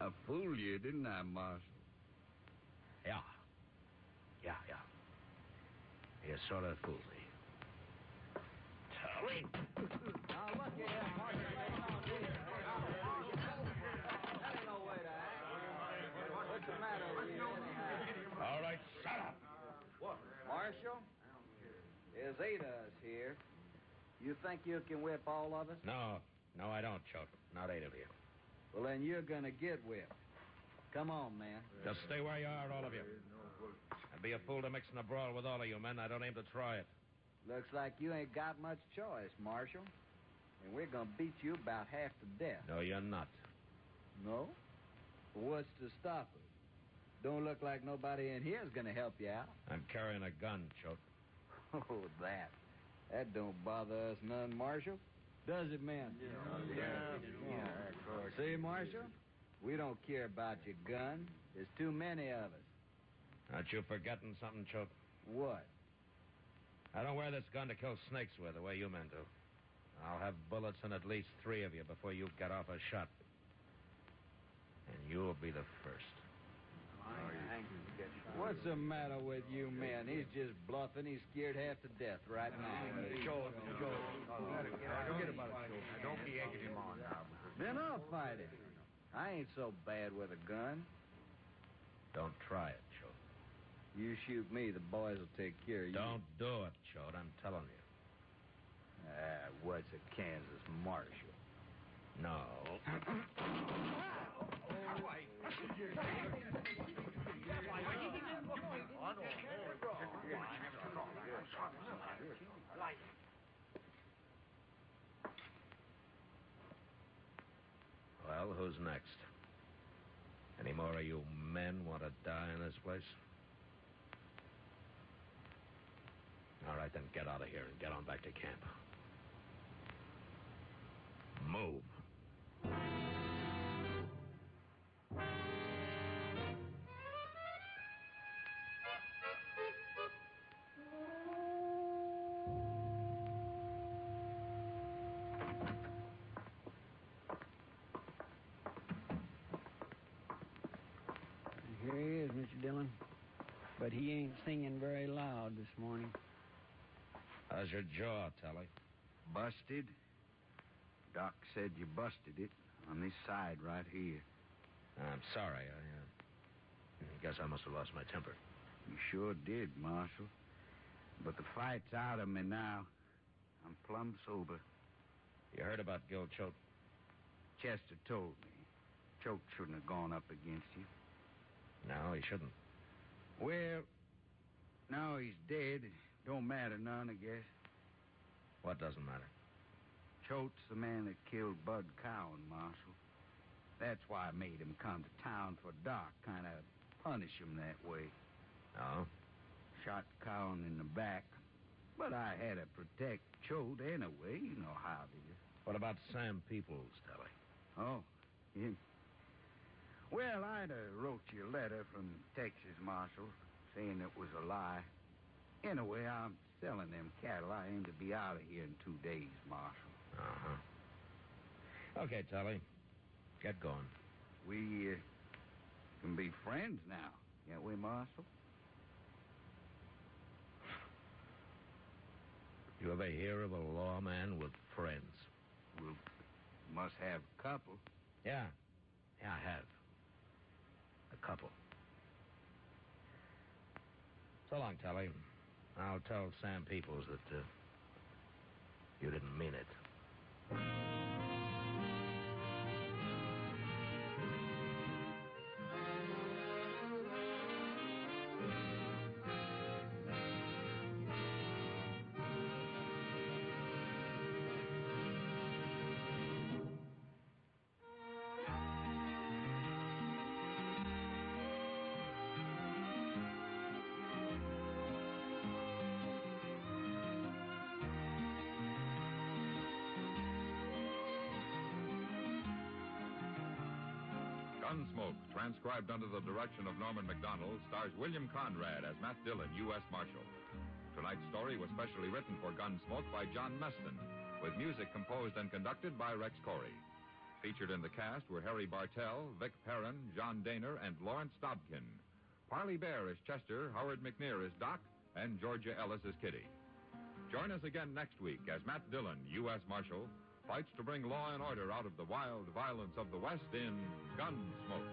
I fooled you, didn't I, Marshal?
Yeah. Yeah, yeah. You sort of fooled me. Tully! All right, shut up!
Marshal, there's eight of us here. You think you can whip all of us?
No, no, I don't, Chuck. Not eight of you.
Well, then you're going to get whipped. Come on, man.
Just stay where you are, all of you. I'd be a fool to mix in a brawl with all of you men. I don't aim to try it.
Looks like you ain't got much choice, Marshal. And we're going to beat you about half to death.
No, you're not.
No? Well, what's to stop us? Don't look like nobody in here's going to help you out. (laughs)
I'm carrying a gun, Chuck.
Oh, that. That don't bother us none, Marshal. Does it, man?
Yeah.
of
Um,
course. See, Marshal? We don't care about your gun. There's too many of us.
Aren't you forgetting something, Chuck?
What?
I don't wear this gun to kill snakes with the way you men do. I'll have bullets in at least three of you before you get off a shot. And you'll be the first.
What's the matter with you men? He's just bluffing. He's scared half to death right now.
Joe, Joe. Forget about it, Joe. Don't be egging him on now.
Then I'll fight it. I ain't so bad with a gun.
Don't try it, Chuck.
You shoot me, the boys will take care of you.
Don't do it, Chode. I'm telling you.
Ah, what's a Kansas Marshal? (coughs)
No. Well, who's next? Any more of you men want to die in this place? All right, then get out of here and get on back to camp. Move.
Here he is, Mr. Dillon. But he ain't singing very loud this morning.
How's your jaw, Tully?
Busted? Doc said you busted it on this side right here.
I'm sorry. I uh, guess I must have lost my temper.
You sure did, Marshal. But the fight's out of me now. I'm plumb sober.
You heard about Gil Choate.
Chester told me. Choke shouldn't have gone up against you.
No, he shouldn't.
Well, now he's dead. Don't matter none, I guess.
What doesn't matter?
Choate's the man that killed Bud Cowan, Marshal. That's why I made him come to town for Doc, kind of punish him that way.
Oh?
Shot Cowan in the back. But I had to protect Choate anyway. You know how it is.
What about Sam Peoples, Telly?
Oh, him. Well, I'd uh, wrote you a letter from Texas Marshal saying it was a lie. Anyway, I'm selling them cattle. I aim to be out of here in two days, Marshal.
Uh huh.
Uh-huh.
Okay, Tully. Get going.
We uh, can be friends now, can't we, Marshal?
You ever hear of a lawman with friends?
We must have a couple.
Yeah. Yeah, I have. A couple. So long, Tully. I'll tell Sam Peoples that uh, you didn't mean it.
Gunsmoke, transcribed under the direction of Norman McDonald, stars William Conrad as Matt Dillon, U.S. Marshal. Tonight's story was specially written for Gunsmoke by John Meston, with music composed and conducted by Rex Corey. Featured in the cast were Harry Bartell, Vic Perrin, John Daner, and Lawrence Dobkin. Parley Bear is Chester, Howard McNear is Doc, and Georgia Ellis is Kitty. Join us again next week as Matt Dillon, U.S. Marshal, fights to bring law and order out of the wild violence of the West in Gunsmoke.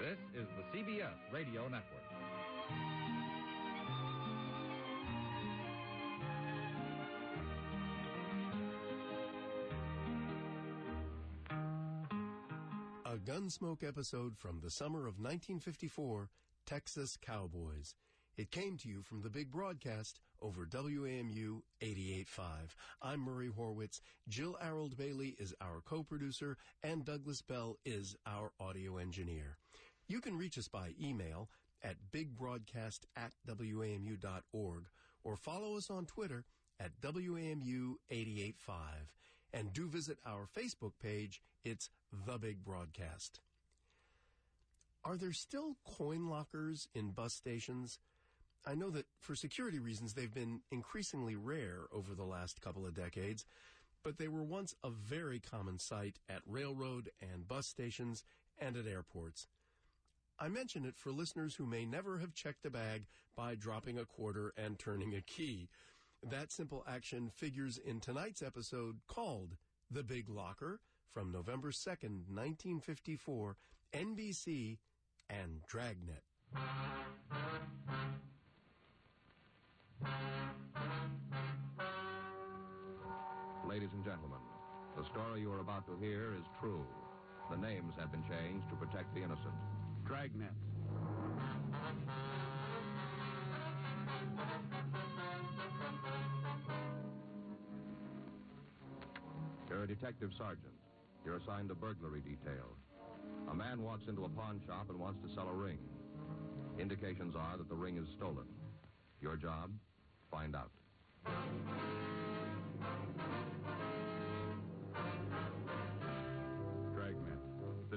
This is the CBS Radio Network.
A Gunsmoke episode from the summer of 1954, Texas Cowboys. It came to you from the big broadcast over WAMU 88.5. I'm Murray Horwitz. Jill Arold Bailey is our co-producer and Douglas Bell is our audio engineer. You can reach us by email at bigbroadcast at WAMU.org or follow us on Twitter at WAMU 885. And do visit our Facebook page. It's The Big Broadcast. Are there still coin lockers in bus stations? I know that for security reasons they've been increasingly rare over the last couple of decades, but they were once a very common sight at railroad and bus stations and at airports. I mention it for listeners who may never have checked a bag by dropping a quarter and turning a key. That simple action figures in tonight's episode called The Big Locker from November 2nd, 1954, NBC and Dragnet.
Ladies and gentlemen, the story you are about to hear is true. The names have been changed to protect the innocent.
Dragnet.
You're a detective sergeant. You're assigned to burglary detail. A man walks into a pawn shop and wants to sell a ring. Indications are that the ring is stolen. Your job? Find out.
Dragnet, the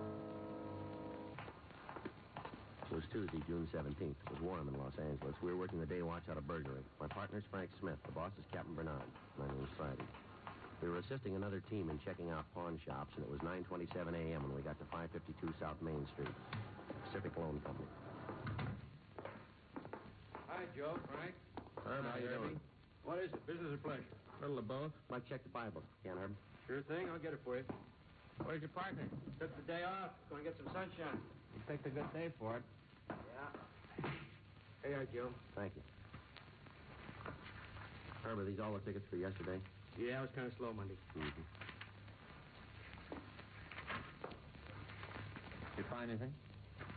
It was Tuesday, June 17th. It was warm in Los Angeles. We were working the day watch out of burglary. My partner's Frank Smith. The boss is Captain Bernard. My name's Friday. We were assisting another team in checking out pawn shops, and it was 9.27 a.m. when we got to 552 South Main Street. Pacific Loan Company.
Hi, Joe, Frank.
Herb, how you
Herbie.
doing?
What is it, business or pleasure?
little of both. Mike, check the Bible. Can, Herb?
Sure thing, I'll get it for you. Where's your partner? Took the day off, going to get some sunshine.
You picked a good day for it.
Yeah. Hey, are, Joe.
Thank you. Herb, are these all the tickets for yesterday?
Yeah, I was kind of slow Monday.
Mm-hmm.
You find anything?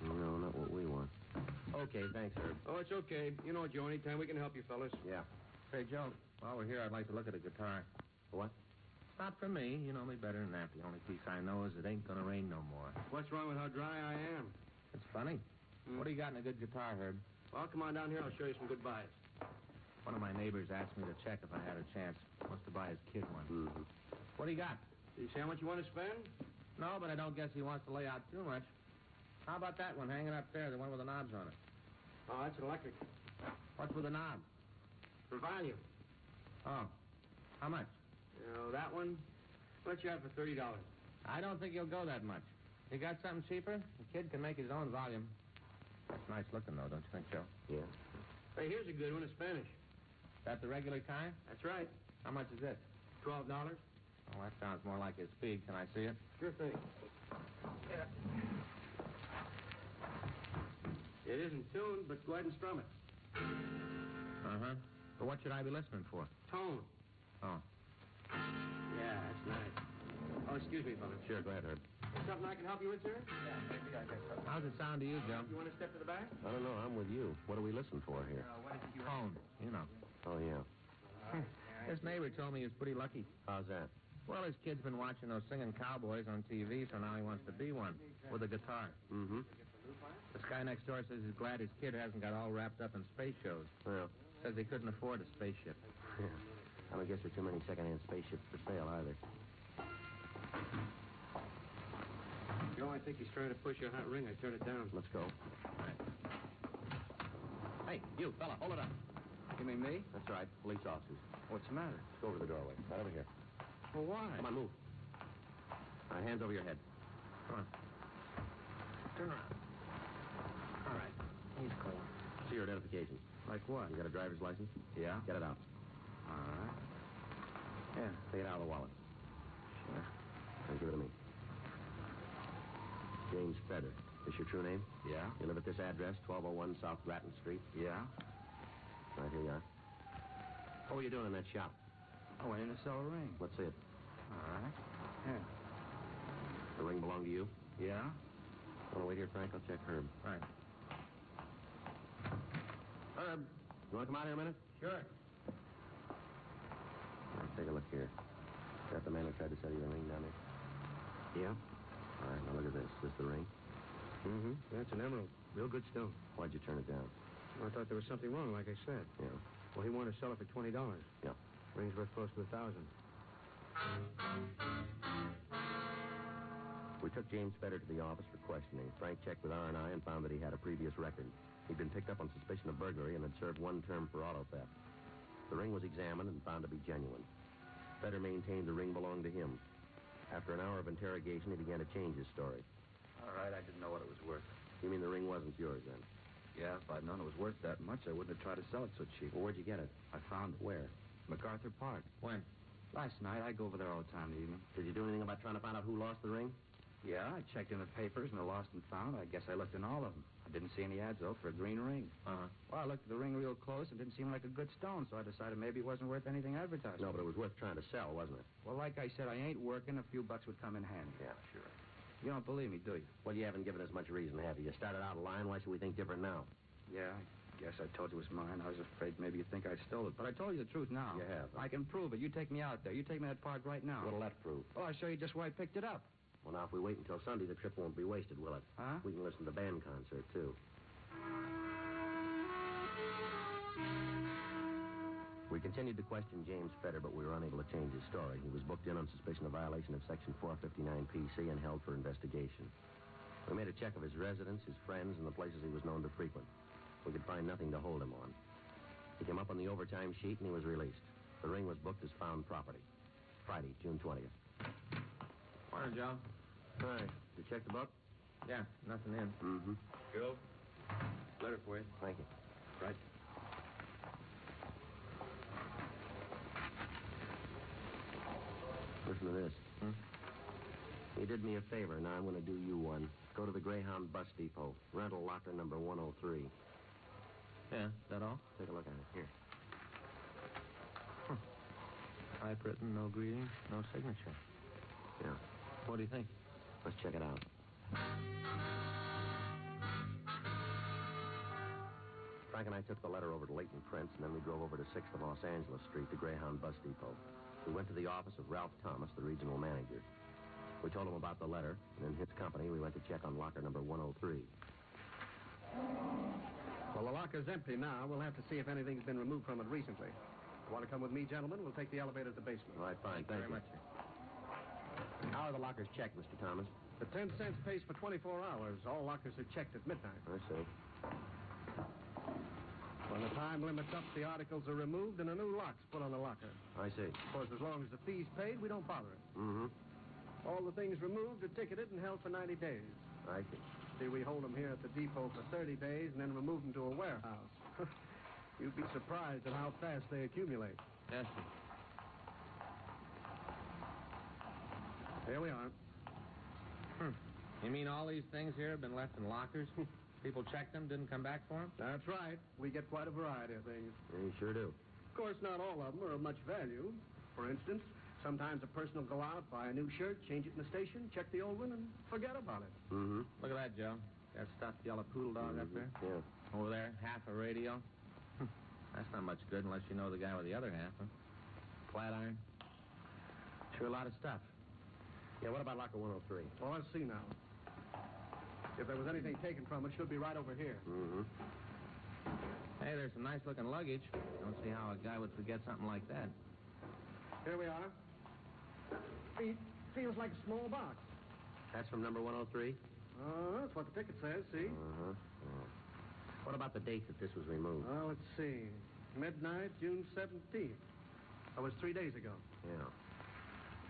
No, not what we want. Okay, thanks, Herb.
Oh, it's okay. You know, Joe, anytime we can help you fellas.
Yeah.
Hey, Joe, while we're here, I'd like to look at a guitar.
What?
It's not for me. You know me better than that. The only piece I know is it ain't gonna rain no more. What's wrong with how dry I am? It's funny. What do you got in a good guitar, Herb? Well, come on down here. I'll show you some good buys. One of my neighbors asked me to check if I had a chance. Wants to buy his kid one.
Mm-hmm.
What do you got? You see how much you want to spend? No, but I don't guess he wants to lay out too much. How about that one hanging up there, the one with the knobs on it? Oh, that's an electric. What's with the knob? For value. Oh. How much? You know, that one, what you have for $30? I don't think he'll go that much. You got something cheaper? The kid can make his own volume. That's nice looking, though, don't you think, Joe?
Yeah.
Hey, here's a good one. It's Spanish. That the regular kind? That's right. How much is it? Twelve dollars. Oh, that sounds more like his speed. Can I see it? Sure thing. It isn't tuned, but go ahead and strum it. Uh huh. But what should I be listening for? Tone. Oh. Yeah, that's nice. Oh, excuse me, fellas.
Sure, go ahead, Herb.
Something I can help you with, sir? Yeah, maybe I got How's it sound to you, Joe? You want to step to the back?
I don't know. I'm with you. What do we listen for here?
(laughs) Tone, Uh, you know.
Oh, yeah. (laughs)
This neighbor told me he was pretty lucky.
How's that?
Well, his kid's been watching those singing cowboys on TV, so now he wants to be one with a guitar.
Mm-hmm.
This guy next door says he's glad his kid hasn't got all wrapped up in space shows.
Well,
Says he couldn't afford a spaceship.
yeah. I don't guess there are too many second-hand spaceships for sale either.
Joe, I think he's trying to push your hot ring. I turned it down.
Let's go.
Hey, you, fella, hold it up.
You mean me? That's right. Police officers.
What's the matter?
Let's go over to the doorway. Right over here.
Well, why?
Come on, move. All right, hands over your head.
Come on. Turn around. All right. He's cool.
See your identification.
Like what?
You got a driver's license?
Yeah?
Get it out.
All right.
Yeah. Take it out of the wallet.
Sure.
And give it to me. James Feder. This your true name?
Yeah?
You live at this address, 1201 South Ratton Street?
Yeah?
Right here you are. What were you doing in that shop?
Oh, I went in to sell a ring.
Let's see it.
All right. Yeah.
The ring belonged to you?
Yeah?
Want to wait here, Frank? I'll check Herb.
Right.
Um,
Herb, you want to come out here a minute?
Sure.
Let's take a look here. Is that the man who tried to sell you the ring down there?
Yeah?
All right, now look at this. This the ring?
Mm-hmm. That's an emerald. Real good stone.
Why'd you turn it down?
I thought there was something wrong, like I said.
Yeah.
Well, he wanted to sell it for twenty dollars.
Yeah.
Ring's worth close to a thousand.
We took James Feder to the office for questioning. Frank checked with R&I and found that he had a previous record. He'd been picked up on suspicion of burglary and had served one term for auto theft. The ring was examined and found to be genuine. Feder maintained the ring belonged to him. After an hour of interrogation, he began to change his story.
All right, I didn't know what it was worth.
You mean the ring wasn't yours then?
Yeah, if I'd known it was worth that much, I wouldn't have tried to sell it so cheap.
Well, where'd you get it?
I found it.
Where?
MacArthur Park.
When?
Last night, I go over there all the time in the evening.
Did you do anything about trying to find out who lost the ring?
Yeah, I checked in the papers and the lost and found. I guess I looked in all of them. I didn't see any ads, though, for a green ring.
Uh-huh.
Well, I looked at the ring real close and didn't seem like a good stone, so I decided maybe it wasn't worth anything advertised.
No, but it was worth trying to sell, wasn't it?
Well, like I said, I ain't working. A few bucks would come in handy.
Yeah, sure.
You don't believe me, do you?
Well, you haven't given us much reason, have you? You started out lying. Why should we think different now?
Yeah, I guess I told you it was mine. I was afraid maybe you'd think I stole it. But I told you the truth now.
You have.
I can prove it. You take me out there. You take me to that park right now.
What'll that prove?
Oh, I'll show you just where I picked it up.
Well, now, if we wait until Sunday, the trip won't be wasted, will it?
Huh?
We can listen to the band concert, too. We continued to question James Fetter, but we were unable to change his story. He was booked in on suspicion of violation of Section 459 PC and held for investigation. We made a check of his residence, his friends, and the places he was known to frequent. We could find nothing to hold him on. He came up on the overtime sheet and he was released. The ring was booked as found property. Friday, June 20th.
Morning, Joe. Hi. You checked the book? Yeah, nothing in. Mm-hmm. Bill? Letter for you.
Thank you.
Right.
Listen to this. You did me a favor. Now I'm going to do you one. Go to the Greyhound Bus Depot. Rental locker number 103.
Yeah, that all?
Take a look at it. Here.
Typewritten, no greeting, no signature.
Yeah.
What do you think?
Let's check it out. Frank and I took the letter over to Leighton Prince, and then we drove over to 6th and Los Angeles Street, the Greyhound Bus Depot. We went to the office of Ralph Thomas, the regional manager. We told him about the letter, and in his company, we went to check on locker number 103.
Well, the locker's empty now. We'll have to see if anything's been removed from it recently. You want to come with me, gentlemen? We'll take the elevator to the basement.
All right, fine. Thank,
very
you.
much,
sir. How are the lockers checked, Mr. Thomas?
The 10 cents pays for 24 hours. All lockers are checked at midnight.
I see.
When the time limit's up, the articles are removed and a new lock's put on the locker.
I see.
Of course, as long as the fee's paid, we don't bother it.
Mm-hmm.
All the things removed are ticketed and held for 90 days.
I see.
See, we hold them here at the depot for 30 days and then remove them to a warehouse. You'd be surprised at how fast they accumulate.
Yes, sir.
Here we are.
Hmm. You mean all these things here have been left in lockers? (laughs) People checked them, didn't come back for them?
That's right. We get quite a variety of things.
You sure do.
Of course, not all of them are of much value. For instance, sometimes a person will go out, buy a new shirt, change it in the station, check the old one, and forget about it.
Mm-hmm.
Look at that, Joe. That stuffed yellow poodle dog up there.
Yeah.
Over there, half a radio. Hmm. That's not much good unless you know the guy with the other half. Huh? Flat iron. Sure, a lot of stuff.
Yeah, what about locker 103?
Well, let's Oh, see now. If there was anything taken from it, should be right over here.
Mm-hmm.
Hey, there's some nice looking luggage. Don't see how a guy would forget something like that.
Here we are. It feels like a small box.
That's from number 103?
Uh, that's what the ticket says, see?
Uh-huh. Yeah. What about the date that this was removed?
Well, let's see. Midnight, June 17th. That was three days ago.
Yeah.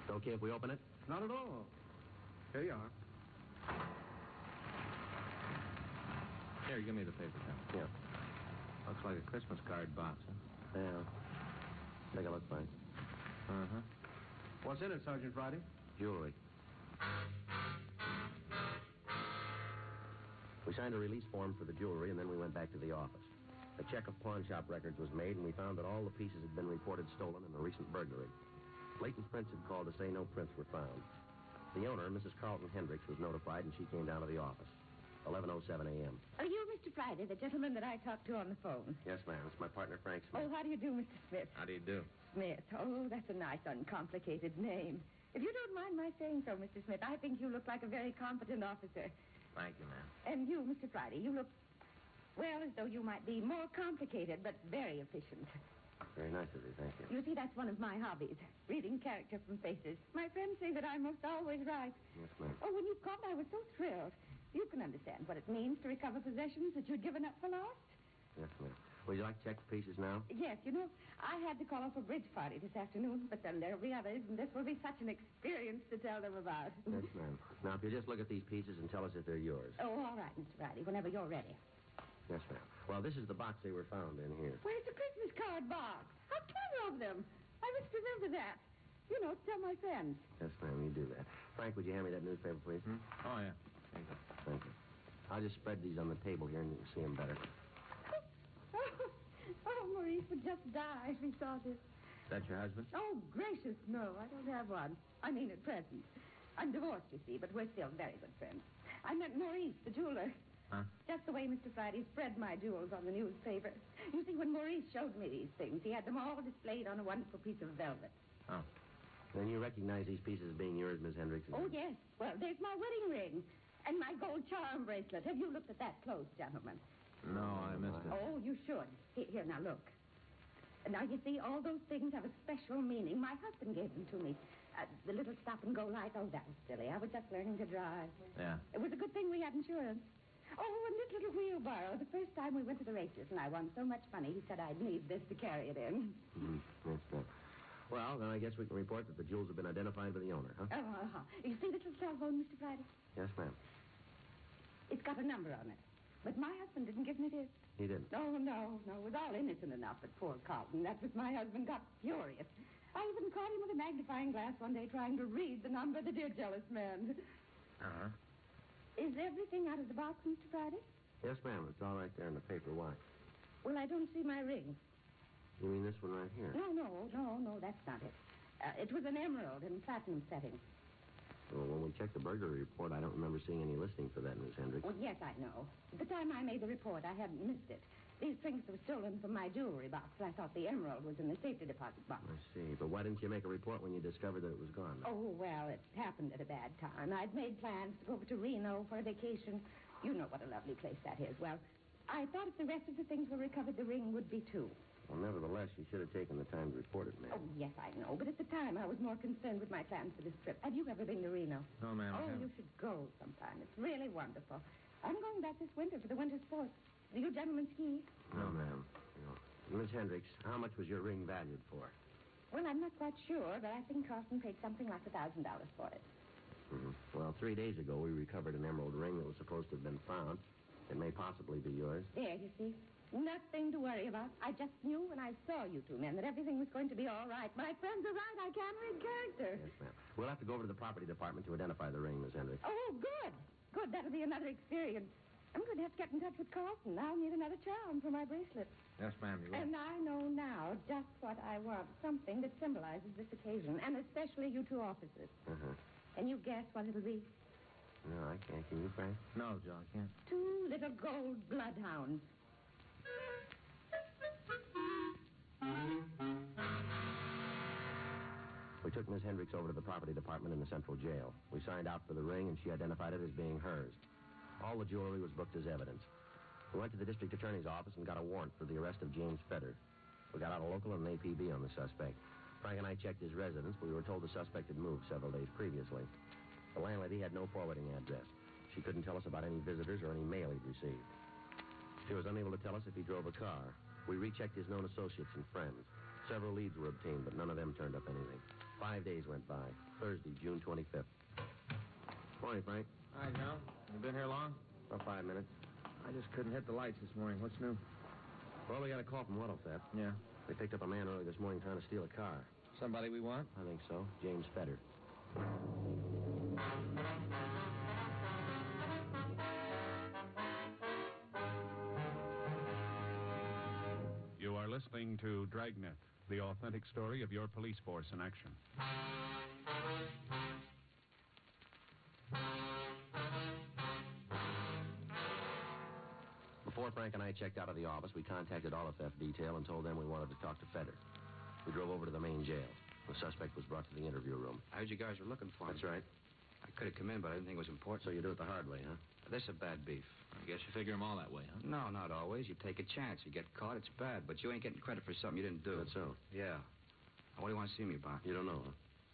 It's okay if we open it?
Not at all. Here you are.
Here, give me the paper, Joe.
Yeah.
Looks like a Christmas card box, huh?
Yeah. Take a look, Frank.
Uh-huh.
Mm-hmm.
What's in it, Sergeant Friday?
Jewelry. We signed a release form for the jewelry, and then we went back to the office. A check of pawn shop records was made, and we found that all the pieces had been reported stolen in a recent burglary. Leighton Prince had called to say no prints were found. The owner, Mrs. Carlton Hendricks, was notified, and she came down to the office. 11.07 a.m.
Are you Mr. Oh, Friday, the gentleman that I talked to on the phone?
Yes, ma'am. It's my partner, Frank Smith.
Oh, how do you do, Mr. Smith?
How do you do?
Smith. Oh, that's a nice, uncomplicated name. If you don't mind my saying so, Mr. Smith, I think you look like a very competent officer.
Thank you, ma'am.
And you, Mr. Friday, you look, well, as though you might be more complicated, but very efficient.
Very nice of you. Thank you.
You see, that's one of my hobbies, reading character from faces. My friends say that I'm most always right.
Yes, ma'am.
Oh, when you called, I was so thrilled. You can understand what it means to recover possessions that you'd given up for lost.
Yes, ma'am. Would you like to check the pieces now?
Yes, you know, I had to call off a bridge party this afternoon, but then there'll be others, and this will be such an experience to tell them about.
Yes, ma'am. Now, if you just look at these pieces and tell us if they're yours.
(laughs) Oh, all right, Mr. Friday, whenever you're ready.
Yes, ma'am. Well, this is the box they were found in here.
Where's the Christmas card box? How ten of them? I must remember that. You know, tell my friends. (laughs)
Yes, ma'am, you do that. Frank, would you hand me that newspaper, please?
Oh, yeah. Thank you.
Thank you. I'll just spread these on the table here and you can see them better.
Oh, oh, Maurice would just die if he saw this.
Is that your husband?
Oh, gracious, no, I don't have one. I mean, at present. I'm divorced, you see, but we're still very good friends. I met Maurice, the jeweler.
Huh?
Just the way Mr. Friday spread my jewels on the newspaper. You see, when Maurice showed me these things, he had them all displayed on a wonderful piece of velvet.
Oh.
Then you recognize these pieces as being yours, Miss Hendricks?
Oh, yes. Well, there's my wedding ring and my gold charm bracelet. Have you looked at that close, gentlemen?
No, I missed it.
Oh, you should. Here, here, now look. Now, you see, all those things have a special meaning. My husband gave them to me. Uh, the little stop and go light, oh, that was silly. I was just learning to drive.
Yeah.
It was a good thing we had insurance. Oh, and this little wheelbarrow. The first time we went to the races and I won so much money, he said I'd need this to carry it in.
Mm, that's that. Well, then I guess we can report that the jewels have been identified by the owner, huh?
Oh, uh-huh. you see this little cell phone, Mr. Friday?
Yes, ma'am.
It's got a number on it. But my husband didn't give me this.
He didn't.
No, Oh, no, no. It was all innocent enough, but poor Carlton. That's what my husband got furious. I even caught him with a magnifying glass one day trying to read the number, the dear jealous man.
Uh-huh.
Is everything out of the box, Mr. Friday?
Yes, ma'am. It's all right there in the paper. Why?
Well, I don't see my ring.
You mean this one right here?
No, no, no, no, that's not it. Uh, it was an emerald in platinum setting.
Well, when we checked the burglary report, I don't remember seeing any listing for that, Miss Hendricks.
Well, yes, I know. At the time I made the report, I hadn't missed it. These things were stolen from my jewelry box. I thought the emerald was in the safety deposit box.
I see. But why didn't you make a report when you discovered that it was gone?
Oh, well, it happened at a bad time. I'd made plans to go over to Reno for a vacation. You know what a lovely place that is. Well, I thought if the rest of the things were recovered, the ring would be too.
Well, nevertheless, you should have taken the time to report it, ma'am.
Oh, yes, I know. But at the time, I was more concerned with my plans for this trip. Have you ever been to Reno?
No, ma'am. I
oh,
haven't.
you should go sometime. It's really wonderful. I'm going back this winter for the winter sports. Do you gentlemen ski?
No, ma'am. No. Miss Hendricks, how much was your ring valued for?
Well, I'm not quite sure, but I think Carson paid something like a $1,000 for it.
hmm Well, three days ago, we recovered an emerald ring that was supposed to have been found. It may possibly be yours.
There, you see. Nothing to worry about. I just knew when I saw you two men that everything was going to be all right. My friends are right. I can't read character.
Yes, ma'am. We'll have to go over to the property department to identify the ring, Miss Hendricks.
Oh, good. Good. That'll be another experience. I'm going to have to get in touch with Carlton. I'll need another charm for my bracelet.
Yes, ma'am, you will.
And I know now just what I want something that symbolizes this occasion, and especially you two officers.
Uh-huh.
Can you guess what it'll be?
No, I can't. Can you, Frank?
No, John, I can't.
Two little gold bloodhounds.
We took Miss Hendricks over to the property department in the central jail. We signed out for the ring, and she identified it as being hers. All the jewelry was booked as evidence. We went to the district attorney's office and got a warrant for the arrest of James Fetter. We got out a local and an APB on the suspect. Frank and I checked his residence, but we were told the suspect had moved several days previously. The landlady had no forwarding address. She couldn't tell us about any visitors or any mail he'd received. She was unable to tell us if he drove a car. We rechecked his known associates and friends. Several leads were obtained, but none of them turned up anything. Five days went by. Thursday, June 25th. Morning, Frank.
Hi, John. You been here long?
About five minutes.
I just couldn't hit the lights this morning. What's new?
Well, we got a call from Auto Theft.
Yeah.
They picked up a man early this morning trying to steal a car.
Somebody we want?
I think so. James Fetter.
You are listening to Dragnet, the authentic story of your police force in action.
Before Frank and I checked out of the office, we contacted all of theft detail and told them we wanted to talk to Fetter. We drove over to the main jail. The suspect was brought to the interview room.
I heard you guys were looking for him.
That's right.
I could have come in, but I didn't think it was important.
So you do it the hard way, huh?
This a bad beef.
I guess you figure them all that way, huh?
No, not always. You take a chance. You get caught, it's bad, but you ain't getting credit for something you didn't do.
That's so.
Yeah. Now, What do you want to see me about?
You don't know, huh?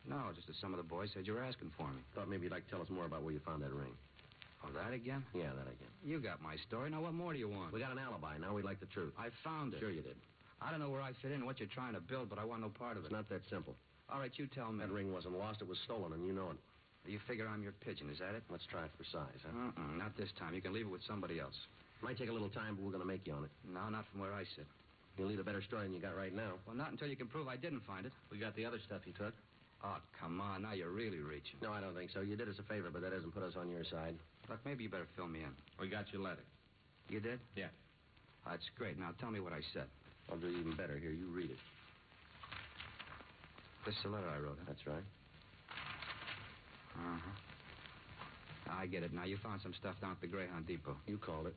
No, just that some of the boys said you were asking for me.
Thought maybe you'd like to tell us more about where you found that ring.
Oh, that again?
Yeah, that again.
You got my story. Now, what more do you want?
We got an alibi. Now we'd like the truth.
I found it.
Sure you did.
I don't know where I fit in, what you're trying to build, but I want no part of
It's
it.
not that simple.
All right, you tell me.
That ring wasn't lost. It was stolen, and you know it.
You figure I'm your pigeon, is that it?
Let's try it for size, huh?
Mm-mm, not this time. You can leave it with somebody else.
Might take a little time, but we're going to make you on it.
No, not from where I sit.
You'll need a better story than you got right now.
Well, not until you can prove I didn't find it.
We got the other stuff you took.
Oh, come on. Now you're really reaching.
No, I don't think so. You did us a favor, but that doesn't put us on your side.
Look, maybe you better fill me in.
We got your letter.
You did?
Yeah.
Oh, that's great. Now tell me what I said.
I'll do even better. Here, you read it.
This is the letter I wrote, huh?
That's right.
Uh-huh. I get it. Now you found some stuff down at the Greyhound Depot.
You called it.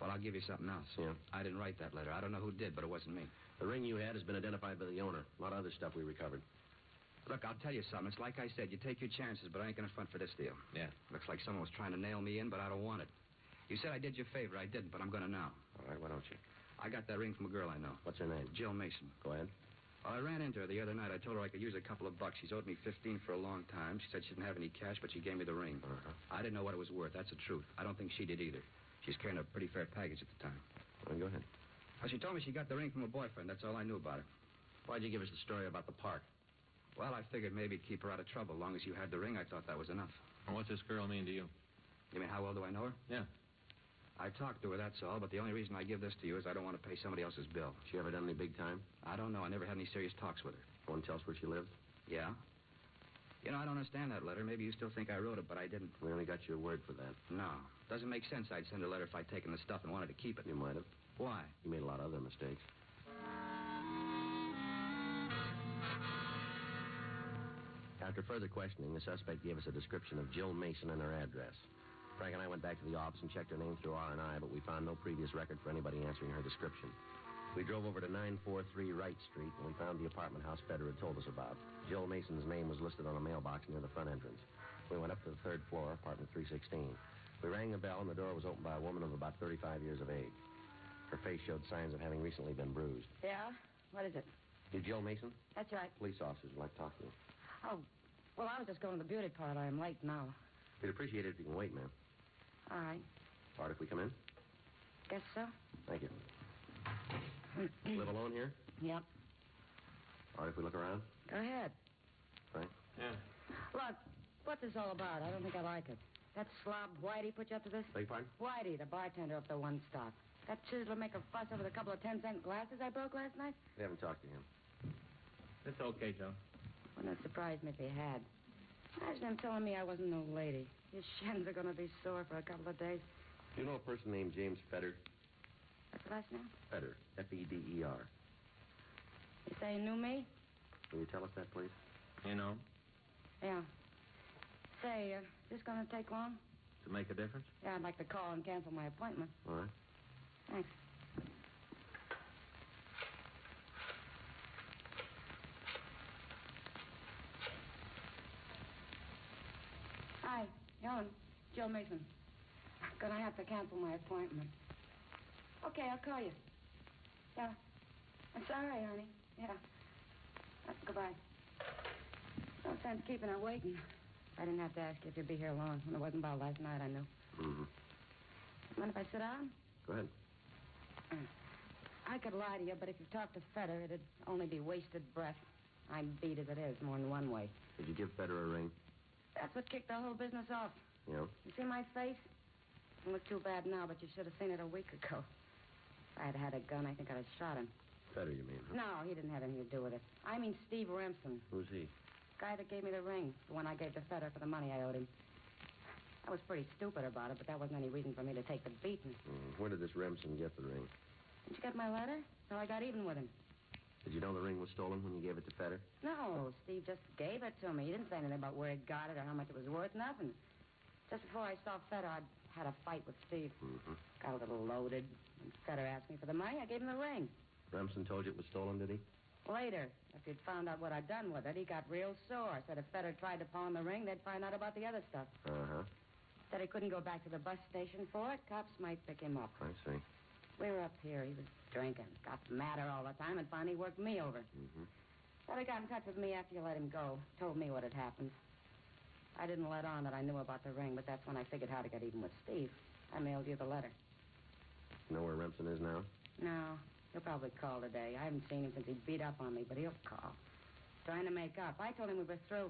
Well, I'll give you something else.
Yeah.
I didn't write that letter. I don't know who did, but it wasn't me.
The ring you had has been identified by the owner. A lot of other stuff we recovered.
Look, I'll tell you something. It's like I said, you take your chances, but I ain't gonna front for this deal.
Yeah.
Looks like someone was trying to nail me in, but I don't want it. You said I did you a favor. I didn't, but I'm gonna now.
All right, why don't you?
I got that ring from a girl I know.
What's her name?
Jill Mason.
Go ahead.
I ran into her the other night. I told her I could use a couple of bucks. She's owed me 15 for a long time. She said she didn't have any cash, but she gave me the ring.
Uh-huh.
I didn't know what it was worth. That's the truth. I don't think she did either. She's carrying a pretty fair package at the time.
Well, go ahead.
Well, she told me she got the ring from a boyfriend. That's all I knew about her. Why'd you give us the story about the park? Well, I figured maybe it'd keep her out of trouble. Long as you had the ring, I thought that was enough.
And what's this girl mean to you?
You mean how well do I know her?
Yeah.
I talked to her, that's all, but the only reason I give this to you is I don't want to pay somebody else's bill.
She ever done any big time?
I don't know. I never had any serious talks with her.
Won't tell us where she lives?
Yeah? You know, I don't understand that letter. Maybe you still think I wrote it, but I didn't.
We only got your word for that.
No. Doesn't make sense I'd send a letter if I'd taken the stuff and wanted to keep it.
You might have.
Why?
You made a lot of other mistakes. After further questioning, the suspect gave us a description of Jill Mason and her address. Frank and I went back to the office and checked her name through R&I, but we found no previous record for anybody answering her description. We drove over to 943 Wright Street, and we found the apartment house Feder had told us about. Jill Mason's name was listed on a mailbox near the front entrance. We went up to the third floor, apartment 316. We rang the bell, and the door was opened by a woman of about 35 years of age. Her face showed signs of having recently been bruised.
Yeah? What is it?
You Jill Mason?
That's right.
Police officers would like to talk to you.
Oh, well, I was just going to the beauty parlor. I'm late now.
We'd appreciate it if you can wait, ma'am.
All right.
All right, if we come in?
Guess so.
Thank you. Live alone here?
Yep.
All right, if we look around?
Go ahead.
Frank?
Yeah.
Look, what's this all about? I don't think I like it. That slob Whitey put you up to this?
Beg your pardon?
Whitey, the bartender up the one stop. That chiseler make a fuss over the couple of ten cent glasses I broke last night?
We haven't talked to him.
It's okay, Joe.
Wouldn't have surprised me if he had. Imagine him telling me I wasn't no lady. His shins are going to be sore for a couple of days.
Do you know a person named James Feder?
What's the last name?
Feder. E F-E-D-E-R.
You say he knew me?
Will you tell us that, please?
You know,
Yeah. Say, uh, is this going to take long?
to make a difference?
Yeah, I'd like to call and cancel my appointment.
All right.
Thanks. Hi, Helen. Joe Mason. I'm gonna have to cancel my appointment. Okay, I'll call you. Yeah. I'm sorry, honey. Yeah. Uh, goodbye. No sense keeping her waiting. I didn't have to ask you if you'd be here long. When it wasn't about last night, I knew.
Mm-hmm.
Mind if I sit down?
Go ahead.
I could lie to you, but if you talked to Feder, it'd only be wasted breath. I'm beat as it is, more than one way.
Did you give Feder a ring?
That's what kicked the whole business off.
You know?
You see my face? Doesn't look too bad now, but you should have seen it a week ago. If I had had a gun, I think I'd have shot him.
Feder, you mean? huh?
No, he didn't have anything to do with it. I mean Steve Remsen,
Who's he?
guy that gave me the ring, the one I gave to Feder for the money I owed him. I was pretty stupid about it, but that wasn't any reason for me to take the beating.
Mm. Where did this Remsen get the ring?
Did you get my letter? So I got even with him.
Did you know the ring was stolen when you gave it to Feder?
No, Steve just gave it to me. He didn't say anything about where he got it or how much it was worth, nothing. Just before I saw Feder, I'd had a fight with Steve.
Mm-hmm.
Got a little loaded. And Feder asked me for the money. I gave him the ring.
Remsen told you it was stolen, did he?
Later, if he'd found out what I'd done with it, he got real sore. Said if Feder tried to pawn the ring, they'd find out about the other stuff.
Uh-huh.
Said he couldn't go back to the bus station for it. Cops might pick him up.
I see.
We were up here. He was drinking. Got madder all the time and finally worked me over.
Mm-hmm.
Well, he got in touch with me after you let him go. Told me what had happened. I didn't let on that I knew about the ring, but that's when I figured how to get even with Steve. I mailed you the letter.
You know where Remsen is now?
No, he'll probably call today. I haven't seen him since he beat up on me, but he'll call. Trying to make up. I told him we were through.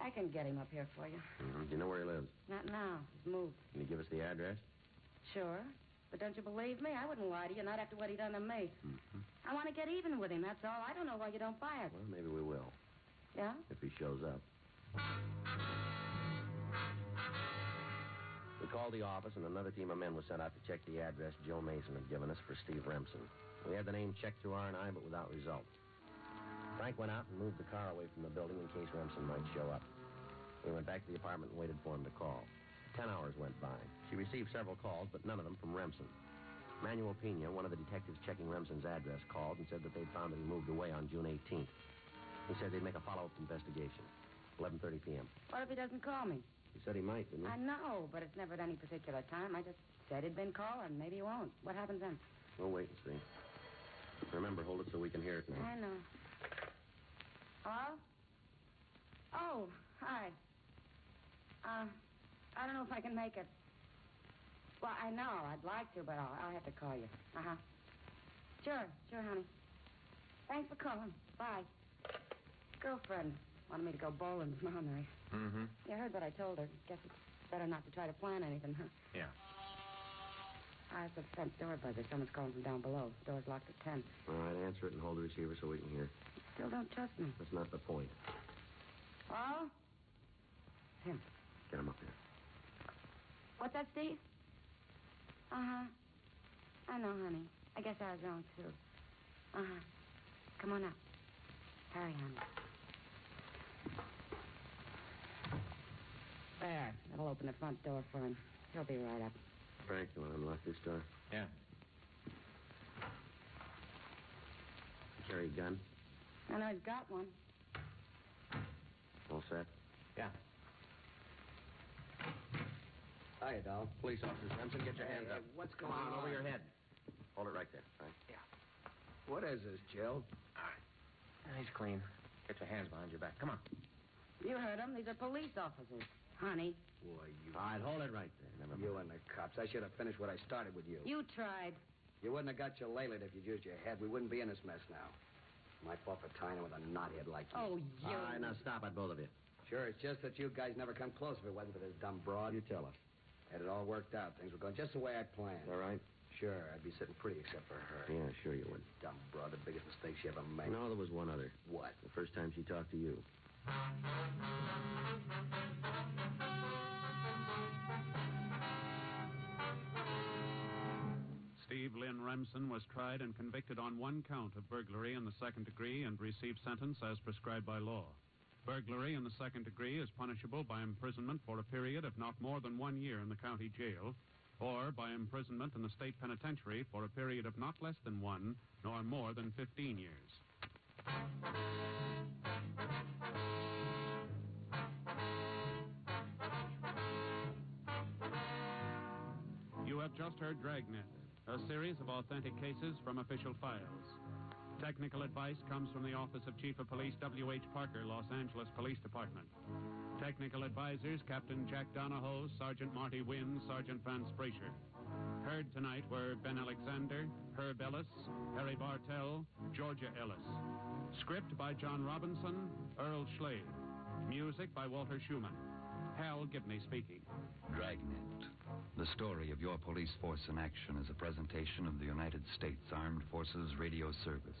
I can get him up here for you.
Mm-hmm. Do you know where he lives?
Not now. He's moved.
Can you give us the address?
Sure. But don't you believe me? I wouldn't lie to you, not after what he done to me.
Mm-hmm.
I want to get even with him, that's all. I don't know why you don't buy it.
Well, maybe we will,
Yeah?
if he shows up.
Oh.
We called the office, and another team of men was sent out to check the address Joe Mason had given us for Steve Remsen. We had the name checked through R&I, but without result. Frank went out and moved the car away from the building in case Remsen might show up. We went back to the apartment and waited for him to call. Ten hours went by. She received several calls, but none of them from Remsen. Manuel Pena, one of the detectives checking Remsen's address, called and said that they'd found that he moved away on June 18th. He said they'd make a follow-up investigation. 11.30 p.m.
What if he doesn't call me?
He said he might, didn't he?
I know, but it's never at any particular time. I just said he'd been calling. Maybe he won't. What happens then?
We'll wait and see. Remember, hold it so we can hear it now.
I know. Hello? Oh, hi. Um, I don't know if I can make it. Well, I know. I'd like to, but I'll, I'll have to call you. Uh huh. Sure, sure, honey. Thanks for calling. Bye. Girlfriend wanted me to go bowling tomorrow (laughs) night.
Mm-hmm.
You heard what I told her. Guess it's better not to try to plan anything, huh?
Yeah.
I have the front door buzzer. Someone's calling from down below. Door's locked at 10.
All right, answer it and hold the receiver so we can hear.
Still don't trust me.
That's not the point.
Oh? Him.
Get him up here.
What's that, Steve? Uh huh. I know, honey. I guess I was wrong, too. Uh huh. Come on up. Hurry, honey. There. That'll open the front door for him. He'll be right up.
Frank, you want to unlock this door?
Yeah.
Carry a gun?
I know he's got one.
All set?
Yeah.
Hiya, doll. Police officers. Remsen, get your hands
Hey,
up.
hey, what's going on?
Hold it right there, Frank.
Yeah. What is this, Jill?
He's clean. Get your hands behind your back. Come on.
You heard him. These are police officers. Honey,
Boy, you.
All right, hold it right there. Never
You and the cops. I should have finished what I started with you.
you tried.
You wouldn't have got your laylet if you'd used your head. We wouldn't be in this mess now. My fault for tying him with a knothead like you.
Oh,
you- All right, now stop it, both of you.
Sure, it's just that you guys never come close if it wasn't for this dumb broad. You tell us. Had it all worked out. Things were going just the way I planned.
All right?
Sure, I'd be sitting pretty except for her.
Yeah, sure you would.
Dumb broad, the biggest mistake she ever made.
No, there was one other.
What?
The first time she talked to you.
Steve Lynn Remsen was tried and convicted on one count of burglary in the second degree and received sentence as prescribed by law. Burglary in the second degree is punishable by imprisonment for a period of not more than one year in the county jail, or by imprisonment in the state penitentiary for a period of not less than one nor more than 15 years. You have just heard Dragnet, a series of authentic cases from official files. Technical advice comes from the Office of Chief of Police W.H. Parker, Los Angeles Police Department. Technical advisors Captain Jack Donahoe, Sergeant Marty Wynn, Sergeant Vance Frazier. Heard tonight were Ben Alexander, Herb Ellis, Harry Bartell, Georgia Ellis. Script by John Robinson, Earl Schley. Music by Walter Schumann. Hal Gibney speaking.
Dragnet. The story of your police force in action is a presentation of the United States Armed Forces Radio Service.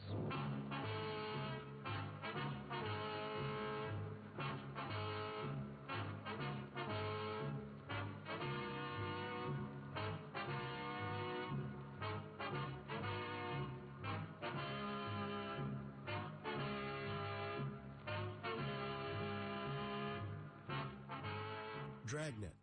Dragnet,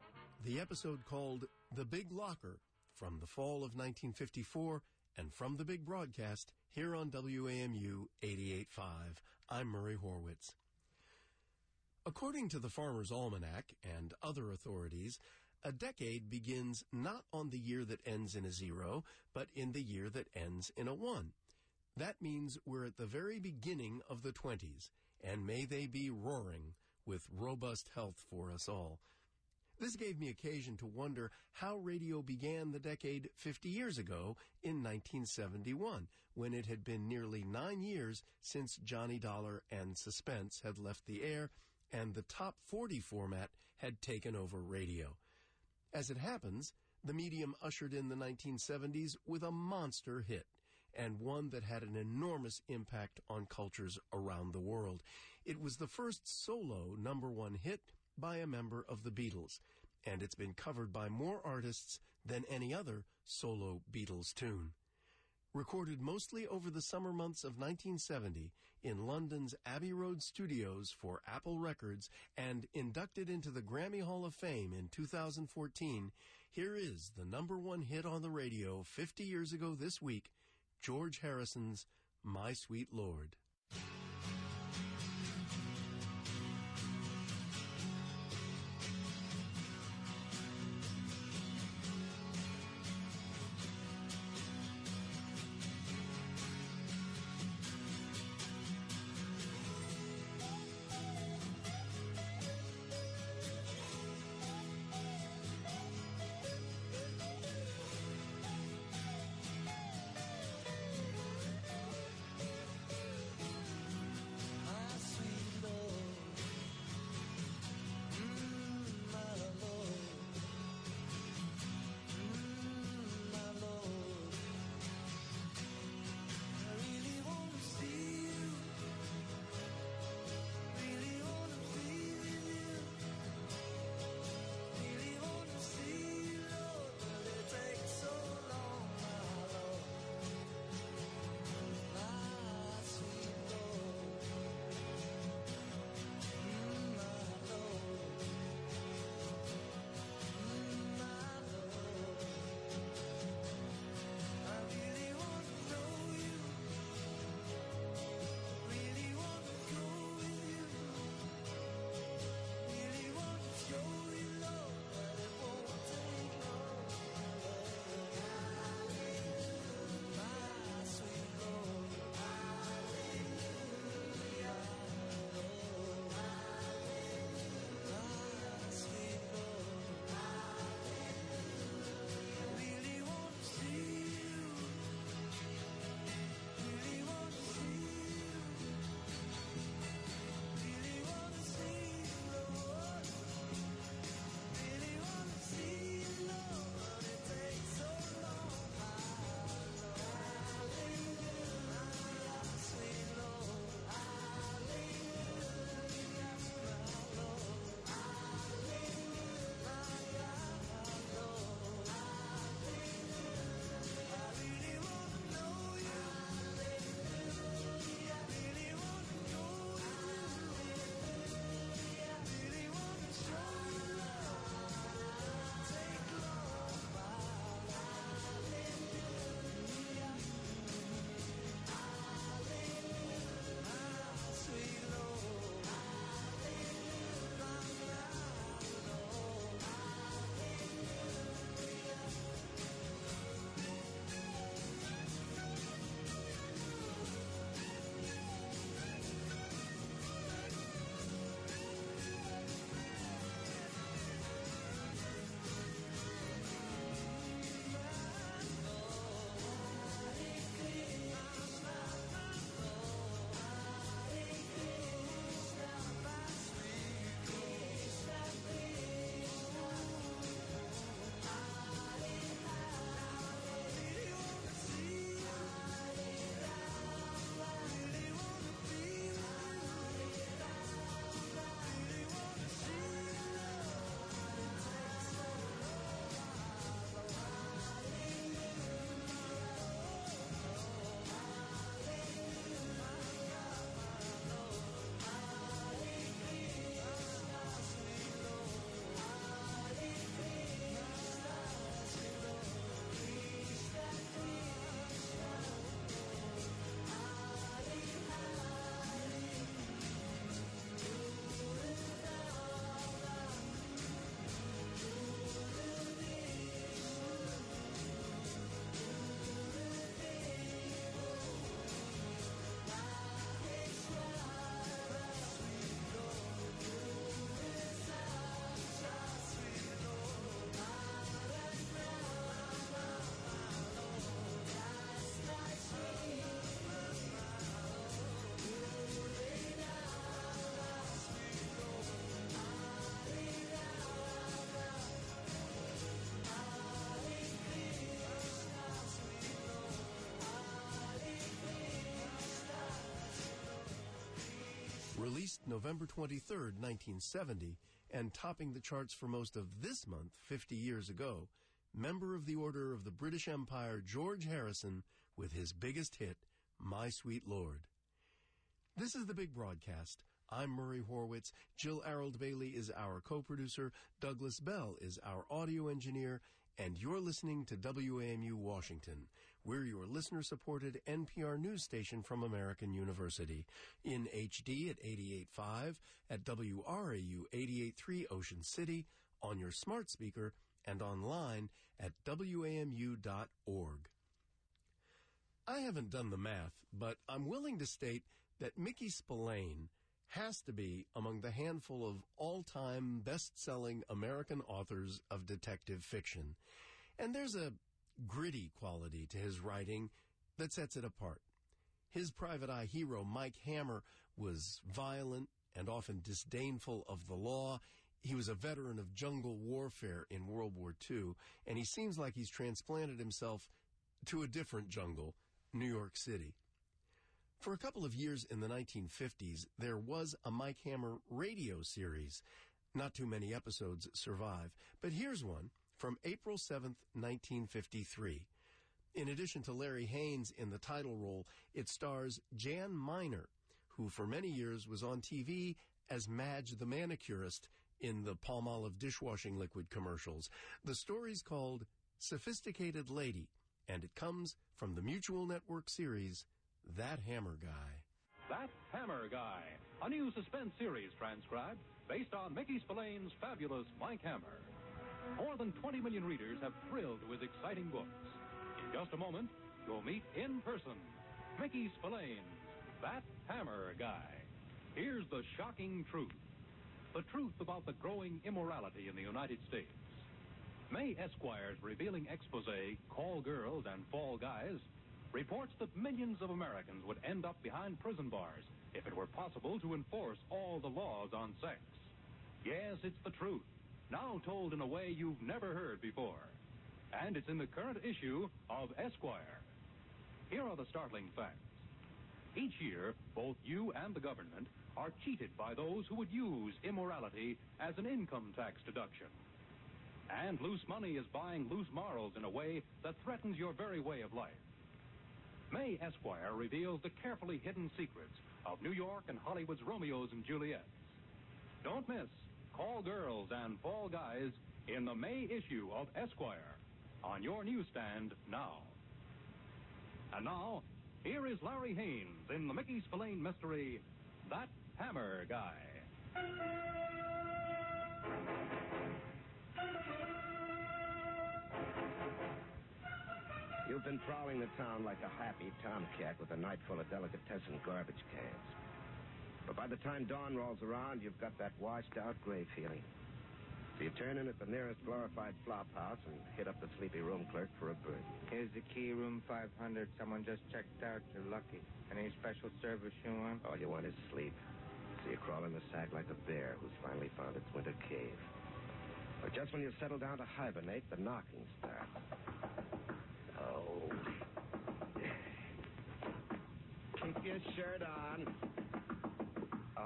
the episode called The Big Locker from the fall of 1954 and from the big broadcast here on WAMU 88.5. I'm Murray Horwitz. According to the Farmer's Almanac and other authorities, a decade begins not on the year that ends in a zero, but in the year that ends in a one. That means we're at the very beginning of the 20s, and may they be roaring with robust health for us all. This gave me occasion to wonder how radio began the decade 50 years ago in 1971, when it had been nearly nine years since Johnny Dollar and Suspense had left the air and the top 40 format had taken over radio. As it happens, the medium ushered in the 1970s with a monster hit, and one that had an enormous impact on cultures around the world. It was the first solo number one hit by a member of the Beatles, and it's been covered by more artists than any other solo Beatles tune. Recorded mostly over the summer months of 1970 in London's Abbey Road studios for Apple Records and inducted into the Grammy Hall of Fame in 2014, here is the number one hit on the radio 50 years ago this week George Harrison's My Sweet Lord. November 23rd, 1970, and topping the charts for most of this month 50 years ago, member of the Order of the British Empire George Harrison with his biggest hit, My Sweet Lord. This is the big broadcast. I'm Murray Horwitz. Jill Arold Bailey is our co-producer. Douglas Bell is our audio engineer. And you're listening to WAMU Washington. We're your listener-supported NPR news station from American University. In HD at 88.5, at WRAU 88.3 Ocean City, on your smart speaker, and online at WAMU.org. I haven't done the math, but I'm willing to state that Mickey Spillane has to be among the handful of all time best selling American authors of detective fiction. And there's a gritty quality to his writing that sets it apart. His private eye hero, Mike Hammer, was violent and often disdainful of the law. He was a veteran of jungle warfare in World War II, and he seems like he's transplanted himself to a different jungle, New York City. For a couple of years in the 1950s, there was a Mike Hammer radio series. Not too many episodes survive, but here's one from April 7th, 1953. In addition to Larry Haynes in the title role, it stars Jan Miner, who for many years was on TV as Madge the manicurist in the palm olive dishwashing liquid commercials. The story's called Sophisticated Lady, and it comes from the Mutual Network series That Hammer Guy.
That Hammer Guy, a new suspense series transcribed based on Mickey Spillane's fabulous Mike Hammer. More than 20 million readers have thrilled with exciting books. In just a moment, you'll meet in person Mickey Spillane's That Hammer Guy. Here's the shocking truth the truth about the growing immorality in the United States. May Esquire's revealing expose, Call Girls and Fall Guys, reports that millions of Americans would end up behind prison bars if it were possible to enforce all the laws on sex. Yes, it's the truth, now told in a way you've never heard before. And it's in the current issue of Esquire. Here are the startling facts. Each year, both you and the government are cheated by those who would use immorality as an income tax deduction. And loose money is buying loose morals in a way that threatens your very way of life. May Esquire reveals the carefully hidden secrets of New York and Hollywood's Romeos and Juliets. Don't miss Call Girls and Fall Guys in the May issue of Esquire on your newsstand now. And now, here is Larry Haynes in the Mickey Spillane mystery, That Hammer Guy.
You've been prowling the town like a happy tomcat with a night full of delicatessen garbage cans. But by the time dawn rolls around, you've got that washed out gray feeling. So you turn in at the nearest glorified flop house and hit up the sleepy room clerk for a bird.
Here's the key, room 500. Someone just checked out. You're lucky. Any special service you want?
All you want is sleep. So you crawl in the sack like a bear who's finally found its winter cave. But just when you settle down to hibernate, the knocking starts. Oh. Keep your shirt on.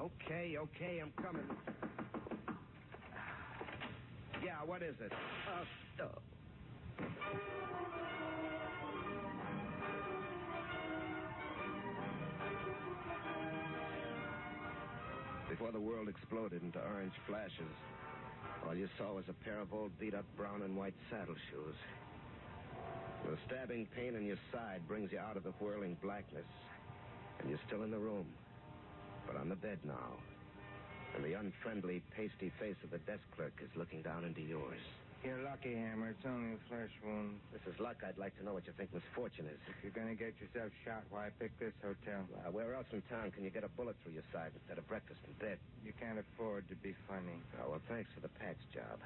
Okay, okay, I'm coming. Yeah, what is it? Uh, oh. Before the world exploded into orange flashes, all you saw was a pair of old beat up brown and white saddle shoes. The stabbing pain in your side brings you out of the whirling blackness, and you're still in the room, but on the bed now. And the unfriendly, pasty face of the desk clerk is looking down into yours.
You're lucky, Hammer. It's only a flesh wound.
This is luck. I'd like to know what you think misfortune is.
If you're going to get yourself shot, why pick this hotel?
Uh, where else in town can you get a bullet through your side instead of breakfast in bed?
You can't afford to be funny.
Oh, well, thanks for the patch job.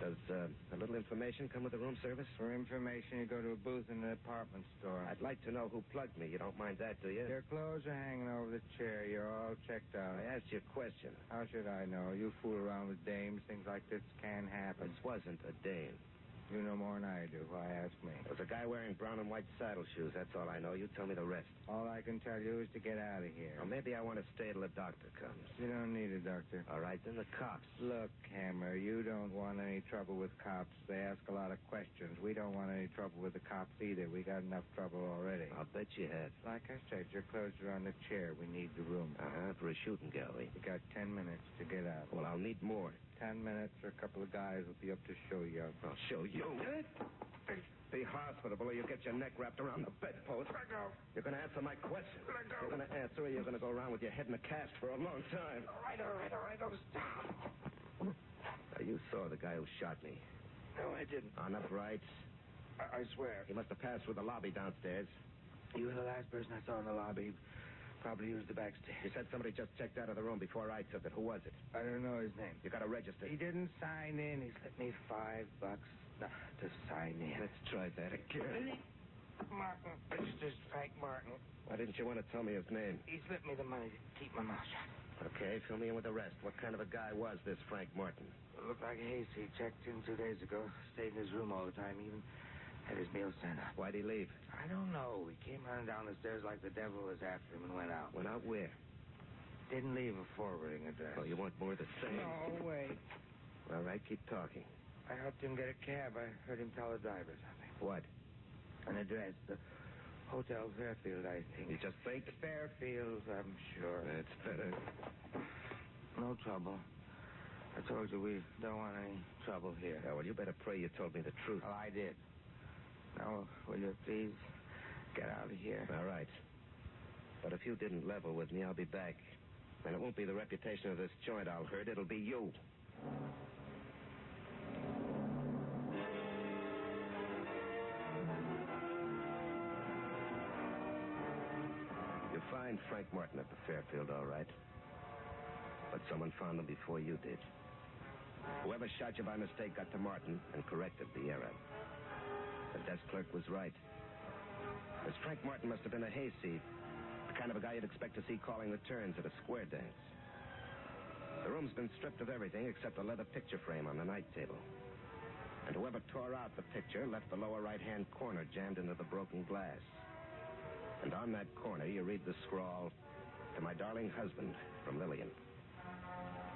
Does uh, a little information come with the room service?
For information, you go to a booth in an department store.
I'd like to know who plugged me. You don't mind that, do you?
Your clothes are hanging over the chair. You're all checked out.
I asked you a question.
How should I know? You fool around with dames. Things like this can happen.
This wasn't a dame.
You know more than I do. Why ask me?
There's a guy wearing brown and white saddle shoes. That's all I know. You tell me the rest.
All I can tell you is to get out of here.
Or maybe I want to stay till the doctor comes.
You don't need a doctor.
All right, then the cops.
Look, Hammer, you don't want any trouble with cops. They ask a lot of questions. We don't want any trouble with the cops either. We got enough trouble already.
I'll bet you had.
Like I said, your clothes are on the chair. We need the room.
Uh huh, for a shooting gallery.
We got ten minutes to get out.
Well, I'll need more.
Ten minutes, or a couple of guys will be up to show you. up.
I'll show you. Be hospitable or you get your neck wrapped around the bedpost. Let go. You're going to answer my question. Let go. You're going to answer or you're going to go around with your head in a cast for a long time. All right, all right, all right. Oh, stop. Uh, you saw the guy who shot me.
No, I didn't.
On uprights.
I, I swear.
He must have passed through the lobby downstairs.
You were the last person I saw in the lobby. Probably used the back stairs.
You said somebody just checked out of the room before I took it. Who was it?
I don't know his name.
You got to register.
He didn't sign in. He slipped me five bucks not to sign in.
Let's try that again.
Martin. It's just Frank Martin.
Why didn't you want to tell me his name?
He slipped me the money to keep my mouth shut.
Okay, fill me in with the rest. What kind of a guy was this Frank Martin?
Looked like a hasty. Checked in two days ago. Stayed in his room all the time, even had his meals sent up.
Why'd he leave?
I don't know. He came running down the stairs like the devil was after him and went out.
Went out where?
Didn't leave a forwarding address.
Oh, you want more of the same?
No, wait.
All right, keep talking.
I helped him get a cab. I heard him tell the driver something.
What?
An address. The Hotel Fairfield, I think.
You just think?
Fairfield, I'm sure.
That's better.
No trouble. I told you we don't want any trouble here.
Yeah, well, you better pray you told me the truth.
Well, I did. Now, will you please get out of here?
All right. But if you didn't level with me, I'll be back. And it won't be the reputation of this joint I'll hurt. It'll be you. You find Frank Martin at the Fairfield, all right. But someone found him before you did. Whoever shot you by mistake got to Martin and corrected the error. The desk clerk was right. This Frank Martin must have been a hayseed, the kind of a guy you'd expect to see calling the turns at a square dance. The room's been stripped of everything except a leather picture frame on the night table. And whoever tore out the picture left the lower right hand corner jammed into the broken glass. And on that corner, you read the scrawl To my darling husband from Lillian.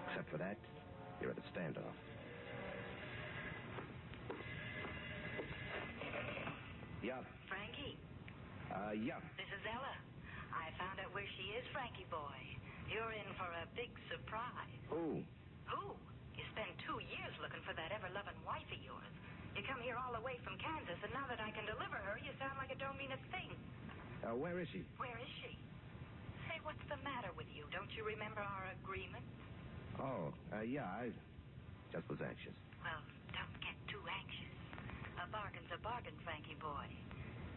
Except for that, you're at a standoff. Yeah,
Frankie,
uh, yeah.
this is Ella. I found out where she is, Frankie boy. You're in for a big surprise.
Who?
Who? You spent two years looking for that ever-loving wife of yours. You come here all the way from Kansas, and now that I can deliver her, you sound like it don't mean a thing.
Uh, where is she?
Where is she? Say, what's the matter with you? Don't you remember our agreement?
Oh, uh, yeah, I just was anxious.
Well, don't get too anxious. A bargain's a bargain, Frankie boy.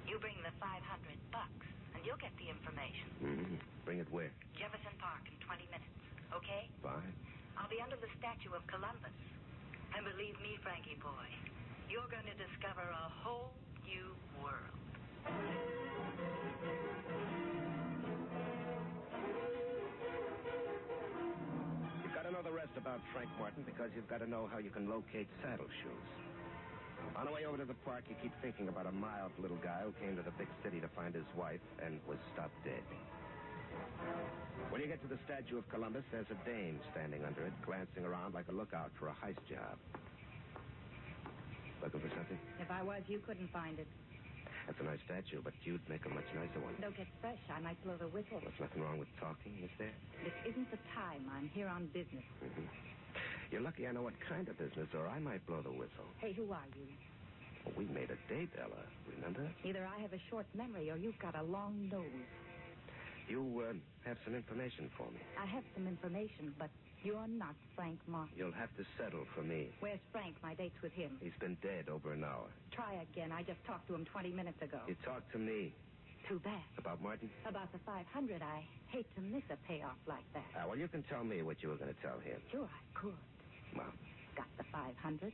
You bring the 500 bucks, and you'll get the information.
Mm-hmm. Bring it where?
Jefferson Park in 20 minutes, okay?
Fine.
I'll be under the statue of Columbus. And believe me, Frankie boy, you're going to discover a whole new world.
You've got to know the rest about Frank Martin because you've got to know how you can locate saddle shoes. On the way over to the park, you keep thinking about a mild little guy who came to the big city to find his wife and was stopped dead. When you get to the statue of Columbus, there's a dame standing under it, glancing around like a lookout for a heist job. Looking for something?
If I was, you couldn't find it.
That's a nice statue, but you'd make a much nicer one.
Don't get fresh. I might blow the whistle.
There's nothing wrong with talking, is there?
This isn't the time. I'm here on business.
hmm You're lucky I know what kind of business, or I might blow the whistle.
Hey, who are you?
Well, we made a date, Ella. Remember?
Either I have a short memory or you've got a long nose.
You uh, have some information for me.
I have some information, but you're not Frank Martin.
You'll have to settle for me.
Where's Frank? My date's with him.
He's been dead over an hour.
Try again. I just talked to him 20 minutes ago.
You talked to me
Too bad.
about Martin.
About the 500, I hate to miss a payoff like that.
Ah, well, you can tell me what you were going to tell him.
Sure, I could.
Well,
Got the 500?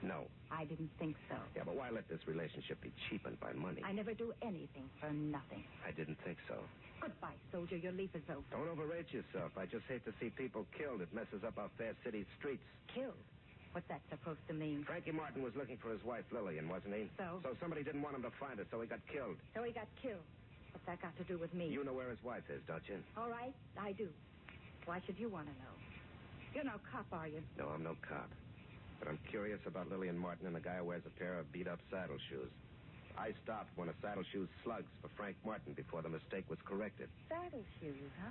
no.
I didn't think so.
Yeah, but why let this relationship be cheapened by money?
I never do anything for nothing.
I didn't think so.
Goodbye, soldier. Your leaf is over.
Don't overrate yourself. I just hate to see people killed. It messes up our fair city's streets.
Killed?
What's that supposed to mean?
Frankie Martin was looking for his wife, Lillian, wasn't he?
So?
So somebody didn't want him to find her, so he got killed.
So he got killed. What's that got to do with me?
You know where his wife is, don't you?
All right, I do. Why should you want to know? You're no cop, are you?
No, I'm no cop. But I'm curious about Lillian Martin and the guy who wears a pair of beat up saddle shoes. I stopped when a saddle shoes slugs for Frank Martin before the mistake was corrected.
Saddle shoes, huh?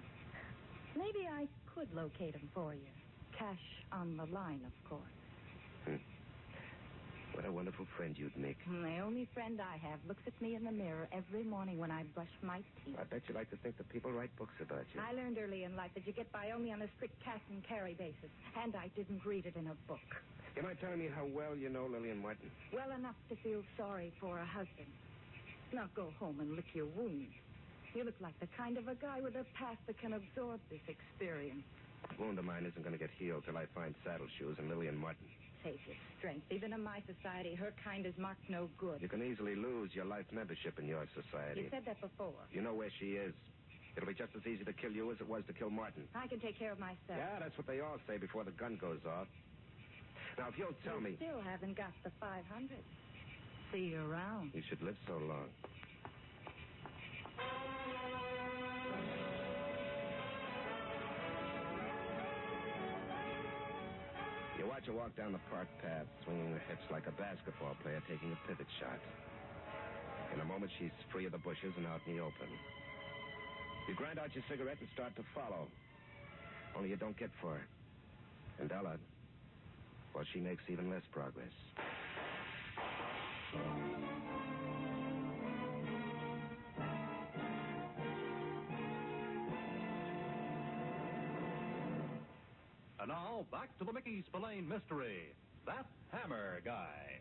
Maybe I could locate him for you. Cash on the line, of course.
What a wonderful friend you'd make.
The only friend I have looks at me in the mirror every morning when I brush my teeth.
I bet you like to think that people write books about you.
I learned early in life that you get by only on a strict cash and carry basis, and I didn't read it in a book.
You mind telling me how well you know Lillian Martin?
Well enough to feel sorry for a husband. Now go home and lick your wounds. You look like the kind of a guy with a past that can absorb this experience.
That wound of mine isn't going to get healed till I find saddle shoes and Lillian Martin.
Take your strength. Even in my society, her kind is marked no good.
You can easily lose your life membership in your society.
You said that before.
You know where she is. It'll be just as easy to kill you as it was to kill Martin.
I can take care of myself.
Yeah, that's what they all say before the gun goes off. Now, if you'll tell
You
me.
Still haven't got the 500. See you around.
You should live so long. You watch her walk down the park path, swinging her hips like a basketball player taking a pivot shot. In a moment, she's free of the bushes and out in the open. You grind out your cigarette and start to follow. Only you don't get for it. And Ella, well, she makes even less progress.
And now, back to the Mickey Spillane mystery That Hammer Guy.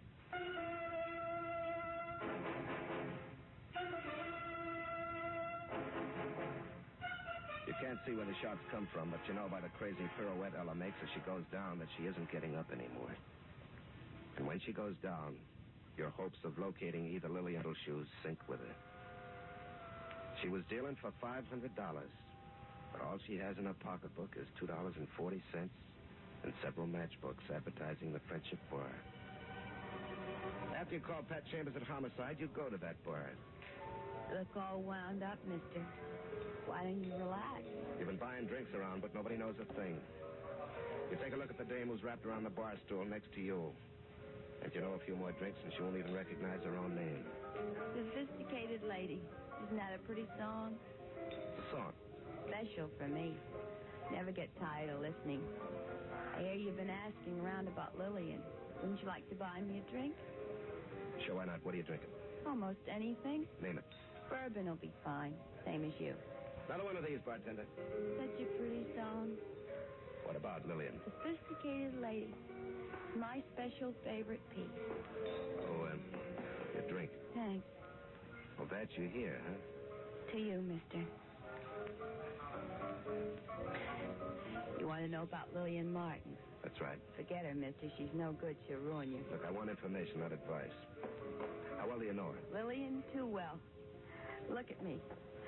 You can't see where the shots come from, but you know by the crazy pirouette Ella makes as she goes down that she isn't getting up anymore. And when she goes down, your hopes of locating either Lily or Shoes sink with her. She was dealing for $500, but all she has in her pocketbook is $2.40 and several matchbooks advertising the Friendship Bar. After you call Pat Chambers at Homicide, you go to that bar.
Look all wound up, mister. Why don't you relax?
You've been buying drinks around, but nobody knows a thing. You take a look at the dame who's wrapped around the bar stool next to you. And you know a few more drinks, and she won't even recognize her own name.
Sophisticated lady. Isn't that a pretty song?
It's a song.
Special for me. Never get tired of listening. I hear you've been asking around about Lillian. Wouldn't you like to buy me a drink?
Sure, why not? What are you drinking?
Almost anything.
Name it.
Bourbon will be fine. Same as you.
Another one of these, bartender.
Such a pretty song.
What about Lillian?
Sophisticated lady. My special favorite piece.
Oh, um, your drink.
Thanks
Well, that you hear, huh?
to you, mister. You want to know about Lillian Martin?
That's right.
Forget her, mister. She's no good. She'll ruin you.
Look, I want information, not advice. How well do you know her?
Lillian, too well. Look at me.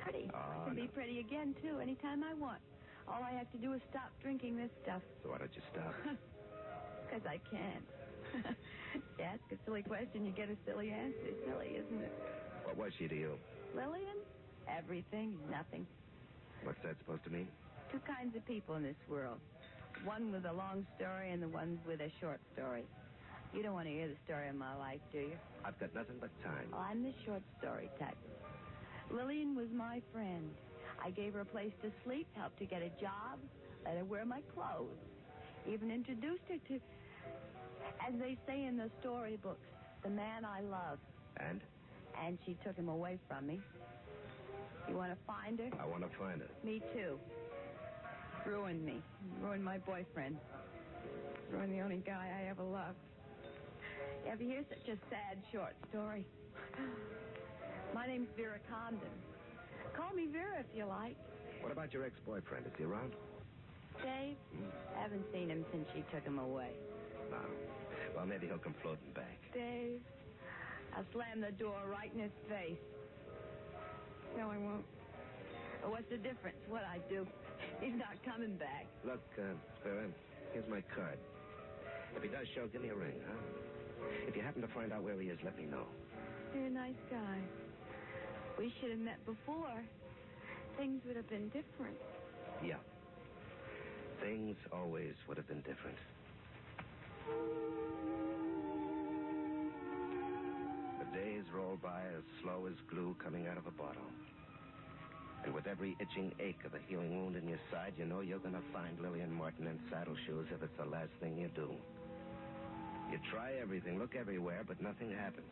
Pretty. I
Oh,
can
no.
be pretty again, too, anytime I want. All I have to do is stop drinking this stuff.
So why don't you stop?
Because I can't. (laughs) you ask a silly question, you get a silly answer. Silly, isn't it?
what was she to you?
Lillian? Everything, nothing.
What's that supposed to mean?
Two kinds of people in this world. One with a long story and the ones with a short story. You don't want to hear the story of my life, do you?
I've got nothing but time.
Well, I'm the short story type. Lillian was my friend. I gave her a place to sleep, helped her get a job, let her wear my clothes, even introduced her to, as they say in the storybooks, the man I love.
And?
And she took him away from me. You want to find her?
I want to find her.
Me too. Ruined me. Ruined my boyfriend. Ruined the only guy I ever loved. Ever hear such a sad short story? My name's Vera Condon. Call me Vera if you like.
What about your ex-boyfriend? Is he around?
Dave? Haven't seen him since she took him away.
No. Well, maybe he'll come floating back.
Dave. I'll slam the door right in his face. No, I won't. But what's the difference? What I do? He's not coming back.
Look, uh, Vera, here's my card. If he does show, give me a ring, huh? If you happen to find out where he is, let me know.
You're a nice guy. We should have met before. Things would have been different.
Yeah. Things always would have been different. The days roll by as slow as glue coming out of a bottle. And with every itching ache of a healing wound in your side, you know you're going to find Lillian Martin in saddle shoes if it's the last thing you do. You try everything, look everywhere, but nothing happens.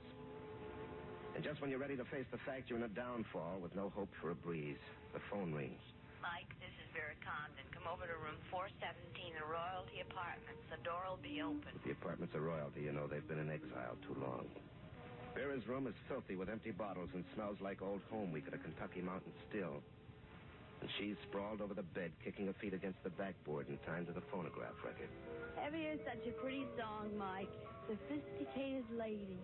And just when you're ready to face the fact you're in a downfall with no hope for a breeze, the phone rings.
Mike, this is Vera Condon. Come over to room 417, the Royalty Apartments. The door will be open.
The apartment's a royalty, you know. They've been in exile too long. Vera's room is filthy with empty bottles and smells like old home week at a Kentucky mountain still. And she's sprawled over the bed, kicking her feet against the backboard in time to the phonograph record.
Heavy is such a pretty song, Mike. Sophisticated lady.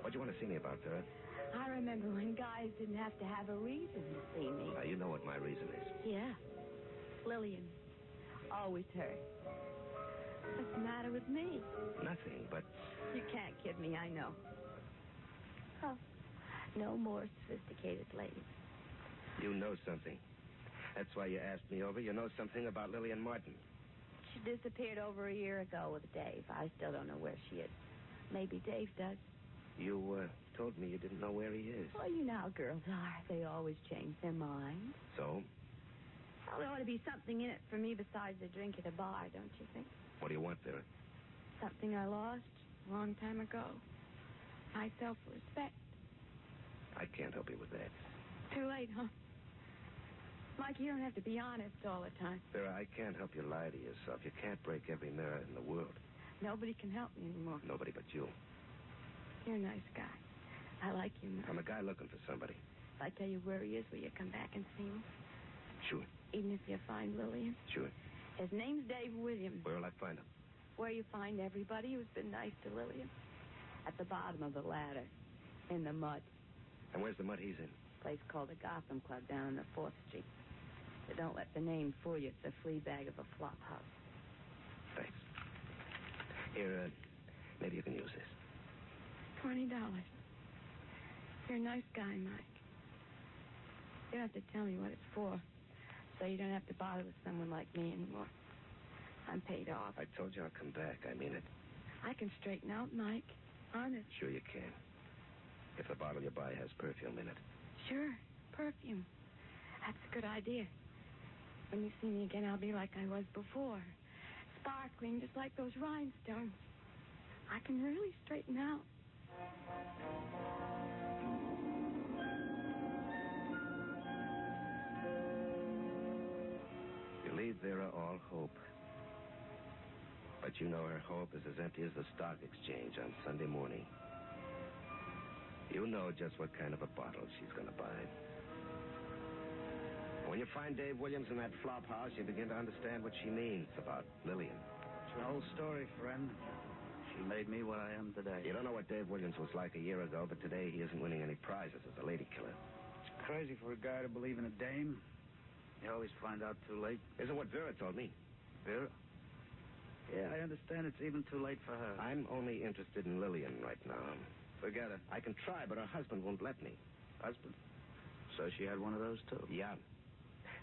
What do you want to see me about, Vera?
I remember when guys didn't have to have a reason to see me.
Now, you know what my reason is.
Yeah. Lillian. Always her. What's the matter with me?
Nothing, but
You can't kid me, I know. Oh, no more sophisticated lady.
you know something. That's why you asked me over. You know something about Lillian Martin.
She disappeared over a year ago with Dave. I still don't know where she is. Maybe Dave does.
You uh, told me you didn't know where he is.
Well, you know how girls are. They always change their minds.
So,
Well, there ought to be something in it for me besides a drink at a bar, don't you think?
what do you want, Vera?
Something I lost a long time ago. My self-respect.
I can't help you with that.
Too late, huh? Mike, you don't have to be honest all the time.
Vera, I can't help you lie to yourself. You can't break every mirror in the world.
Nobody can help me anymore.
Nobody but you.
You're a nice guy. I like you, Mike.
I'm a guy looking for somebody.
If I tell you where he is, will you come back and see him?
Sure,
Even if you find Lillian?
sure.
His name's Dave Williams.
Where'll I find him?
Where you find everybody who's been nice to Lillian? At the bottom of the ladder. In the mud.
And where's the mud he's in?
place called the Gotham Club down on the 4th Street. But don't let the name fool you. It's a flea bag of a flop house.
Thanks. Here, uh, maybe you can use this.
Twenty dollars. You're a nice guy, Mike. You don't have to tell me what it's for, so you don't have to bother with someone like me anymore. I'm paid off.
I told you I'll come back. I mean it.
I can straighten out, Mike. Honest.
Sure you can. If the bottle you buy has perfume in it.
Sure. Perfume. That's a good idea. When you see me again, I'll be like I was before. Sparkling, just like those rhinestones. I can really straighten out.
You leave Vera all hope. But you know her hope is as empty as the stock exchange on Sunday morning. You know just what kind of a bottle she's going to buy. When you find Dave Williams in that flop house, you begin to understand what she means about Lillian.
It's an old story, friend. She made me what I am today.
You don't know what Dave Williams was like a year ago, but today he isn't winning any prizes as a lady killer.
It's crazy for a guy to believe in a dame. You always find out too late.
Isn't what Vera told me.
Vera? Yeah, I understand it's even too late for her.
I'm only interested in Lillian right now. Forget her. I can try, but her husband won't let me.
Husband? So she had one of those, too.
Yeah.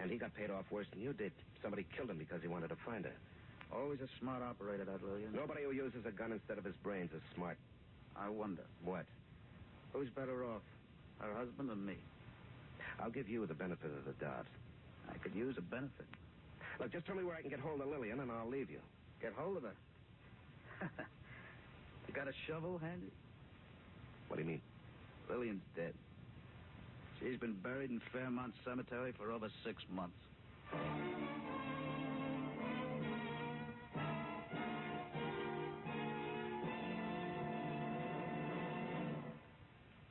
And he got paid off worse than you did. Somebody killed him because he wanted to find her.
Always a smart operator, that Lillian.
Nobody who uses a gun instead of his brains is smart.
I wonder.
What?
Who's better off? Her husband or me?
I'll give you the benefit of the doubt.
I could use a benefit.
Look, just tell me where I can get hold of Lillian, and I'll leave you.
Get hold of her. (laughs) you got a shovel handy?
What do you mean?
Lillian's dead. She's been buried in Fairmount Cemetery for over six months.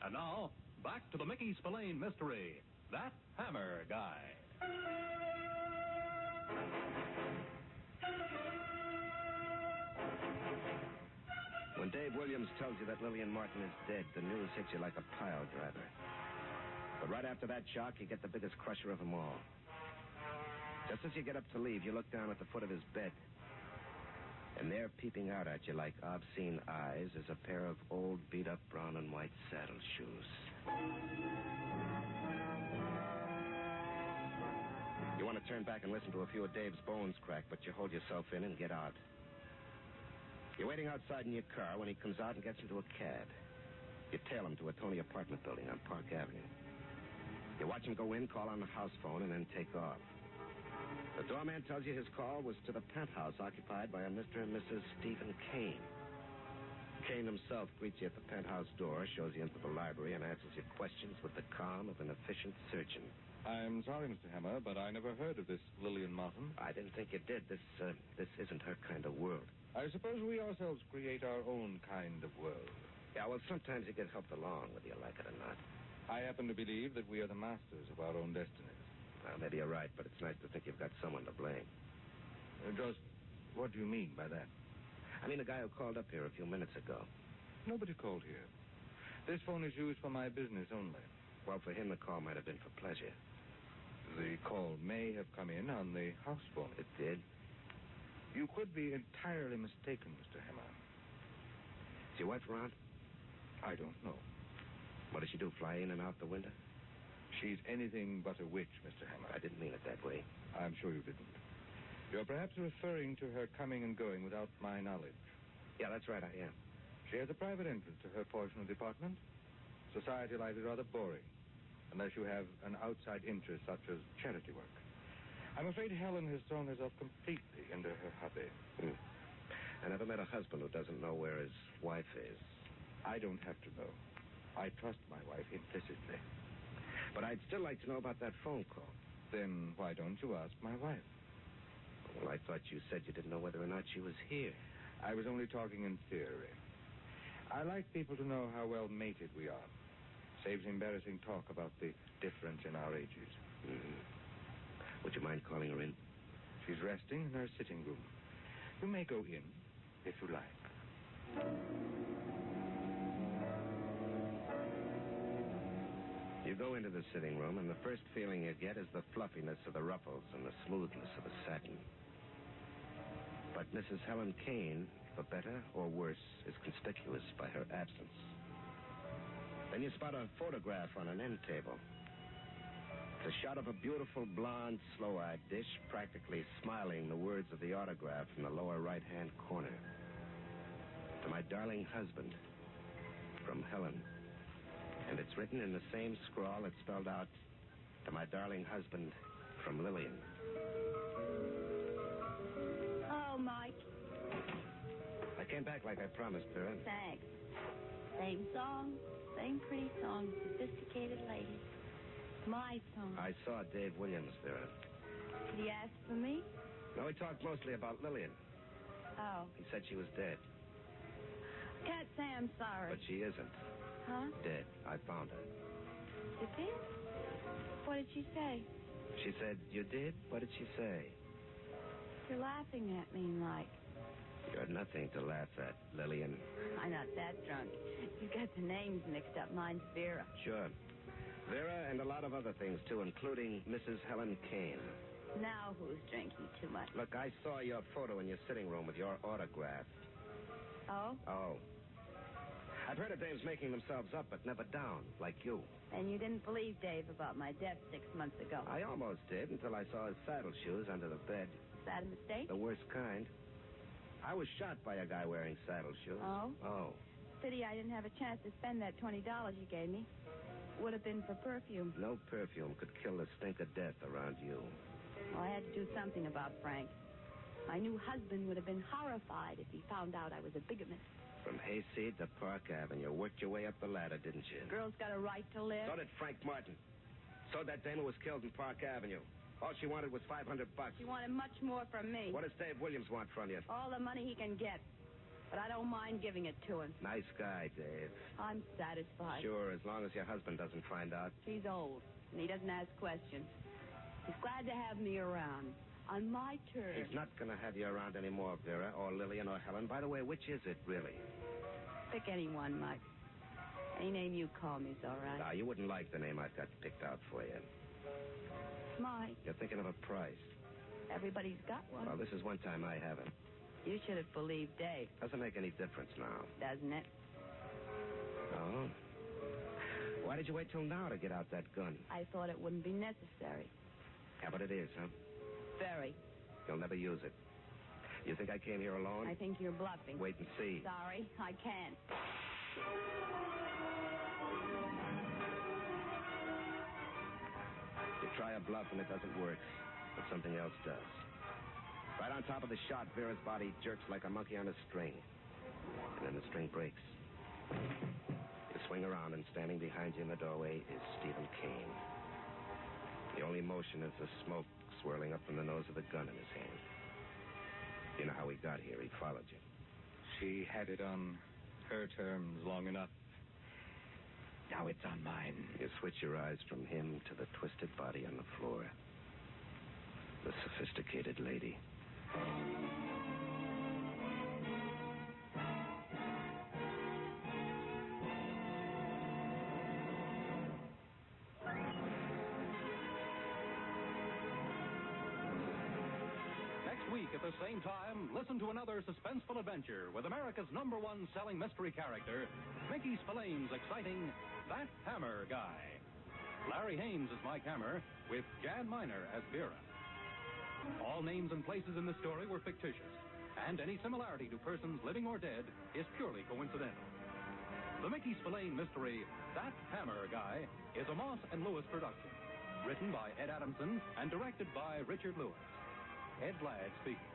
And now, back to the Mickey Spillane mystery That Hammer Guy.
When Dave Williams tells you that Lillian Martin is dead, the news hits you like a pile driver. But right after that shock, you get the biggest crusher of them all. Just as you get up to leave, you look down at the foot of his bed. And there, peeping out at you like obscene eyes, is a pair of old, beat up brown and white saddle shoes. You want to turn back and listen to a few of Dave's bones crack, but you hold yourself in and get out. You're waiting outside in your car when he comes out and gets into a cab. You tail him to a Tony apartment building on Park Avenue. You watch him go in, call on the house phone, and then take off. The doorman tells you his call was to the penthouse occupied by a Mr. and Mrs. Stephen Kane. Kane himself greets you at the penthouse door, shows you into the library, and answers your questions with the calm of an efficient surgeon.
I'm sorry, Mr. Hammer, but I never heard of this Lillian Martin.
I didn't think you did. This, uh, this isn't her kind of world.
I suppose we ourselves create our own kind of world.
Yeah, well, sometimes you get helped along, whether you like it or not.
I happen to believe that we are the masters of our own destinies.
Well, maybe you're right, but it's nice to think you've got someone to blame.
just Uh, what do you mean by that?
I mean, the guy who called up here a few minutes ago.
Nobody called here. This phone is used for my business only.
Well, for him, the call might have been for pleasure.
The call may have come in on the house phone.
It did.
You could be entirely mistaken, Mr. Hammer.
Is your wife around?
I don't know.
What does she do, fly in and out the window?
She's anything but a witch, Mr. Hammer.
I didn't mean it that way.
I'm sure you didn't. You're perhaps referring to her coming and going without my knowledge.
Yeah, that's right, I am.
She has a private entrance to her portion of the apartment. Society life is rather boring, unless you have an outside interest such as charity work. I'm afraid Helen has thrown herself completely into her hobby.
Hmm. I never met a husband who doesn't know where his wife is.
I don't have to know. I trust my wife implicitly.
But I'd still like to know about that phone call.
Then why don't you ask my wife?
Well, I thought you said you didn't know whether or not she was here.
I was only talking in theory. I like people to know how well mated we are. Saves embarrassing talk about the difference in our ages.
Hmm. Mhm. Would you mind calling her in?
She's resting in her sitting room. You may go in if you like.
You go into the sitting room, and the first feeling you get is the fluffiness of the ruffles and the smoothness of the satin. But Mrs. Helen Kane, for better or worse, is conspicuous by her absence. Then you spot a photograph on an end table. It's a shot of a beautiful blonde, sloe eyed dish, practically smiling the words of the autograph in the lower right hand corner. To my darling husband, from Helen. And it's written in the same scrawl it spelled out to my darling husband from Lillian.
Oh, Mike,
I came back like I promised, Vera.
thanks. Same song, same pretty song, sophisticated lady. My song.
I saw Dave Williams, Vera.
Did he ask for me?
No, we talked mostly about Lillian.
Oh,
He said she was dead,
can't say I'm sorry.
but she isn't.
Huh?
Dead. I found her.
Did he? What did she say?
She said, You did? What did she say?
You're laughing at me, Mike.
You're nothing to laugh at, Lillian.
I'm not that drunk. You got the names mixed up. Mine's Vera.
Sure. Vera and a lot of other things, too, including Mrs. Helen Kane.
Now who's drinking too much?
Look, I saw your photo in your sitting room with your autograph.
Oh?
Oh. I've heard of dames making themselves up, but never down, like you.
And you didn't believe Dave about my death six months ago.
I almost did until I saw his saddle shoes under the bed.
Is that a mistake?
The worst kind. I was shot by a guy wearing saddle shoes.
Oh?
Oh.
Pity I didn't have a chance to spend that $20 you gave me. Would have been for perfume.
No perfume could kill the stink of death around you.
Well, Oh, I had to do something about Frank. My new husband would have been horrified if he found out I was a bigamist.
From Hayseed to Park Avenue, worked your way up the ladder, didn't you?
Girl's got a right to live.
So did Frank Martin. So did that dame who was killed in Park Avenue. All she wanted was 500 bucks.
She wanted much more from me.
What does Dave Williams want from you?
All the money he can get. But I don't mind giving it to him.
Nice guy, Dave.
I'm satisfied.
Sure, as long as your husband doesn't find out.
He's old, and he doesn't ask questions. He's glad to have me around. On my terms.
He's not going to have you around anymore, Vera, or Lillian, or Helen. By the way, which is it, really?
Pick anyone, Mike. Any name you call me's all right.
Ah, you wouldn't like the name I've got picked out for you.
Mike,
You're thinking of a price.
everybody's got one.
Well, this is one time I haven't.
You should have believed Dave,
Doesn't make any difference now.
doesn't it?
No? Oh. Why did you wait till now to get out that gun?
I thought it wouldn't be necessary.
Yeah, but it is, huh?
Very.
You'll never use it. You think I came here alone?
I think you're bluffing.
Wait and see.
Sorry, I can't.
You try a bluff and it doesn't work, but something else does. Right on top of the shot, Vera's body jerks like a monkey on a string. And then the string breaks. You swing around, and standing behind you in the doorway is Stephen Kane. The only motion is the smoke swirling up from the nose of the gun in his hand. You know how he got here. He followed you.
She had it on her terms long enough. Now it's on mine.
You switch your eyes from him to the twisted body on the floor. The sophisticated lady.
Next week at the same time, listen to another suspenseful adventure with America's number one selling mystery character, Mickey Spillane's exciting That Hammer Guy. Larry Haynes is Mike Hammer, with Jan Miner as Vera. All names and places in the story were fictitious, and any similarity to persons living or dead is purely coincidental. The Mickey Spillane mystery, That Hammer Guy, is a Moss and Lewis production, written by Ed Adamson and directed by Richard Lewis. Ed Ladd speaking.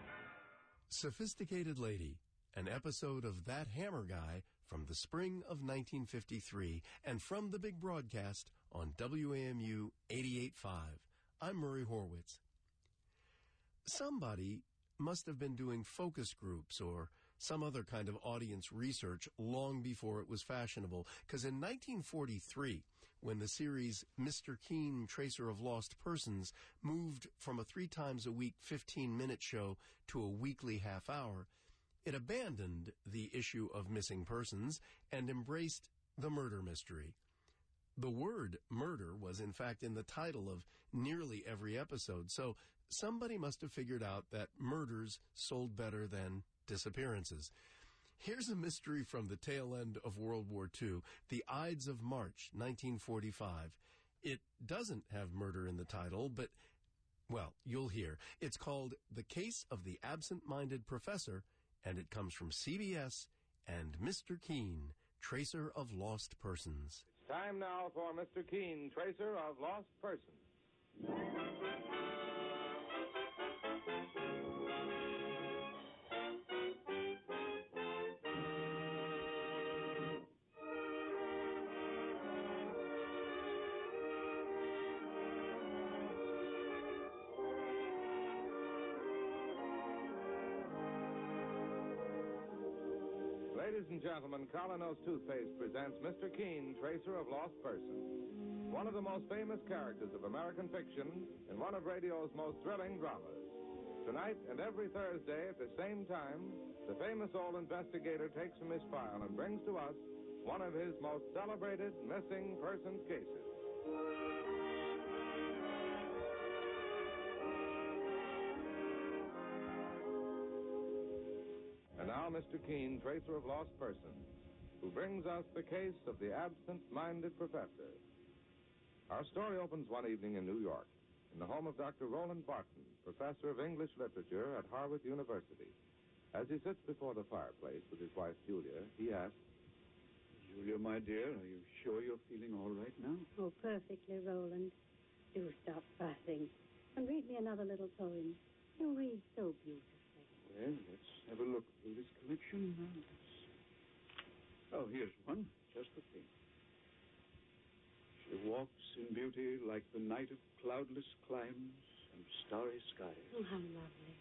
Sophisticated Lady, an episode of That Hammer Guy from the spring of 1953 and from the big broadcast on WAMU 88.5. I'm Murray Horwitz. Somebody must have been doing focus groups or some other kind of audience research long before it was fashionable. Because in 1943, when the series Mr. Keene, Tracer of Lost Persons moved from a three times a week 15 minute show to a weekly half hour, it abandoned the issue of missing persons and embraced the murder mystery. The word murder was, in fact, in the title of nearly every episode, so somebody must have figured out that murders sold better than disappearances. Here's a mystery from the tail end of World War II The Ides of March, 1945. It doesn't have murder in the title, but, well, you'll hear. It's called The Case of the Absent Minded Professor, and it comes from CBS and Mr. Keene, Tracer of Lost Persons.
Time now for Mr. Keene, tracer of lost persons. Ladies and gentlemen, Colonos Toothpaste presents Mr. Keene, Tracer of Lost Persons, one of the most famous characters of American fiction and one of radio's most thrilling dramas. Tonight and every Thursday at the same time, the famous old investigator takes from his file and brings to us one of his most celebrated missing persons cases. And now, Mr. Keene, tracer of lost persons, who brings us the case of the absent minded professor. Our story opens one evening in New York, in the home of Dr. Roland Barton, professor of English literature at Harvard University. As he sits before the fireplace with his wife, Julia, he asks,
Julia, my dear, are you sure you're feeling all right now?
Oh, perfectly, Roland. Do stop fussing and read me another little poem. You read so beautifully.
Well, let's have a look through this collection now. Oh, here's one. Just the thing. She walks in beauty like the night of cloudless climes and starry skies.
Oh, how lovely.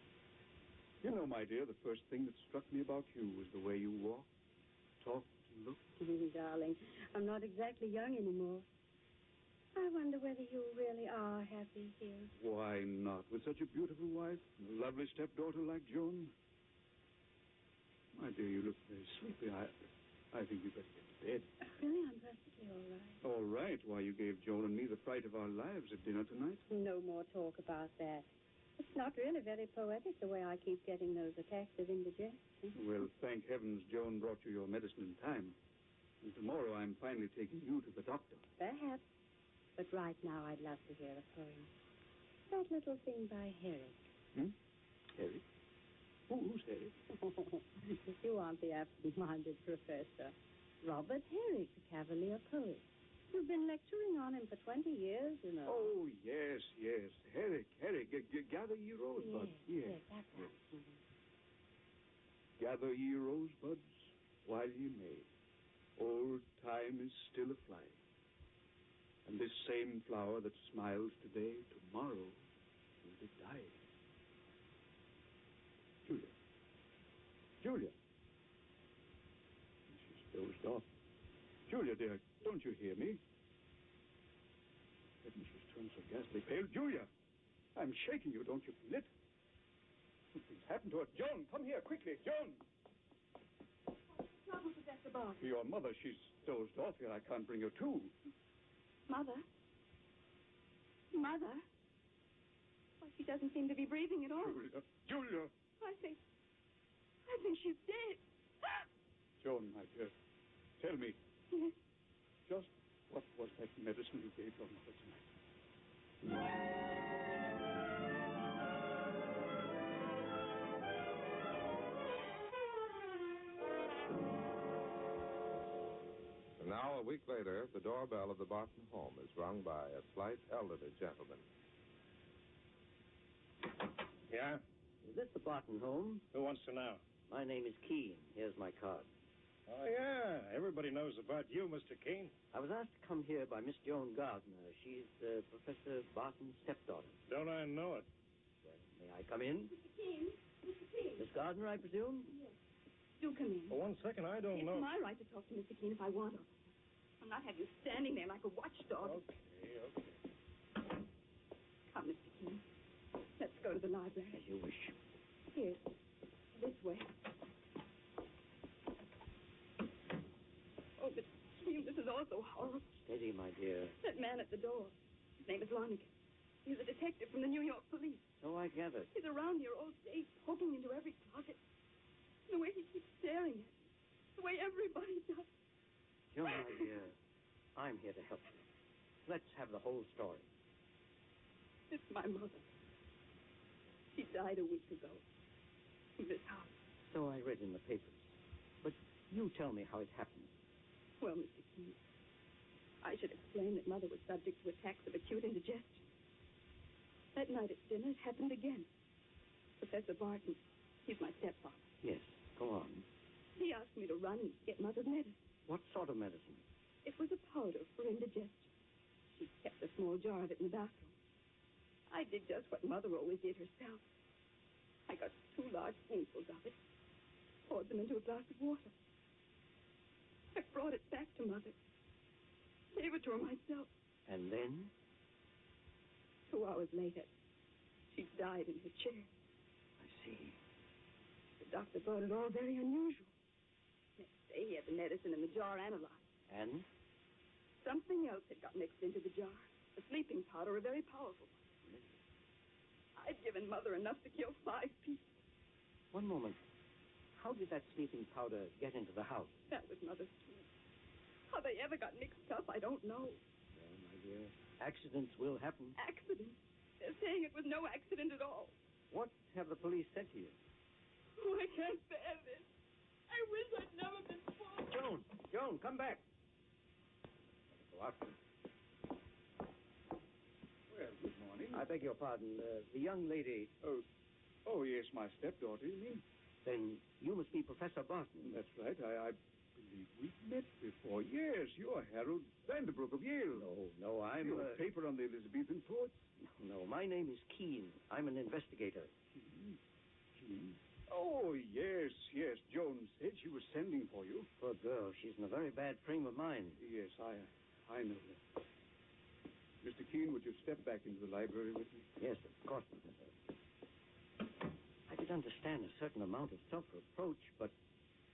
You know, my dear, the first thing that struck me about you was the way you walked, talked, and looked.
Mm, darling, I'm not exactly young anymore. I wonder whether you really are happy here.
Why not? With such a beautiful wife and a lovely stepdaughter like Joan. My dear, you look very sleepy. I, I think you better get to bed.
Really, I'm perfectly all right.
All right. Why, you gave Joan and me the fright of our lives at dinner tonight.
No more talk about that.
It's not really very poetic the way I keep getting those attacks of indigestion.
Well, thank heavens Joan brought you your medicine in time. And tomorrow I'm finally taking you to the doctor.
Perhaps. But right now I'd love to hear a poem. That little thing by Herrick.
Harry? Hmm? Who- who's Harry?
(laughs) you aren't the absent-minded professor. Robert Herrick, the Cavalier poet. You've been lecturing on him for 20 years, you know.
Oh, yes, yes. Herrick, Herrick, g- g- gather ye rosebuds.
yes,
yes. Mm-hmm.
that's right. Mhm.
Gather ye rosebuds while ye may. Old time is still a flying. And this same flower that smiles today, tomorrow will be dying. Julia. Julia. She's dozed off. Julia, dear, don't you hear me? Heaven, she's turned so ghastly pale. Julia! I'm shaking you, don't you feel it? Something's happened to her. Joan, come here, quickly. Joan!
Trouble, Professor Barnes.
Your mother, she's dozed off here. I can't bring her to.
Mother? Mother? Why, she doesn't seem to be breathing at all.
Julia. Julia!
I think. I think she's dead.
Joan, my dear, tell me,
Yes.
just what was that medicine you gave your mother tonight?
And now, a week later, the doorbell of the Barton home is rung by a slight elderly gentleman.
Yeah? Is this the Barton home? Who wants to know? My name is Keene. Here's my card. Oh, yeah. Everybody knows about you, Mr. Keene. I was asked to come here by Miss Joan Gardner. She's uh, Professor Barton's stepdaughter. Don't I know it? Well, may I come in?
King, Mr. King.
Miss Gardner, I presume?
Do come in.
For one second, I
it's
don't know.
my right to talk to Mr. Keene if I want to. I'll not have you standing there like a watchdog.
Okay, okay.
Come, Mr. Keene. Let's go to the library.
As you wish.
Here. This way. Oh, but Keene, this is all so horrible.
Steady, my dear.
That man at the door. His name is Lonigan. He's a detective from the New York police.
So I gathered.
He's around here all day, poking into every closet. The way he keeps staring at me. The way everybody does.
Joan, my dear, I'm here to help you. Let's have the whole story.
It's my mother. She died a week ago. In this house.
So I read in the papers. But you tell me how it happened.
Well, Mr. Keene, I should explain that Mother was subject to attacks of acute indigestion. That night at dinner, it happened again. Professor Barton, he's my stepfather.
Yes, go on.
He asked me to run and get Mother's medicine.
What sort of medicine?
It was a powder for indigestion. She kept a small jar of it in the bathroom. I did just what Mother always did herself. I got two large spoonfuls of it, poured them into a glass of water. I brought it back to Mother, gave it to her myself.
And then?
Two hours later, she died in her chair.
I see.
The doctor thought it all very unusual. Next day, he had the medicine in the jar analyzed.
And?
Something else had got mixed into the jar. A sleeping powder, a very powerful one. I'd given Mother enough to kill five people.
One moment. How did that sleeping powder get into the house?
That was Mother's key. How they ever got mixed up, I don't know.
Well, my dear, Uh, accidents will happen.
Accident. They're saying it was no accident at all.
What have the police said to you?
Oh, I can't bear this. I wish I'd never been born.
Joan! Joan, come back! Go out.
Well, good morning.
I beg your pardon. Uh, the young lady.
Oh, oh yes, my stepdaughter, you mean?
Then you must be Professor Barton.
That's right. I, I believe we've met before. Yes, you're Harold Vanderbrook of Yale.
No, no, I'm.
Your
uh,
paper on the Elizabethan poets.
No, my name is Keene. I'm an investigator.
Oh, yes, yes. Joan said she was sending for you.
Poor girl, she's in a very bad frame of mind.
Yes, I, I know that. Mr. Keene, would you step back into the library with me?
Yes, of course, Professor. I could understand a certain amount of self-reproach, but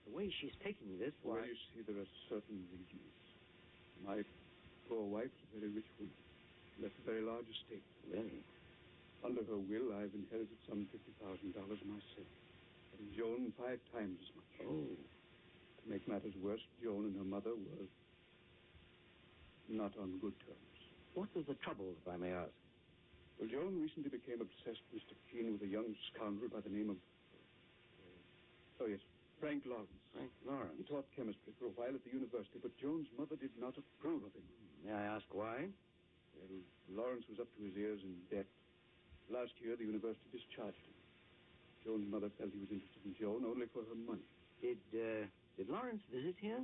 the way she's taking this, why?
Well, you see, there are certain reasons. My poor wife was a very rich woman. Left a very large estate.
Really?
Under her will, I've inherited some $50,000 myself, and Joan five times as much. Oh. To make matters worse, Joan and her mother were not on good terms. What was the trouble, if I may ask? Well, Joan recently became obsessed, Mr. Keene, with a young scoundrel by the name of. Oh, yes, Frank Lawrence. Frank Lawrence? He taught chemistry for a while at the university, but Joan's mother did not approve of him. May I ask why? Well, Lawrence was up to his ears in debt. Last year, the university discharged him. Joan's mother felt he was interested in Joan only for her money. Did, uh, did Lawrence visit here?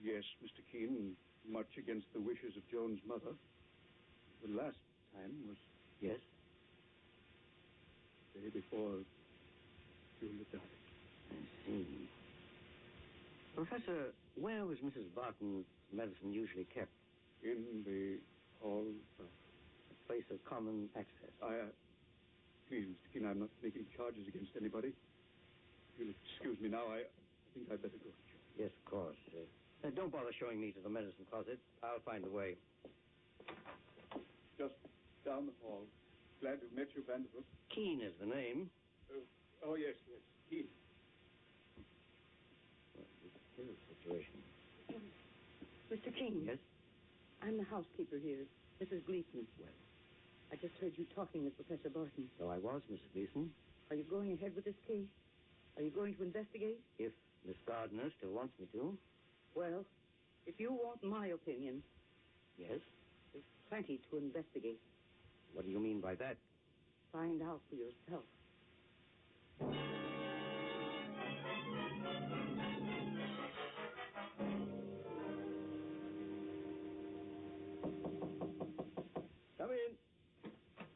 Yes, Mr. Keene, much against the wishes of Joan's mother. The last time was. Yes? The day before Julia died. I see.
Professor, where was Mrs. Barton's medicine usually kept?
In the hall.
A place of common access.
I, uh, please, Mr. Keene, I'm not making charges against anybody. If you'll excuse me now, I, I think I'd better go.
Yes, of course. Uh, uh, don't bother showing me to the medicine closet. I'll find a way.
Just down the hall. Glad to have met you, Vanderbilt.
Keene is the name.
Uh, oh, yes, yes, Keene.
Here's the situation.
Mr. King. Yes? I'm the housekeeper here, Mrs. Gleason. Well. I just heard you talking with Professor Barton.
So I was, Mrs. Gleason.
Are you going ahead with this case? Are you going to investigate?
If Miss Gardner still wants me to.
Well, if you want my opinion,
Yes?
there's plenty to investigate.
What do you mean by that?
Find out for yourself.
Come in.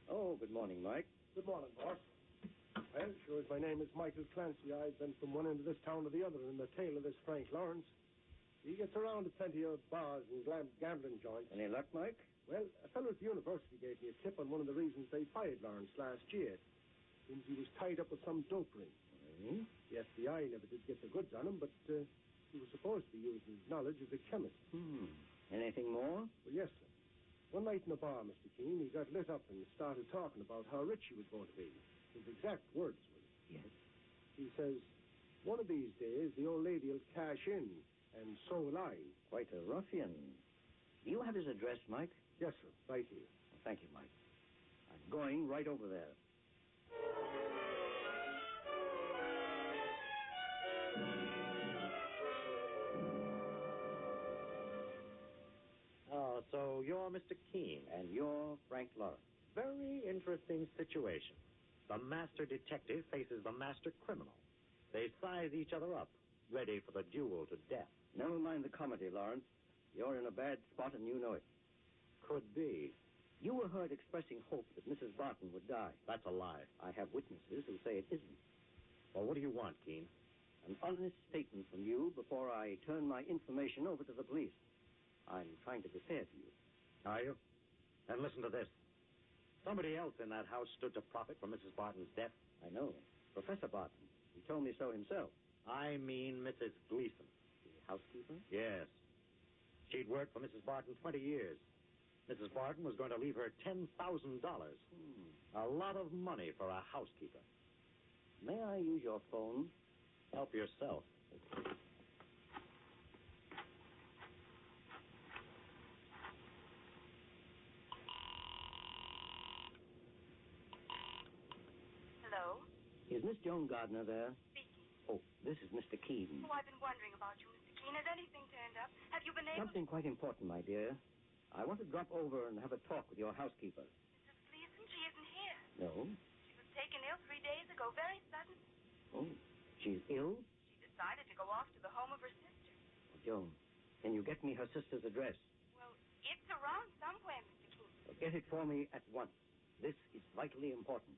Oh, good morning, Mike.
Good morning, boss. Well, sure as my name is Michael Clancy, I've been from one end of this town to the other in the tail of this Frank Lawrence. He gets around to plenty of bars and glam- gambling joints.
Any luck, Mike?
Well, a fellow at the university gave me a tip on one of the reasons they fired Lawrence last year. Seems he was tied up with some dope ring. The FBI never did get the goods on him, but uh, he was supposed to use his knowledge as a chemist.
Hmm. Anything more?
Well, yes, sir. One night in a bar, Mr. Keene, he got lit up and started talking about how rich he was going to be. His exact words were.
Yes.
He says, one of these days, the old lady will cash in, and so will I.
Quite a ruffian. Do you have his address, Mike?
Yes, sir. Right here.
Thank you, Mike. I'm going right over there.
Oh, so you're Mr. Keene.
And you're Frank Lawrence.
Very interesting situation. The master detective faces the master criminal. They size each other up, ready for the duel to death.
Never mind the comedy, Lawrence. You're in a bad spot and you know it.
Could be.
You were heard expressing hope that Mrs. Barton would die.
That's a lie.
I have witnesses who say it isn't.
Well, what do you want, Keene?
An honest statement from you before I turn my information over to the police. I'm trying to be fair to you.
Are you? And listen to this. Somebody else in that house stood to profit from Mrs. Barton's death.
I know. Professor Barton. He told me so himself.
I mean Mrs. Gleason.
The housekeeper?
Yes. She'd worked for Mrs. Barton 20 years. Mrs. Barton was going to leave her $10,000. A lot of money for a housekeeper.
May I use your phone?
Help yourself.
Hello? Oh,
Is Miss Joan Gardner there? Oh, this is Mr. Keene.
Oh, I've been wondering about you, Mr. Keene. Has anything turned up? Have you been able
Something quite important, my dear. I want to drop over and have a talk with your housekeeper.
to please him? She isn't here.
No?
She was taken ill three days ago, very sudden.
Oh, she's ill?
She decided to go off to the home of her sister.
Oh, Joan, can you get me her sister's address?
Well, it's around somewhere, Mr. Keene.
Uh, Get it for me at once. This is vitally important.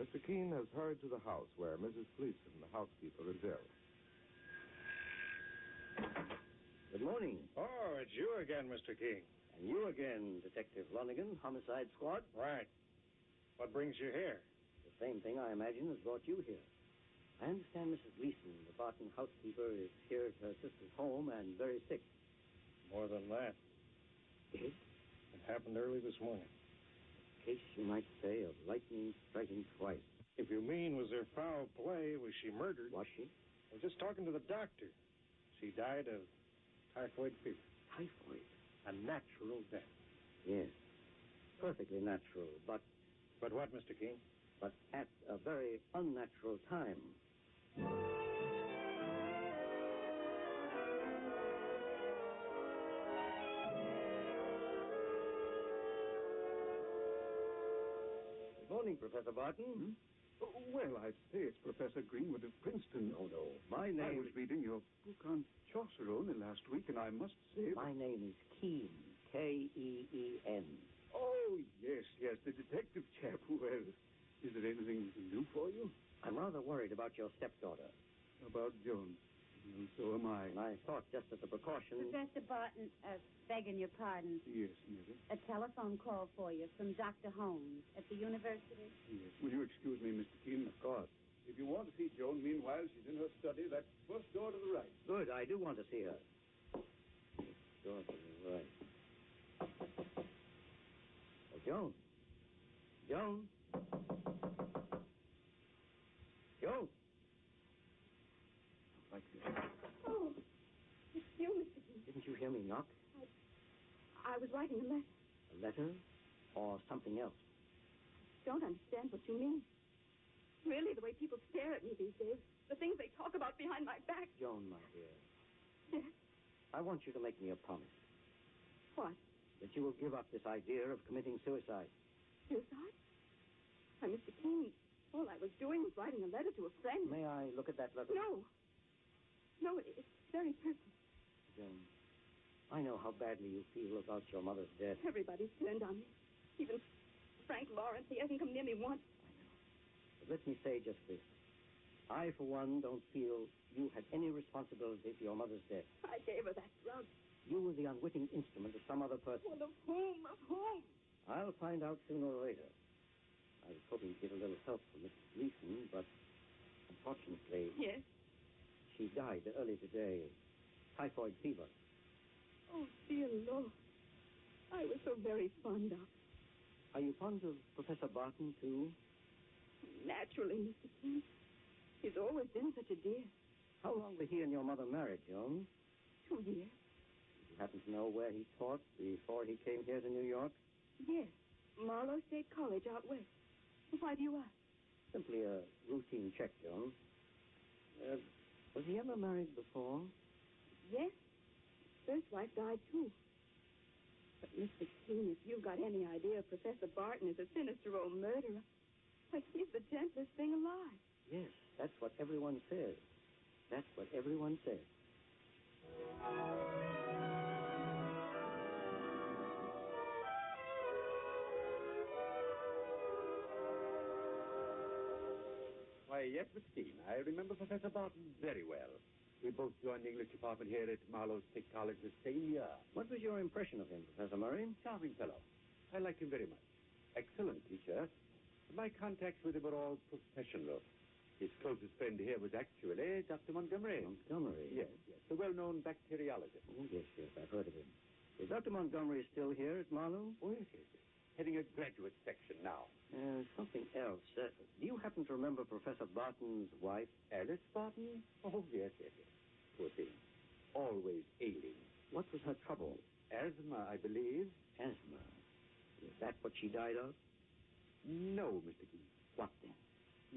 Mr. Keene has hurried to the house where Mrs. Gleason, the housekeeper, is ill.
Good morning.
Oh, it's you again, Mr. King.
And you again, Detective Lonigan, Homicide Squad.
Right. What brings you here?
The same thing, I imagine, has brought you here. I understand Mrs. Gleason, the Barton housekeeper, is here at her sister's home and very sick. More than that. Dead? It happened early this morning. Case, you might say, of lightning striking twice.
If you mean was there foul play, was she murdered?
Was she?
I was just talking to the doctor. She died of typhoid fever.
Typhoid?
A natural death.
Yes. Perfectly natural, but.
But what, Mr. King?
But at a very unnatural time. Good morning, Professor Barton.
Oh, well, I say it's Professor Greenwood of Princeton.
Oh,
No, no. My name. I was reading your book on Chaucer only last week, and I must say.
My name is Keen. K E E N.
Oh, yes, yes, the detective chap. (laughs) Well, is there anything we can do for you?
I'm rather worried about your stepdaughter.
About Joan. Well, so am I.
And I thought just as a
Hmm.
precaution.
Professor Barton, uh, begging your pardon,
Yes, Mary.
a telephone call for you from Dr. Holmes at the university.
Yes. Will you excuse me, Mr. Keene? Of course. If you want to see Joan, meanwhile, she's in her study. That first door to the right.
Good, I do want to see her. Door to the right. Oh, Joan. Joan. Joan. Like
Oh, it's you, Mr. Keene.
Didn't you hear me knock?
I was writing a letter.
A letter or something else?
Don't understand what you mean. Really, the way people stare at me these days, the things they talk about behind my back.
Joan, my dear,
Yes.
I want you to make me a promise
What?
that you will give up this idea of committing suicide.
Suicide? Why, Mr. Keene, all I was doing was writing a letter to a friend.
May I look at that letter?
No. No, it, it's very personal.
Joan, I know how badly you feel about your mother's death.
Everybody's turned on me. Even Frank Lawrence, he hasn't come near me once.
But let me say just this. I, for one, don't feel you had any responsibility for your mother's death.
I gave her that drug.
You were the unwitting instrument of some other person.
Well, of whom? Of whom?
I'll find out sooner or later. I was hoping to get a little help from Mrs. Gleason, but unfortunately,
Yes.
she died early today. Typhoid fever.
Oh, dear Lord. I was so very fond of her.
Are you fond of Professor Barton, too?
Naturally, Mr. Keene. He's always been such a dear.
How long were he and your mother married, Joan?
Two years.
You happen to know where he taught before he came here to New York?
Yes. Marlow State College out west. Why do you ask?
Simply a routine check, Joan. Uh, was he ever married before?
Yes. First wife died, too. But, Mr. Keene, if you've got any idea Professor Barton is a sinister old murderer, why, he's the gentlest thing alive.
Yes, that's what everyone says. That's what everyone says.
Why, yes, Miss Keene. I remember Professor Barton very well. We both joined the English department here at Marlow State College the same year.
What was your impression of him, Professor Murray?
Charming fellow. I liked him very much. Excellent teacher. My contacts with him were all professional. His closest friend here was actually Dr. Montgomery.
Montgomery?
Yes, yes. The well-known bacteriologist.
Oh, yes, yes, I've heard of him. Is Dr. Montgomery still here at Marlow?
Oh, yes, yes. yes. Heading a graduate section now.
Uh, something else. Uh, do you happen to remember Professor Barton's wife?
Alice Barton? Oh, yes, yes, yes. Poor thing. Always ailing.
What was her trouble?
Asthma, I believe.
Asthma. Is that what she died of?
No, Mr. Keene.
What then?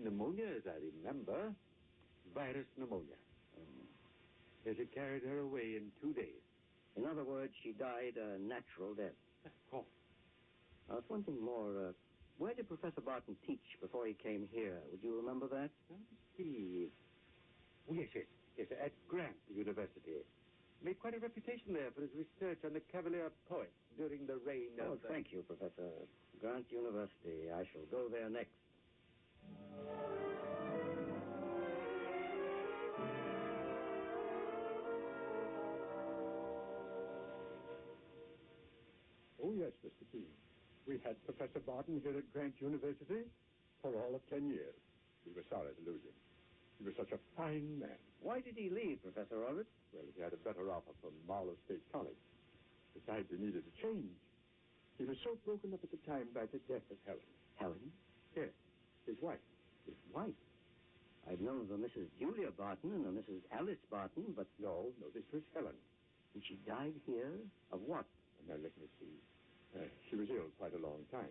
Pneumonia, as I remember. Virus pneumonia. As it carried her away in two days.
Oh. In other words, she died a natural death.
Oh,
Uh, it's one thing more. Uh, where did Professor Barton teach before he came here? Would you remember that?
see. Oh, yes, yes, yes. At Grant University. Made quite a reputation there for his research on the Cavalier poets during the reign
Oh,
of. uh,
thank you, Professor. Grant University. I shall go there next.
Oh, yes, Mr. Keene. We had Professor Barton here at Grant University for all of ten years. We were sorry to lose him.
He was such a fine man. Why did he leave, Professor Roberts? Well, he had a better offer from Marlow State College. Besides, he needed a change. He was so broken up at the time by the death of Helen. Helen? Yes, his wife.
His wife? I've known of a Mrs. Julia Barton and a Mrs. Alice Barton, but.
No, no, this was Helen.
And she died here? Of what?
Now, let me see. Uh, she was ill quite a long time.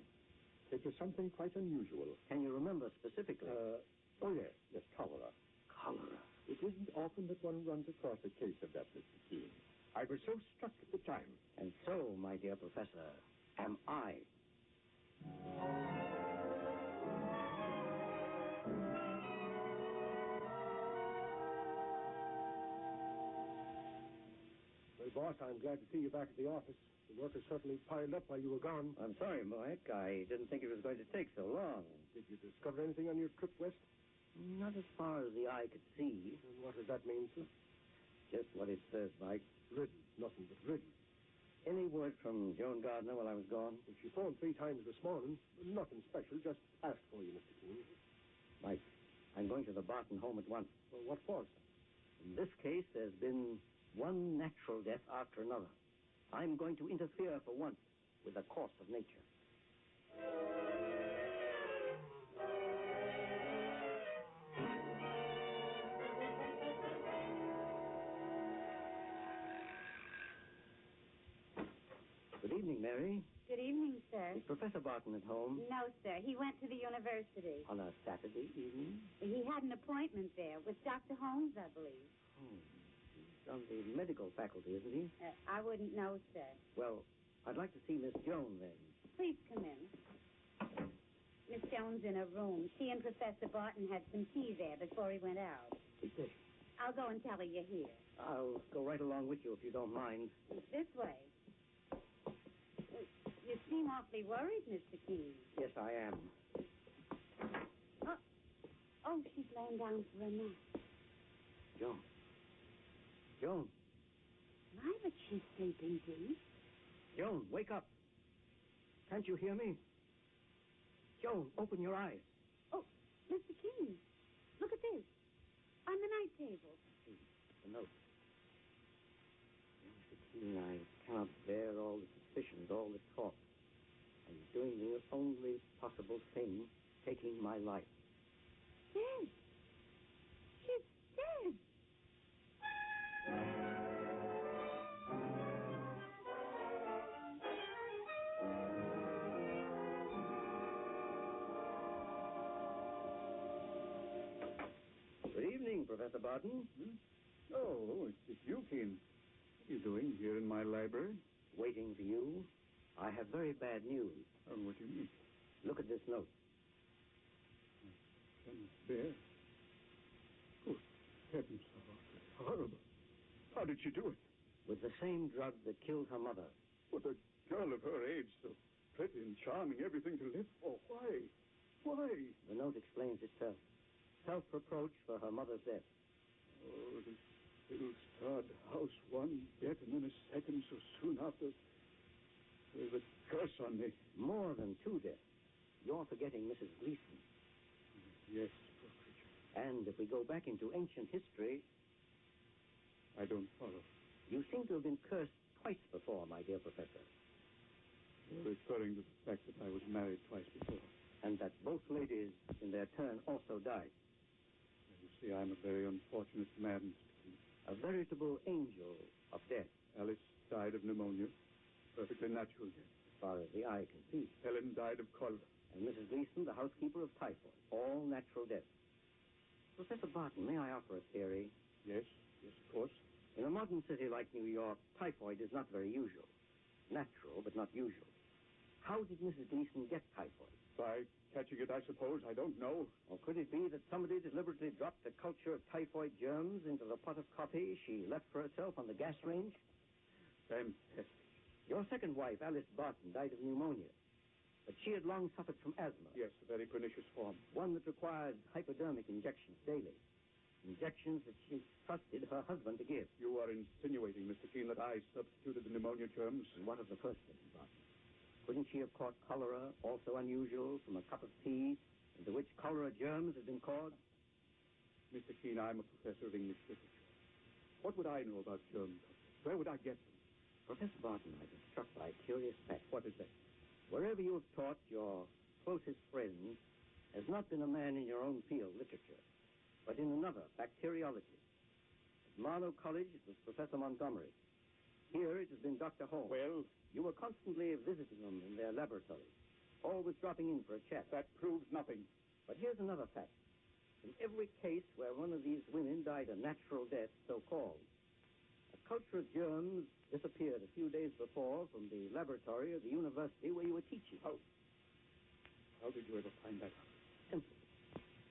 It was something quite unusual.
Can you remember specifically?
Uh, oh, yes, yes, cholera. Cholera? It isn't often that one runs across a case of that, Mr. Keene. I was so struck at the time.
And so, my dear Professor, am I.
Well, boss, I'm glad to see you back at the office. The work has certainly piled up while you were gone.
I'm sorry, Mike. I didn't think it was going to take so long.
Did you discover anything on your trip west?
Not as far as the eye could see.
And what does that mean, sir?
Just what it says, Mike.
Ridden. Nothing but ridden.
Any word from Joan Gardner while I was gone?
She phoned three times this morning. Nothing special. Just asked for you, Mr. Keene.
Mike, I'm going to the Barton home at once.
Well, what for, sir?
In this case, there's been one natural death after another. I'm going to interfere for once with the course of nature. Good evening, Mary.
Good evening, sir.
Is Professor Barton at
Hmm?
home
No, sir. He went to the university.
on a Saturday evening?
He had an appointment there with Dr. Holmes, I believe.
Hmm. He's on the medical faculty, isn't he?
Uh, I wouldn't know, sir.
Well, I'd like to see Miss Joan then.
Please come in. Miss Jones in her room. She and Professor Barton had some tea there before he went out.
Did they?
I'll go and tell her you're here.
I'll go right along with you if you don't mind.
This way. Uh, You seem awfully worried, Mr. Keene.
Yes, I am.
Oh, she's laying down for a nap.
Joan. Joan.
My, but she's sleeping deep.
Joan, wake up. Can't you hear me? Joan, open your eyes.
Mr. Keene, Oh, look at this. On the night table.
The note. Mr. Keene, I cannot bear all the suspicions, all the talk. I'm doing the only possible thing, taking my life.
Dead. She's dead.
Good evening, Professor Barton.
Hmm?
Oh, it's just you, Keene. What are you doing here in my library?
Waiting for you. I have very bad news.
Oh, what do you mean?
Look at this note.
There. Good heavens, how horrible. How did she do it?
With the same drug that killed her mother.
What a girl of her age, so pretty and charming, everything to live for. Why? Why?
The note explains itself. Self-reproach for her mother's death.
Oh, this ill-starred house, one dead and then a second so soon after. There's a curse on me.
More than two deaths. You're forgetting Mrs. Gleason.
Yes,
And if we go back into ancient history,
I don't follow.
you seem to have been cursed twice before, my dear Professor.
You're referring to the fact that I was married twice before.
And that both ladies, in their turn, also died.
You see, I'm a very unfortunate man.
A veritable angel of death,
Alice died of pneumonia. Perfectly natural death.
as far as the eye can see.
Helen died of cholera.
And Mrs. Gleason, the housekeeper of typhoid. All natural deaths. Professor Barton, may I offer a theory?
Yes, yes, of course.
In a modern city like New York, typhoid is not very usual. Natural, but not usual. How did Mrs. Gleason get typhoid?
By catching it, I suppose. I don't know.
Or could it be that somebody deliberately dropped a culture of typhoid germs into the pot of coffee she left for herself on the gas range?
Fantastic.
Your second wife, Alice Barton, died of pneumonia, but she had long suffered from asthma,
Yes, a very pernicious form.
one that required hypodermic injections daily, injections that she trusted her husband to give.
You are insinuating, Mr. Keene, that I substituted the pneumonia germs.
One of the first Mrs. Barton. Couldn't she have caught cholera, also unusual, from a cup of tea, into which cholera germs had been caught?
Mr. Keene, I'm a professor of English literature. What would I know about German culture? Where would I get them?
Professor Barton, I've been struck by a curious fact.
What is that? Wherever you have taught, your closest friend has not been a man in your own field, literature, but in another, bacteriology. At Marlow College, it was Professor Montgomery. Here, it has been Dr. Hall. Well? You were constantly visiting them in their laboratories, always dropping in for a chat. That proves nothing. But here's another fact. In every case where one of these women died a natural death, so-called, a culture of germs disappeared a few days before from the laboratory of the university where you were teaching. How, how did you ever find that out? Simple.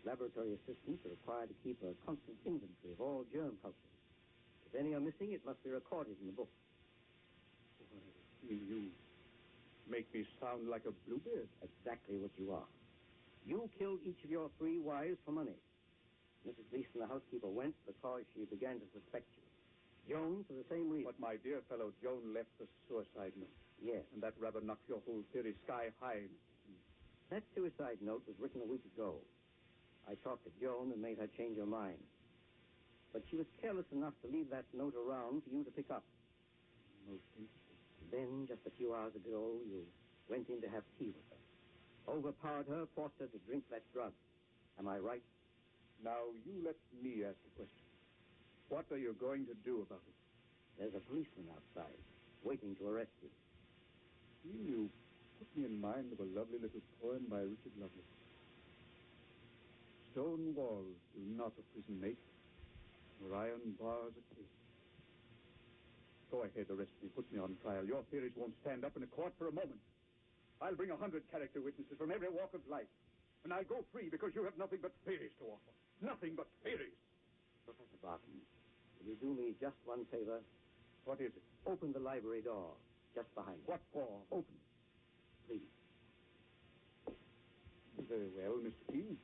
Laboratory assistants are required to keep a constant inventory of all germ cultures. If any are missing, it must be recorded in the book.
You, you make me sound like a bluebird.
Exactly what you are. You killed each of your three wives for money. Mrs. Gleason, the housekeeper, went because she began to suspect you. Joan, for the same reason.
But my dear fellow, Joan left the suicide note.
Yes.
And that rather knocked your whole theory sky high.
That suicide note was written a week ago. I talked to Joan and made her change her mind. But she was careless enough to leave that note around for you to pick up.
Most interesting.
Then, just a few hours ago, you went in to have tea with her. Overpowered her, forced her to drink that drug. Am I right?
Now, you let me ask the question. What are you going to do about it?
There's a policeman outside, waiting to arrest you.
You put me in mind of a lovely little poem by Richard Lovelace. Stone walls do not a prison make, nor iron bars a cage. Go ahead, arrest me, put me on trial. Your theories won't stand up in a court for a moment. I'll bring a hundred character witnesses from every walk of life, and I'll go free because you have nothing but theories to offer. Nothing but theories.
Professor Barton, will you do me just one favor?
What is it?
Open the library door, just behind me.
What for? Open.
Please.
Very well, Mr. Keene.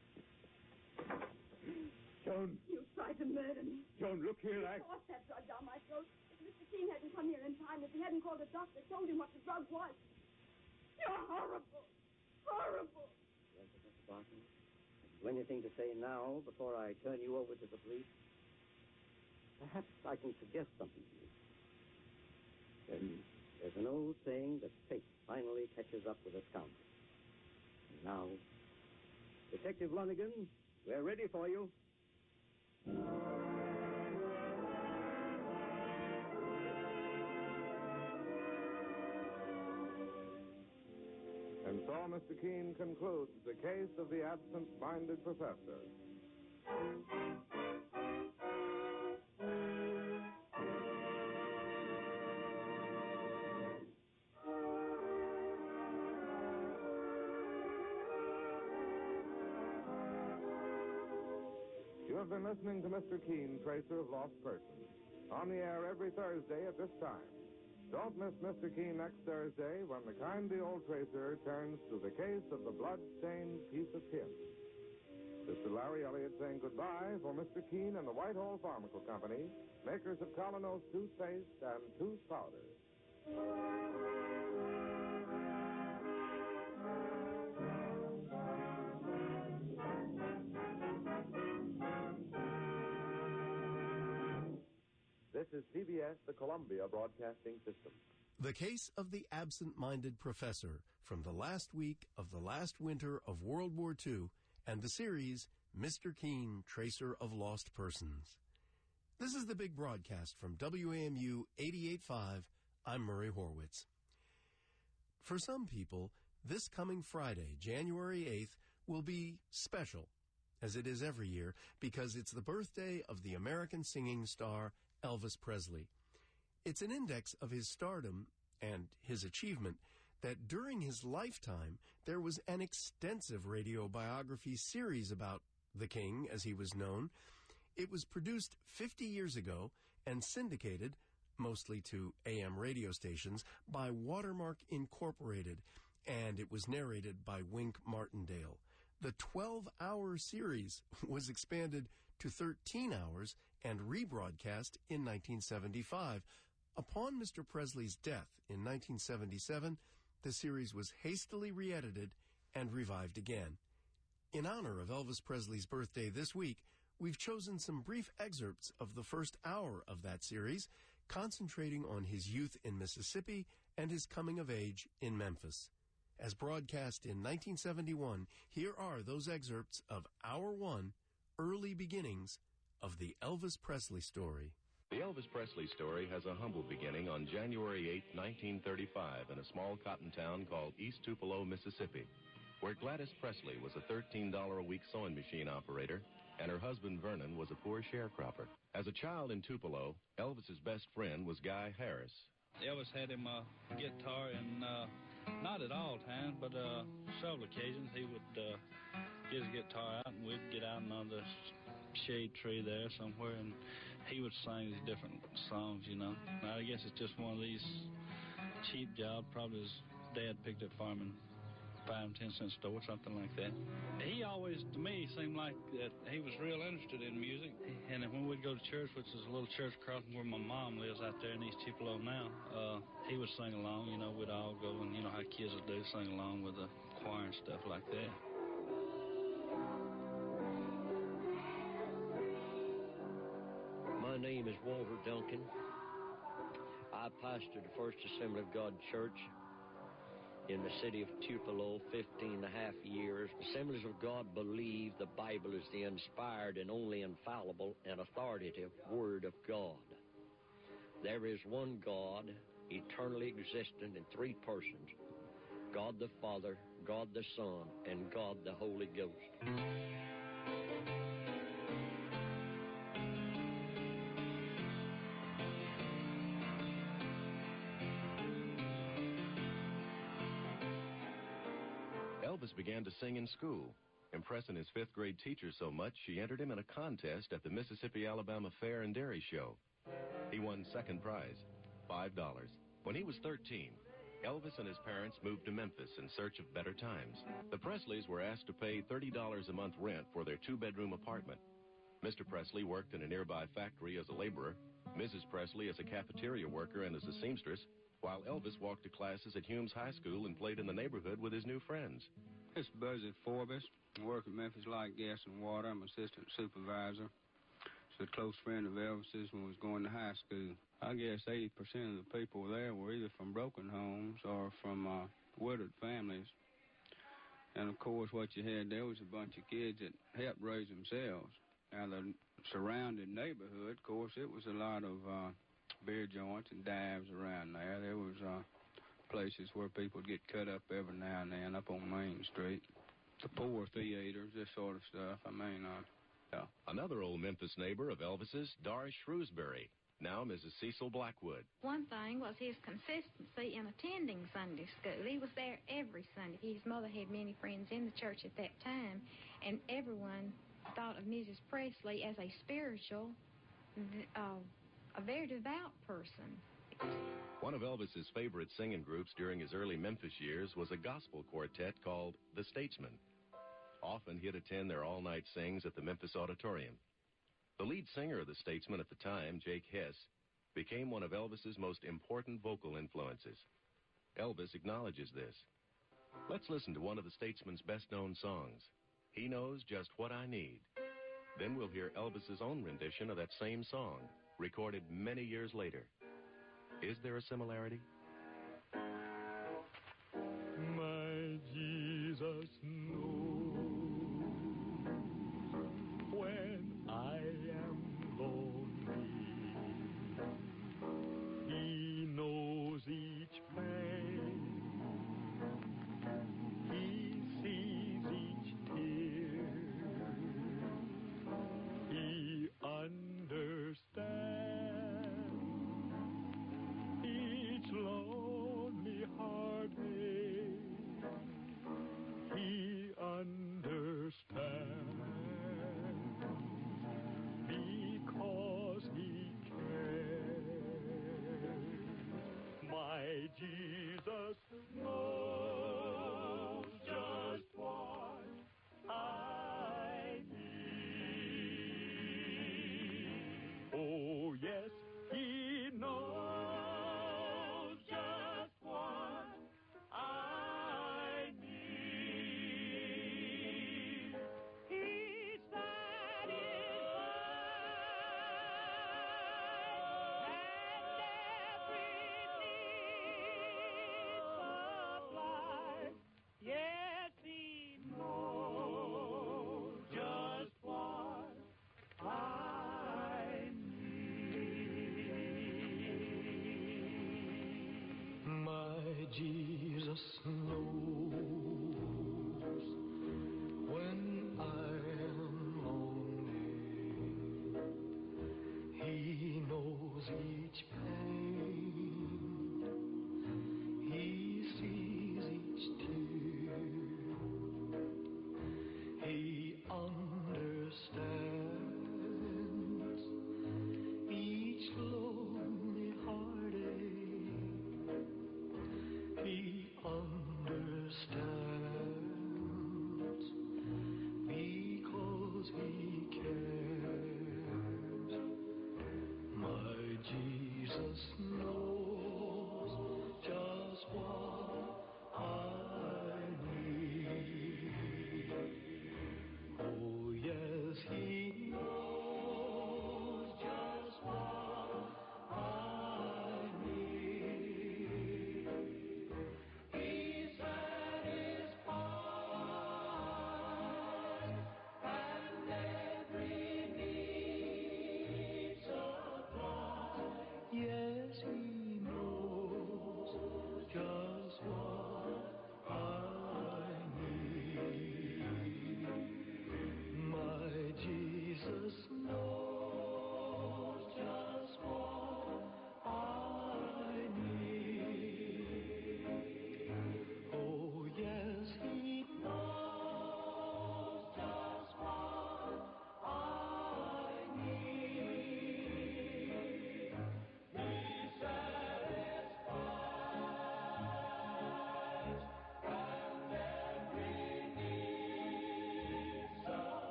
Joan,
You tried to murder me.
Joan, look here, I...
You forced that drug down my throat. If Mr. Keene hadn't come here in time, if he hadn't called a doctor, told him what the drug was. You're horrible. Horrible.
Well, Professor Barton, have you anything to say now before I turn you over to the police? Perhaps I can suggest something to you.
Then
There's an old saying that fate finally catches up with a scoundrel. And now, Detective Lonigan, we're ready for you.
And so Mr. Keene concludes the case of the absent minded professor. You have been listening to Mr. Keene, Tracer of Lost Persons, on the air every Thursday at this time. Don't miss Mr. Keene next Thursday when the kindly old tracer turns to the case of the blood-stained piece of tin. This is Larry Elliott saying goodbye for Mr. Keene and the Whitehall Pharmaceutical Company, makers of Colonel's toothpaste and tooth powder.
This is CBS, the Columbia Broadcasting System.
The Case of the Absent Minded Professor from the last week of the last winter of World War II and the series Mr. Keene, Tracer of Lost Persons. This is the big broadcast from WAMU 885. I'm Murray Horwitz. For some people, this coming Friday, January 8th, will be special, as it is every year, because it's the birthday of the American singing star Elvis Presley. It's an index of his stardom and his achievement that during his lifetime there was an extensive radio biography series about the King, as he was known. It was produced 50 years ago and syndicated, mostly to AM radio stations, by Watermark Incorporated, and it was narrated by Wink Martindale. The 12 hour series was expanded to 13 hours and rebroadcast in 1975. Upon Mr. Presley's death in 1977, the series was hastily re edited and revived again. In honor of Elvis Presley's birthday this week, we've chosen some brief excerpts of the first hour of that series, concentrating on his youth in Mississippi and his coming of age in Memphis. As broadcast in 1971, here are those excerpts of Hour One Early Beginnings of the Elvis Presley Story.
The Elvis Presley story has a humble beginning on January 8, 1935, in a small cotton town called East Tupelo, Mississippi, where Gladys Presley was a $13 a week sewing machine operator and her husband Vernon was a poor sharecropper. As a child in Tupelo, Elvis's best friend was Guy Harris.
Elvis had him a guitar, and uh, not at all times, but uh, several occasions he would uh, get his guitar out, and we'd get out another s- shade tree there somewhere, and he would sing these different songs, you know. And I guess it's just one of these cheap jobs. Probably his dad picked it for him and five and ten cent store, something like that. He always, to me, seemed like that he was real interested in music. And when we'd go to church, which is a little church across from where my mom lives out there in East Tupelo now, uh, he would sing along. You know, we'd all go and you know how kids would do, sing along with the choir and stuff like that.
My name is Walter Duncan. I pastor the First Assembly of God Church in the city of Tupelo 15 and a half years. Assemblies of God believe the Bible is the inspired and only infallible and authoritative Word of God. There is one God, eternally existent in three persons God the Father, God the Son, and God the Holy Ghost.
Elvis began to sing in school, impressing his fifth grade teacher so much she entered him in a contest at the Mississippi Alabama Fair and Dairy Show. He won second prize, $5. When he was 13, Elvis and his parents moved to Memphis in search of better times. The Presleys were asked to pay $30 a month rent for their two bedroom apartment. Mr. Presley worked in a nearby factory as a laborer, Mrs. Presley as a cafeteria worker and as a seamstress, while Elvis walked to classes at Humes High School and played in the neighborhood with his new friends.
It's Buzzy Forbes. I work at Memphis Light Gas and Water. I'm assistant supervisor. It's a close friend of Elvis's when we was going to high school. I guess 80% of the people there were either from broken homes or from uh, widowed families. And of course, what you had there was a bunch of kids that helped raise themselves. Now, the surrounding neighborhood, of course, it was a lot of uh, beer joints and dives around there. There was uh, places where people would get cut up every now and then up on Main Street. The poor theaters, this sort of stuff. I mean, uh,
Another old Memphis neighbor of Elvis's, Doris Shrewsbury, now Mrs. Cecil Blackwood.
One thing was his consistency in attending Sunday school. He was there every Sunday. His mother had many friends in the church at that time, and everyone thought of Mrs. Presley as a spiritual, th- uh, a very devout person.
One of Elvis's favorite singing groups during his early Memphis years was a gospel quartet called The Statesmen. Often he'd attend their all night sings at the Memphis Auditorium. The lead singer of The Statesmen at the time, Jake Hess, became one of Elvis's most important vocal influences. Elvis acknowledges this. Let's listen to one of The Statesman's best known songs, He Knows Just What I Need. Then we'll hear Elvis's own rendition of that same song, recorded many years later. Is there a similarity?
My Jesus knows when I am lonely. He knows each pain. He sees each tear. He understands each lonely heartache. He understands because he cares. My Jesus knows just what I need. Oh, yes, he knows just what I need. He's satisfied.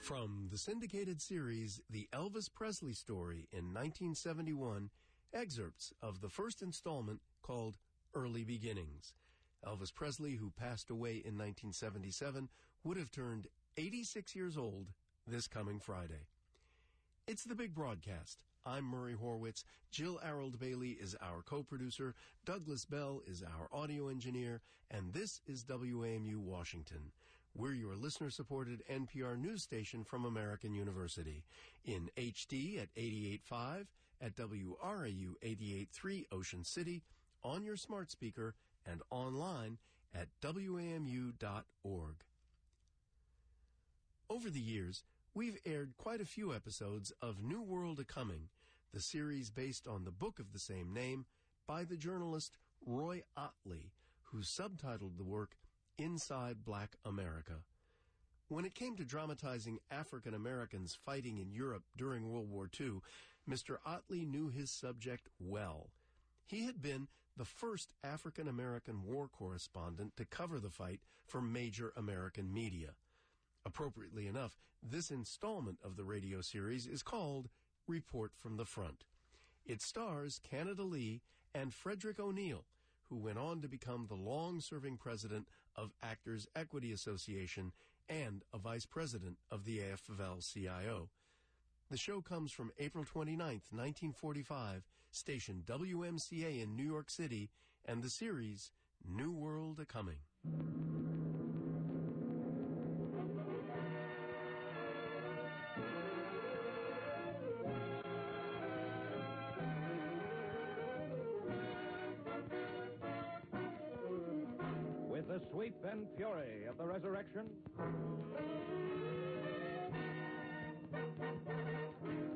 From the syndicated series The Elvis Presley Story in 1971, excerpts of the first installment called Early Beginnings. Elvis Presley, who passed away in 1977, would have turned 86 years old this coming Friday. It's the big broadcast. I'm Murray Horwitz. Jill Arold Bailey is our co producer. Douglas Bell is our audio engineer. And this is WAMU Washington. We're your listener supported NPR news station from American University. In HD at 88.5, at WRAU 88.3 Ocean City, on your smart speaker, and online at WAMU.org. Over the years, we've aired quite a few episodes of New World A Coming, the series based on the book of the same name by the journalist Roy Otley, who subtitled the work Inside Black America. When it came to dramatizing African Americans fighting in Europe during World War II, Mr. Otley knew his subject well. He had been the first African American war correspondent to cover the fight for major American media. Appropriately enough, this installment of the radio series is called Report from the Front. It stars Canada Lee and Frederick O'Neill, who went on to become the long serving president of Actors Equity Association and a vice president of the AFL CIO. The show comes from April 29, 1945, station WMCA in New York City, and the series New World A Coming.
With the sweep and fury of the resurrection,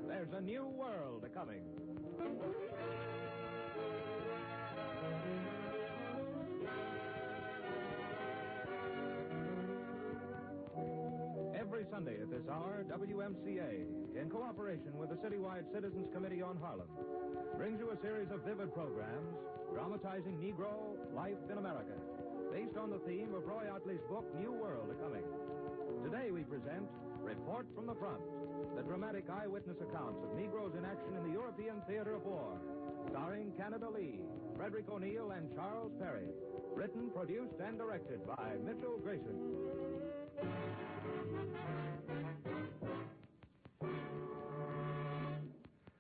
there's a new world a coming. Every Sunday at this hour, WMCA, in cooperation with the Citywide Citizens Committee on Harlem, brings you a series of vivid programs dramatizing Negro life in America, based on the theme of Roy Otley's book, New World A Coming. Today we present Report from the Front, the dramatic eyewitness accounts of Negroes in action in the European theater of war, starring Canada Lee, Frederick O'Neill, and Charles Perry. Written, produced, and directed by Mitchell Grayson.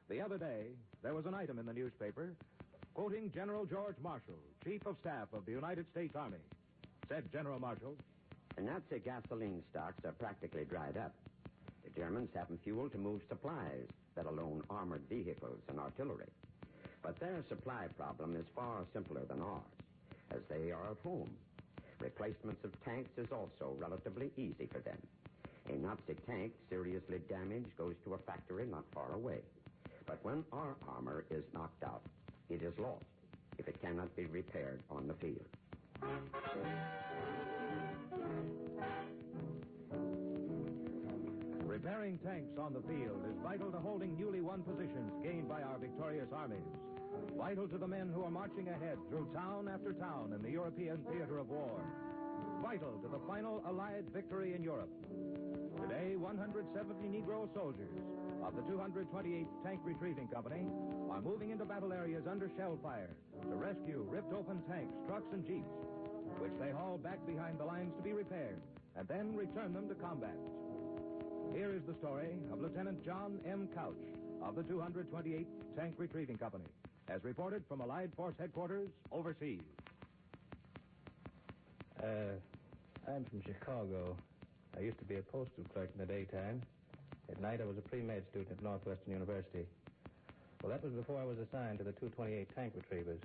The other day, there was an item in the newspaper quoting General George Marshall, Chief of Staff of the United States Army. Said General Marshall,
The Nazi gasoline stocks are practically dried up. The Germans haven't fuel to move supplies, let alone armored vehicles and artillery. But their supply problem is far simpler than ours, as they are at home. Replacements of tanks is also relatively easy for them. A Nazi tank seriously damaged goes to a factory not far away. But when our armor is knocked out, it is lost if it cannot be repaired on the field.
Repairing tanks on the field is vital to holding newly won positions gained by our victorious armies. Vital to the men who are marching ahead through town after town in the European theater of war. Vital to the final Allied victory in Europe. Today, 170 Negro soldiers of the 228th Tank Retrieving Company are moving into battle areas under shell fire to rescue ripped open tanks, trucks, and jeeps, which they haul back behind the lines to be repaired and then return them to combat. Here is the story of Lieutenant John M. Couch of the 228th Tank Retrieving Company, as reported from Allied Force Headquarters overseas.
Uh, I'm from Chicago. I used to be a postal clerk in the daytime. At night, I was a pre-med student at Northwestern University. Well, that was before I was assigned to the 228 Tank Retrievers.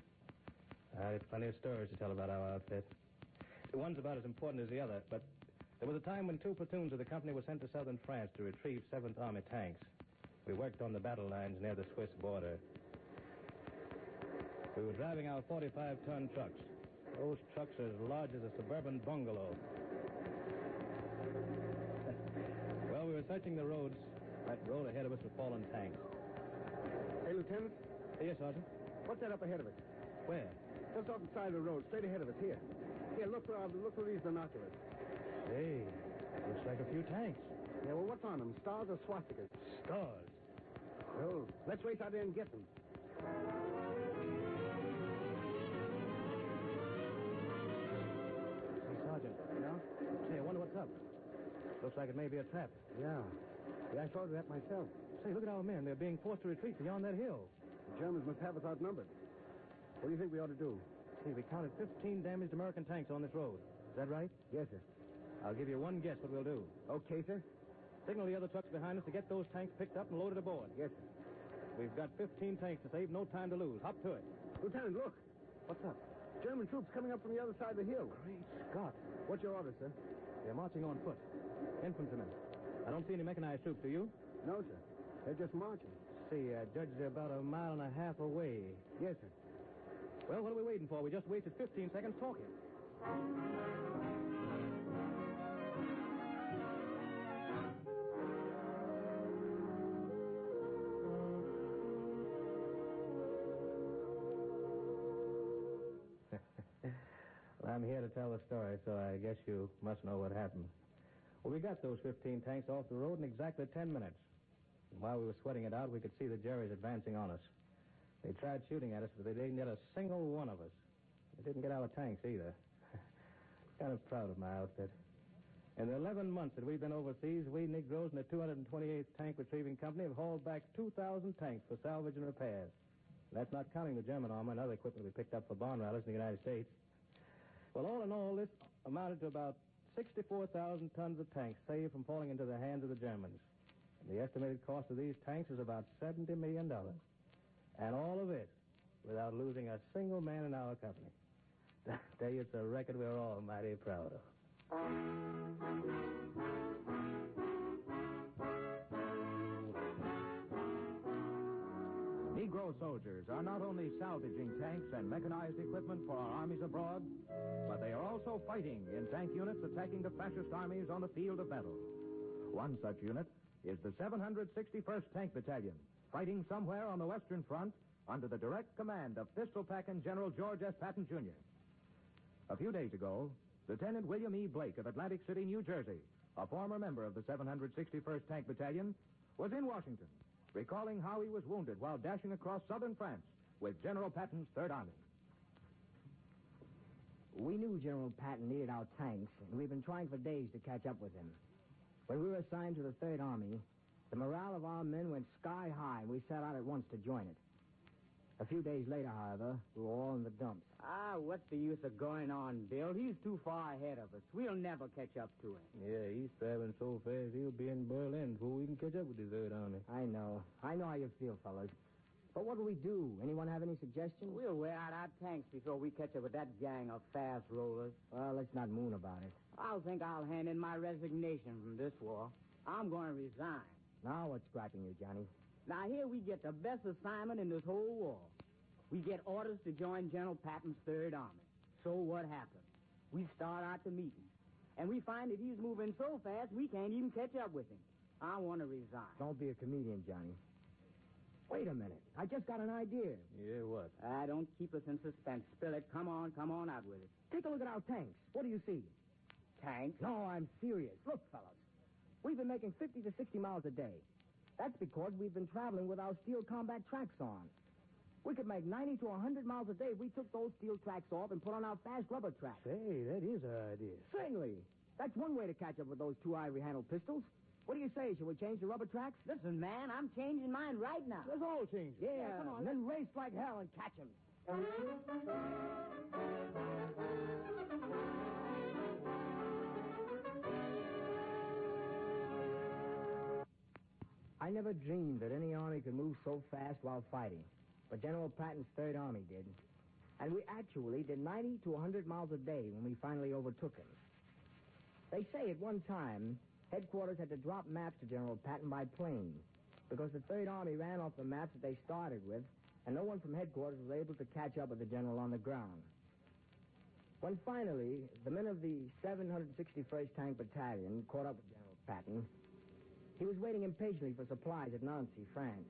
I had plenty of stories to tell about our outfit. The one's about as important as the other, but there was a time when two platoons of the company were sent to southern France to retrieve 7th Army tanks. We worked on the battle lines near the Swiss border. We were driving our 45-ton trucks. Those trucks are as large as a suburban bungalow. (laughs) Well, we were searching the roads. That road ahead of us was fallen tanks.
Hey, Lieutenant?
Yes, Sergeant?
What's that up ahead of us?
Where?
Just off the side of the road, straight ahead of us, here. Here, look, uh, look through these binoculars.
Hey, looks like a few tanks.
Yeah, well, what's on them? Stars or swastikas? Stars. Well, let's race out there and get them.
Hey, Sergeant. Yeah? Say, I wonder what's up. Looks like it may be a trap.
Yeah. Yeah, I thought of that myself.
Say, look at our men. They're being forced to retreat beyond that hill.
The Germans must have us outnumbered. What do you think we ought to do?
See, we counted 15 damaged American tanks on this road. Is that right?
Yes, sir.
I'll give you one guess what we'll do.
Okay, sir.
Signal the other trucks behind us to get those tanks picked up and loaded aboard.
Yes,
sir. We've got 15 tanks to save. No time to lose. Hop to it.
Lieutenant, look. What's up? German troops coming up from the other side of the hill.
Great Scott.
What's your order, sir?
They're marching on foot. Infantrymen. I don't see any mechanized troops, do you?
No, sir. They're just marching.
See, I judge they're about a mile and a half away.
Yes, sir.
Well, what are we waiting for? We just wasted 15 seconds talking. Well, I'm here to tell the story, so I guess you must know what happened. Well, we got those 15 tanks off the road in exactly 10 minutes. And while we were sweating it out, we could see the Jerry's advancing on us. They tried shooting at us, but they didn't get a single one of us. They didn't get our tanks either. (laughs) kind of proud of my outfit. In the 11 months that we've been overseas, we Negroes in the 228th Tank Retrieving Company have hauled back 2,000 tanks for salvage and repairs. And that's not counting the German armor and other equipment we picked up for barn rallies in the United States. Well, all in all, this amounted to about 64,000 tons of tanks saved from falling into the hands of the Germans. And the estimated cost of these tanks is about $70 million. And all of it without losing a single man in our company. (laughs) I tell you, it's a record we're all mighty proud of.
Negro soldiers are not only salvaging tanks and mechanized equipment for our armies abroad, but they are also fighting in tank units attacking the fascist armies on the field of battle. One such unit is the 761st Tank Battalion, fighting somewhere on the Western Front under the direct command of pistol packing General George S. Patton, Jr. A few days ago, Lieutenant William E. Blake of Atlantic City, New Jersey, a former member of the 761st Tank Battalion, was in Washington recalling how he was wounded while dashing across southern France with General Patton's Third Army.
We knew General Patton needed our tanks, and we've been trying for days to catch up with him. When we were assigned to the Third Army, the morale of our men went sky high, and we set out at once to join it. A few days later, however, we were all in the dumps.
Ah, what's the use of going on, Bill? He's too far ahead of us. We'll never catch up to him.
Yeah, he's traveling so fast, he'll be in Berlin before we can catch up with the Third Army.
I know. I know how you feel, fellas. But what do we do? Anyone have any suggestions?
We'll wear out our tanks before we catch up with that gang of fast rollers.
Well, let's not moon about it.
I'll think I'll hand in my resignation from this war. I'm going to resign.
Now what's griping you, Johnny?
Now, here we get the best assignment in this whole war. We get orders to join General Patton's Third Army. So what happens? We start out the meeting, and we find that he's moving so fast we can't even catch up with him. I want to resign.
Don't be a comedian, Johnny. Wait a minute. I just got an idea.
Yeah, what?
Ah, don't keep us in suspense. Spill it. Come on, come on out with it.
Take a look at our tanks. What do you see?
Tanks?
No, I'm serious. Look, fellas. We've been making 50 to 60 miles a day. That's because we've been traveling with our steel combat tracks on. We could make 90 to 100 miles a day if we took those steel tracks off and put on our fast rubber tracks.
Say, that is our idea.
Certainly. That's one way to catch up with those two ivory-handled pistols. What do you say? Shall we change the rubber tracks?
Listen, man, I'm changing mine right now.
Let's all change it.
Yeah, come on.
Then race like hell and catch him.
I never dreamed that any army could move so fast while fighting, but General Patton's Third Army did. And we actually did 90 to 100 miles a day when we finally overtook him. They say at one time, headquarters had to drop maps to General Patton by plane because the Third Army ran off the maps that they started with, and no one from headquarters was able to catch up with the general on the ground. When finally, the men of the 761st Tank Battalion caught up with General Patton, he was waiting impatiently for supplies at Nancy, France.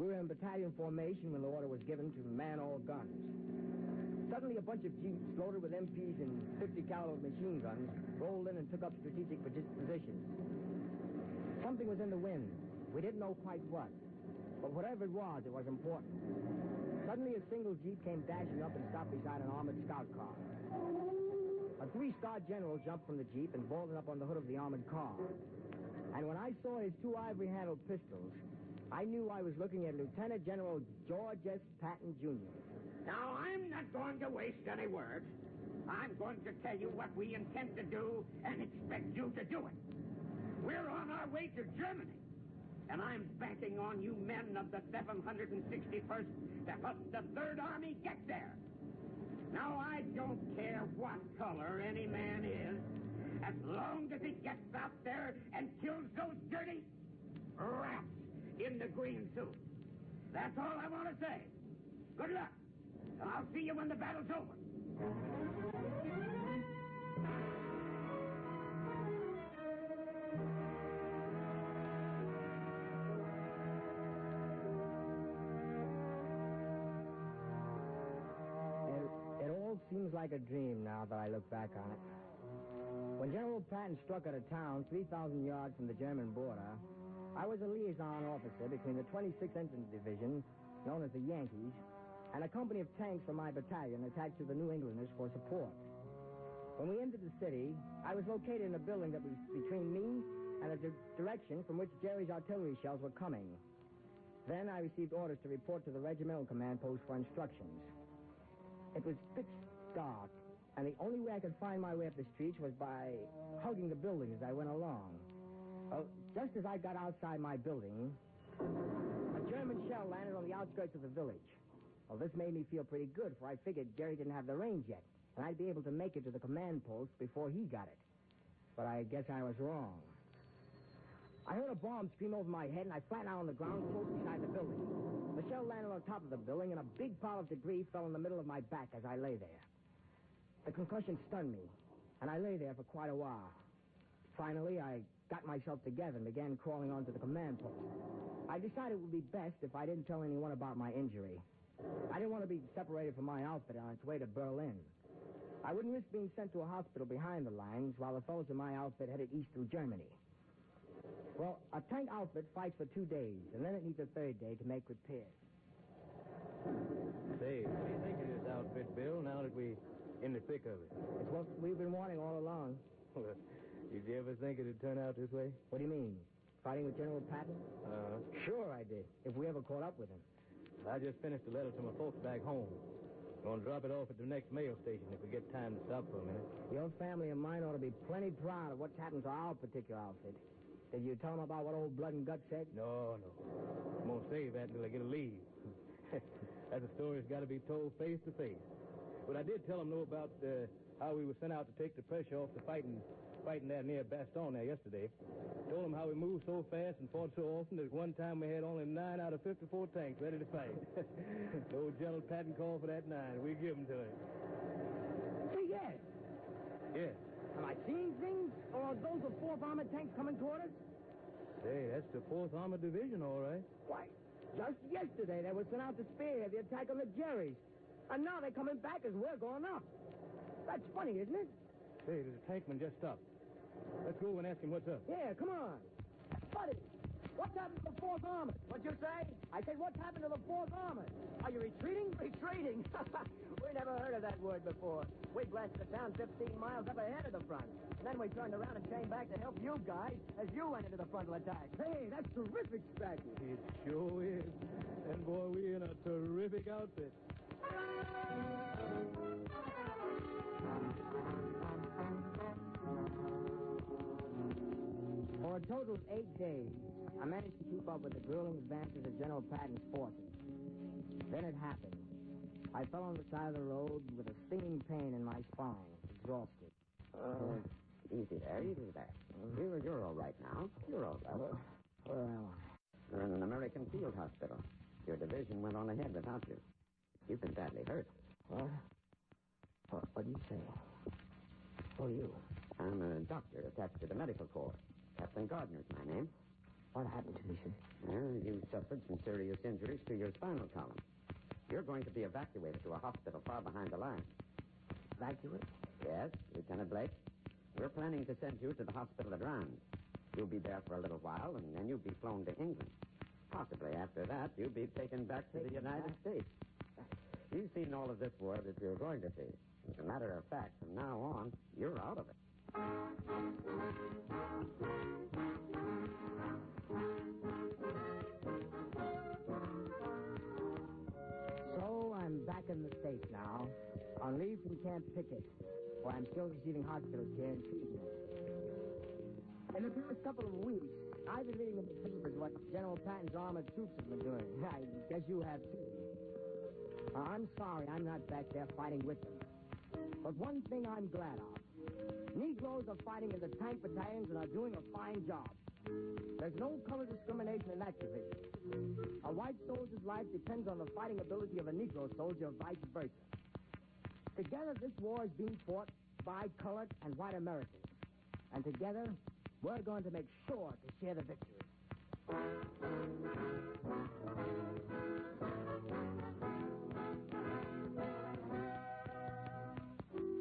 We were in battalion formation when the order was given to man all guns. Suddenly, a bunch of jeeps loaded with MPs and 50 caliber machine guns rolled in and took up strategic posi- positions. Something was in the wind. We didn't know quite what. But whatever it was, it was important. Suddenly, a single jeep came dashing up and stopped beside an armored scout car. A three-star general jumped from the jeep and vaulted up on the hood of the armored car. And when I saw his two ivory-handled pistols, I knew I was looking at Lieutenant General George S. Patton, Jr.
Now, I'm not going to waste any words. I'm going to tell you what we intend to do and expect you to do it. We're on our way to Germany. And I'm banking on you men of the 761st to help the Third Army get there. Now, I don't care what color any man is, as long as he gets out there and kills those dirty rats in the green suit. That's all I want to say. Good luck, and I'll see you when the battle's over.
It, it all seems like a dream now that I look back on it. When General Patton struck at a town 3,000 yards from the German border, I was a liaison officer between the 26th Infantry Division, known as the Yankees, and a company of tanks from my battalion attached to the New Englanders for support. When we entered the city, I was located in a building that was between me and the di- direction from which Jerry's artillery shells were coming. Then I received orders to report to the regimental command post for instructions. It was pitch dark, and the only way I could find my way up the streets was by hugging the building as I went along. Well, just as I got outside my building, a German shell landed on the outskirts of the village. Well, this made me feel pretty good, for I figured Gary didn't have the range yet, and I'd be able to make it to the command post before he got it. But I guess I was wrong. I heard a bomb scream over my head, and I flattened out on the ground close beside the building. The shell landed on top of the building, and a big pile of debris fell in the middle of my back as I lay there. The concussion stunned me, and I lay there for quite a while. Finally, I got myself together and began crawling onto the command post. I decided it would be best if I didn't tell anyone about my injury. I didn't want to be separated from my outfit on its way to Berlin. I wouldn't risk being sent to a hospital behind the lines while the fellows in my outfit headed east through Germany. Well, a tank outfit fights for two days, and then it needs a third day to make repairs.
Say, what do you think of this outfit, Bill, now that we in the thick (laughs) of it?
It's what we've been wanting all along.
Uh-huh. Did you ever think it'd turn out this way?
What do you mean? Fighting with General Patton?
Uh,
Sure I did, if we ever caught up with him.
I just finished a letter to my folks back home. Gonna drop it off at the next mail station if we get time to stop for a minute.
Your family and mine ought to be plenty proud of what's happened to our particular outfit. Did you tell them about what old Blood and Guts said?
No, no. I'm gonna save that until I get a lead. (laughs) That's a story's got to be told face to face. But I did tell them though about uh, how we were sent out to take the pressure off the fighting, fighting there near Bastogne there yesterday. Told them how we moved so fast and fought so often that at one time we had only nine out of 54 tanks ready to fight. (laughs) old General Patton called for that nine. We give 'em to him.
Say yes.
Yeah.
Am I seeing things, or are those the fourth armored tanks coming toward us?
Say, that's the Fourth Armored Division, all right.
Why, just yesterday they were sent out to spearhead the attack on the Jerry's, and now they're coming back as we're going up. That's funny, isn't it?
Say, there's a tankman just stopped. Let's go and ask him what's up.
Yeah, come on. Buddy, what's happened to the Fourth Armored? What'd you say? I said, what's happened to the Fourth Armored? Are you retreating? (laughs) Retreating? we never heard of that word before. We blasted the town 15 miles up ahead of the front. And then we turned around and came back to help you guys as you went into the frontal attack. Hey, that's terrific, Spacky.
It sure is. And boy, we in a terrific outfit.
For a total of eight days, I managed to keep up with the grueling advances of General Patton's forces. Then it happened. I fell on the side of the road with a stinging pain in my spine, exhausted.
Uh, easy there, easy there. You're, you're all right now. You're all right.
Where am
You're in an American field hospital. Your division went on ahead without you. You've been badly hurt.
What? What, what do you say? Who are you?
I'm a doctor attached to the medical corps. Captain Gardner's my name.
What happened to me, sir?
Well, you suffered some serious injuries to your spinal column. You're going to be evacuated to a hospital far behind the lines.
Evacuate?
Yes, Lieutenant Blake. We're planning to send you to the hospital at Rand.
You'll be there for a little while, and then you'll be flown to England. Possibly after that, you'll be taken back to the United States. You've seen all of this war that you're going to see. As a matter of fact, from now on, you're out of it.
So I'm back in the States now, on leave from Camp Pickett, where I'm still receiving hospital care and treatment. In the past couple of weeks, I've been reading in the papers what General Patton's armored troops have been doing. (laughs) I guess you have too. Uh, I'm sorry I'm not back there fighting with them. But one thing I'm glad of. Negroes are fighting in the tank battalions and are doing a fine job. There's no color discrimination in that division. A white soldier's life depends on the fighting ability of a Negro soldier, vice versa. Together, this war is being fought by colored and white Americans. And together, we're going to make sure to share the victory.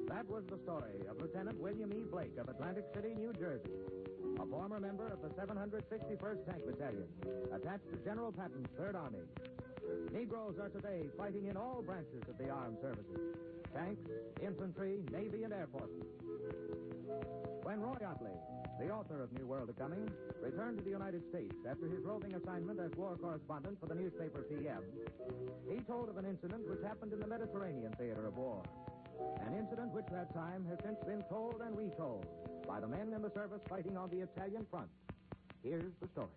That was the story of Lieutenant William E. Blake of Atlantic City, New Jersey, a former member of the 761st Tank Battalion, attached to General Patton's Third Army. Negroes are today fighting in all branches of the armed services tanks, infantry, navy, and air forces. When Roy Otley, the author of New World of Coming, returned to the United States after his roving assignment as war correspondent for the newspaper PM, he told of an incident which happened in the Mediterranean theater of war. An incident which that time has since been told and retold by the men in the service fighting on the Italian front. Here's the story.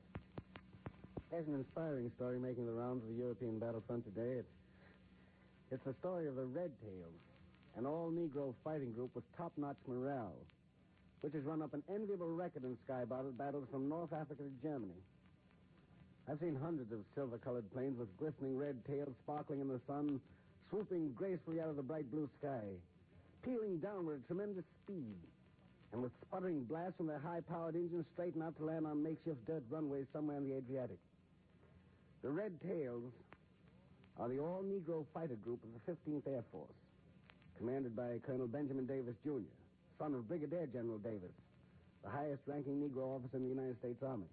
There's an inspiring story making the rounds of the European battlefront today. It's, it's the story of the Red Tails, an all Negro fighting group with top notch morale, which has run up an enviable record in sky battle battles from North Africa to Germany. I've seen hundreds of silver colored planes with glistening red tails sparkling in the sun, swooping gracefully out of the bright blue sky, peeling downward at tremendous speed, and with sputtering blasts from their high powered engines straighten out to land on makeshift dirt runways somewhere in the Adriatic. The Red Tails are the all Negro fighter group of the 15th Air Force, commanded by Colonel Benjamin Davis, Jr., son of Brigadier General Davis, the highest ranking Negro officer in the United States Army.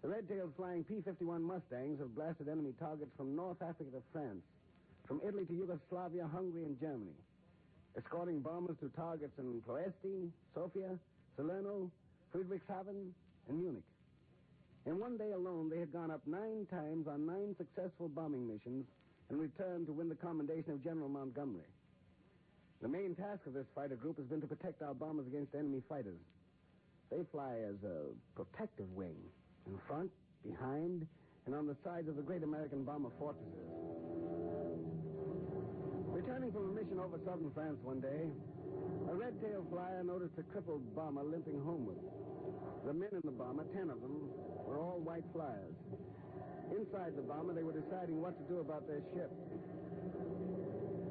The Red Tails flying P 51 Mustangs have blasted enemy targets from North Africa to France, from Italy to Yugoslavia, Hungary, and Germany, escorting bombers to targets in Ploesti, Sofia, Salerno, Friedrichshafen, and Munich. In one day alone, they had gone up nine times on nine successful bombing missions and returned to win the commendation of General Montgomery. The main task of this fighter group has been to protect our bombers against enemy fighters. They fly as a protective wing in front, behind, and on the sides of the great American bomber fortresses. Returning from a mission over southern France one day, a red tailed flyer noticed a crippled bomber limping homeward. The men in the bomber, ten of them, were all white flyers. Inside the bomber, they were deciding what to do about their ship.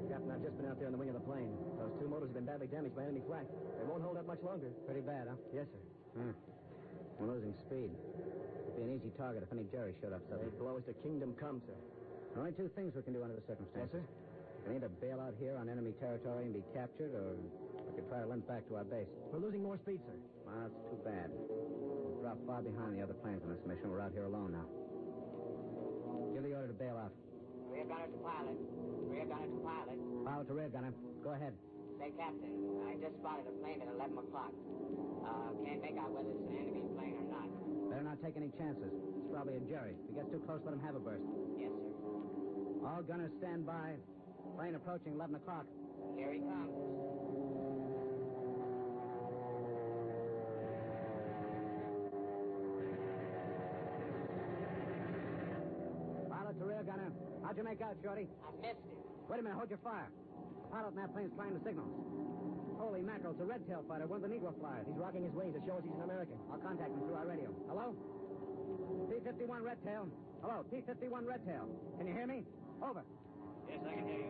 Captain, I've just been out there on the wing of the plane. Those two motors have been badly damaged by enemy flak. They won't hold up much longer. Pretty bad, huh? Yes, sir. Hmm. We're losing speed. It'd be an e- easy target if any jury showed up suddenly. They blow us to kingdom come, sir. Only two things we can do under the circumstances. Yes, sir. We can either bail out here on enemy territory and be captured, or we could try to limp back to our base. We're losing more speed, sir. Well, that's too bad. We've dropped far behind the other planes on this mission. We're out here alone now. Give the order to bail out.
Rear gunner to pilot. Rear gunner to pilot.
Power to rear gunner. Go ahead.
Say, Captain, I just spotted a plane at 11 o'clock. Uh, can't make out whether it's an enemy plane or not.
Better not take any chances. It's probably a jury. If he gets too close, let him have a burst.
Yes, sir.
All gunners stand by. Plane approaching 11 o'clock.
Here he comes.
Pilot to rear gunner. How'd you make out, Shorty?
I missed him.
Wait a minute. Hold your fire. The pilot in that plane's flying the signals. Holy mackerel, it's a red tail fighter, one of the Negro flyers. He's rocking his wings. It shows he's an American. I'll contact him through our radio. Hello? P 51 Red Tail. Hello, P 51 Red Tail. Can you hear me? Over.
Yes, I can hear you.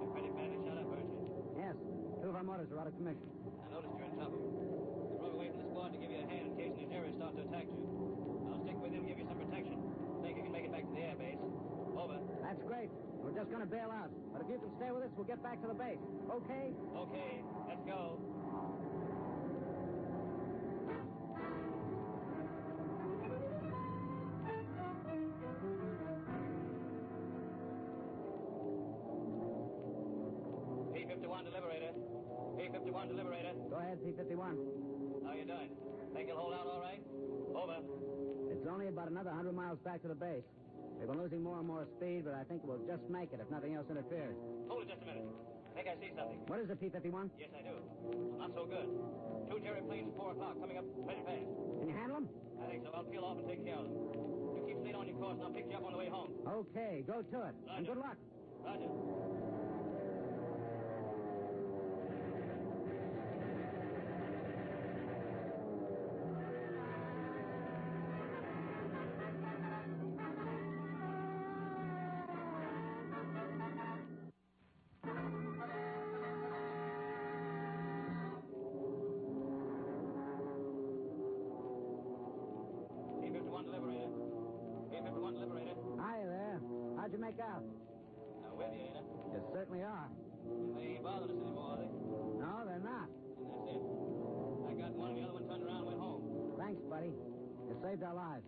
You're pretty badly shot up, aren't you?
Yes. Two of our motors are out of commission.
I noticed you're in trouble. You rode away from the squad to give you a hand in case the terrorists start to attack you. I'll stick with him, give you some protection. Think you can make it back to the airbase. Over.
That's great. We're just going to bail out. But if you can stay with us, we'll get back to the base. Okay?
Okay, let's go.
51 to Liberator. P-51 to Liberator.
Go ahead, P-51.
How you doing? Think you'll hold out all right? Over.
It's only about another 100 miles back to the base. We've been losing more and more speed, but I think we'll just make it if nothing else interferes.
Hold it just a minute. Think I see something.
What is it, P-51?
Yes, I do. Not so good. Two Terry planes at 4 o'clock coming up pretty fast.
Can you handle them?
I think so. I'll peel off and take care of them. You keep straight on your course and I'll pick you up on the way home.
Okay, go to it. And good luck.
Roger. P-51 to Liberator. P-51 to Liberator.
Hi there. How'd you make out?
Now, with you, ain't it?
You certainly are.
They ain't bothering us anymore, are they?
No, they're not.
And that's it. I got one and the other one turned around and went home.
Thanks, buddy. You saved our lives.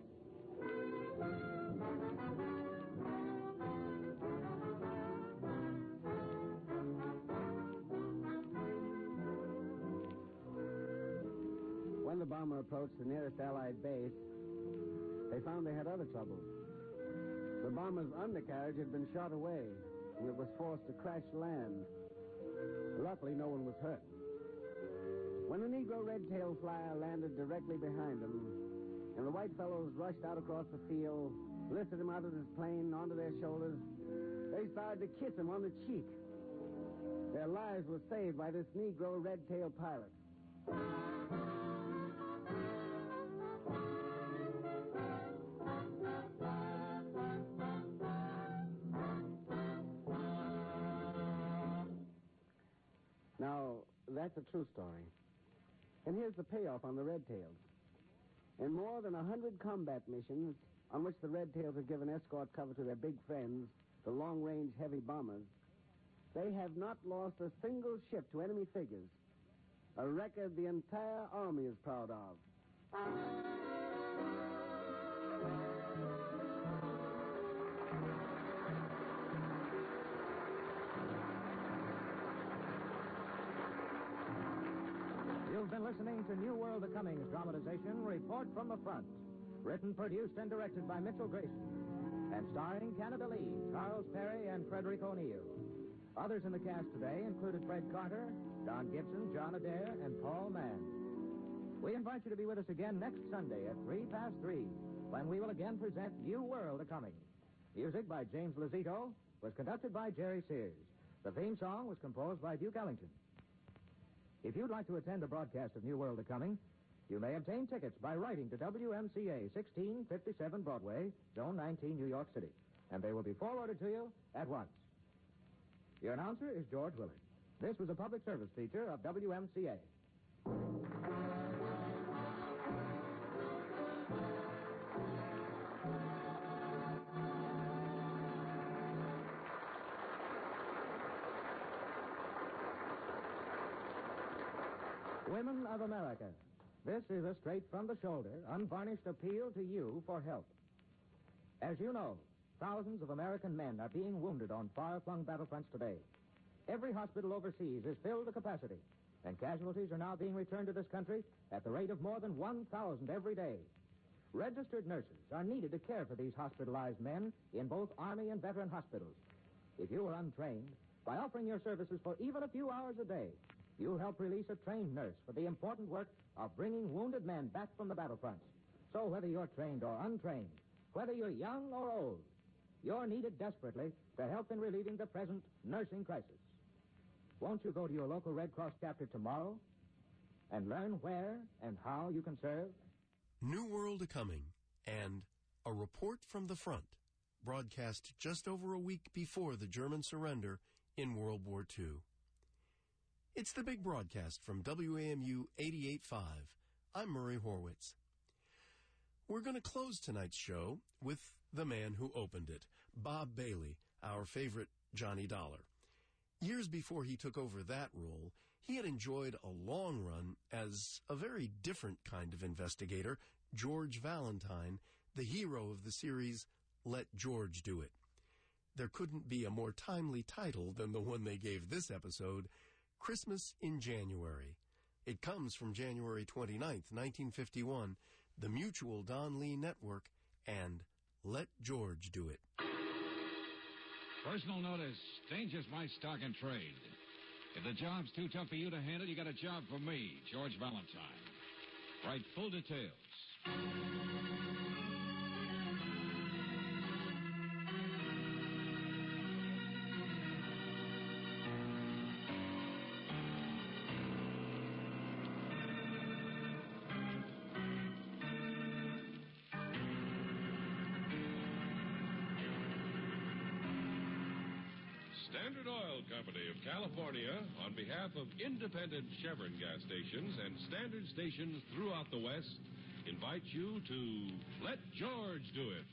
When the bomber approached the nearest Allied base, they found they had other trouble. The bomber's undercarriage had been shot away, and it was forced to crash land. Luckily, no one was hurt. When the Negro red-tailed flyer landed directly behind them, and the white fellows rushed out across the field, lifted him out of his plane onto their shoulders, they started to kiss him on the cheek. Their lives were saved by this Negro red-tailed pilot. Now, that's a true story. And here's the payoff on the Red Tails. In more than a hundred combat missions on which the Red Tails have given escort cover to their big friends, the long-range heavy bombers, they have not lost a single ship to enemy figures, a record the entire army is proud of.
You've been listening to New World of Cummings dramatization Report from the Front, written, produced, and directed by Mitchell Grayson, and starring Canada Lee, Charles Perry, and Frederick O'Neill. Others in the cast today included Fred Carter, Don Gibson, John Adair, and Paul Mann. We invite you to be with us again next Sunday at 3 past 3, when we will again present New World of Cummings. Music by James Lazito was conducted by Jerry Sears. The theme song was composed by Duke Ellington. If you'd like to attend a broadcast of New World of Coming, you may obtain tickets by writing to WMCA 1657 Broadway, Zone 19, New York City, and they will be forwarded to you at once. Your announcer is George Willard. This was a public service feature of WMCA. Women of America, this is a straight from the shoulder, unvarnished appeal to you for help. As you know, thousands of American men are being wounded on far flung battlefronts today. Every hospital overseas is filled to capacity, and casualties are now being returned to this country at the rate of more than 1,000 every day. Registered nurses are needed to care for these hospitalized men in both Army and veteran hospitals. If you are untrained, by offering your services for even a few hours a day, You'll help release a trained nurse for the important work of bringing wounded men back from the battlefronts. So whether you're trained or untrained, whether you're young or old, you're needed desperately to help in relieving the present nursing crisis. Won't you go to your local Red Cross chapter tomorrow and learn where and how you can serve?
New World a Coming and A Report from the Front, broadcast just over a week before the German surrender in World War II. It's the big broadcast from WAMU 88.5. I'm Murray Horwitz. We're going to close tonight's show with the man who opened it, Bob Bailey, our favorite Johnny Dollar. Years before he took over that role, he had enjoyed a long run as a very different kind of investigator, George Valentine, the hero of the series Let George Do It. There couldn't be a more timely title than the one they gave this episode Christmas in January. It comes from January 29th, 1951, the Mutual Don Lee Network, and Let George Do It.
Personal notice. Danger's my stock and trade. If the job's too tough for you to handle, you got a job for me, George Valentine. Write full details.
Standard Oil Company of California, on behalf of independent Chevron gas stations and standard stations throughout the West, invite you to let George do it.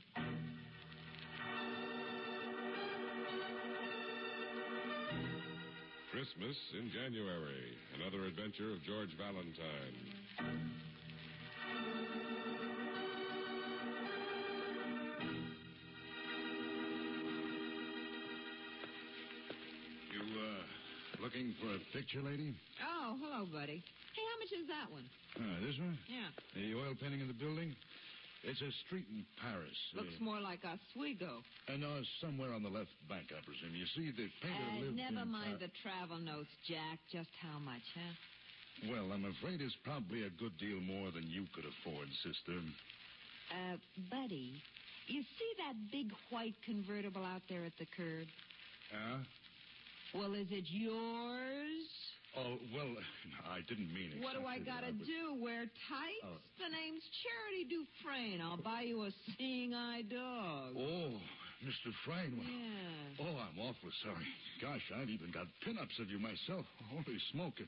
Christmas in January, another adventure of George Valentine.
You, uh, looking for a picture, lady?
Oh, hello, buddy. Hey, how much is that one?
Uh, this one?
Yeah.
The oil painting of the building? It's a street in Paris.
Looks
Uh,
more like Oswego.
Uh, no, it's somewhere on the left bank, I presume. You see, the painter
Uh,
lived
never
in,
mind
uh,
the travel notes, Jack. Just how much, huh?
Well, I'm afraid it's probably a good deal more than you could afford, sister.
Uh, buddy, you see that big white convertible out there at the curb?
Huh?
Well, is it yours?
Oh, well, (laughs) I didn't mean it.
What do I gotta do? Wear tights?
Oh.
The name's Charity Dufresne. I'll buy you a seeing eye dog.
Oh, Mr. Frayne. well,
Yeah.
Oh, I'm awfully sorry. Gosh, I've even got pinups of you myself. Holy smoke.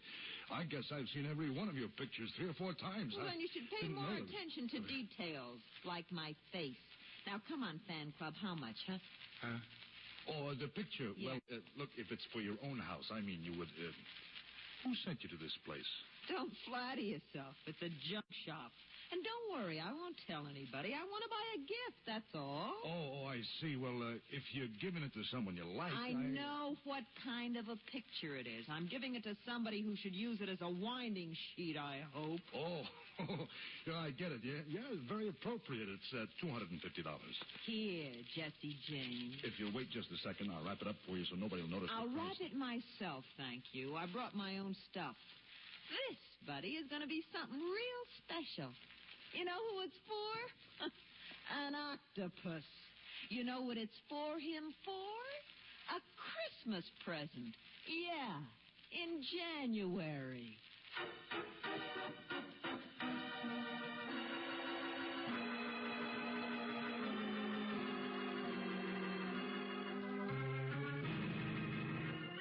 I guess I've seen every one of your pictures three or four times.
Well,
I
then you should pay
didn't
more
know that-
attention to details, like my face. Now, come on, fan club. How much, huh?
Huh? Oh, the picture. Well, uh, look, if it's for your own house, I mean, you would. Uh, who sent you to this place?
Don't flatter yourself. It's a junk shop. And don't worry, I won't tell anybody. I want to buy a gift, that's all.
Oh, oh I see. Well, uh, if you're giving it to someone you like,
I know what kind of a picture it is. I'm giving it to somebody who should use it as a winding sheet, I hope.
Oh, (laughs) yeah, I get it. Yeah, yeah, it's very appropriate. It's uh, two hundred and fifty dollars.
Here, Jesse James.
If you'll wait just a second, I'll wrap it up for you so nobody will notice.
I'll wrap it myself, thank you. I brought my own stuff. This, buddy, is going to be something real special. You know who it's for? (laughs) An octopus. You know what it's for him for? A Christmas present. Yeah, in January.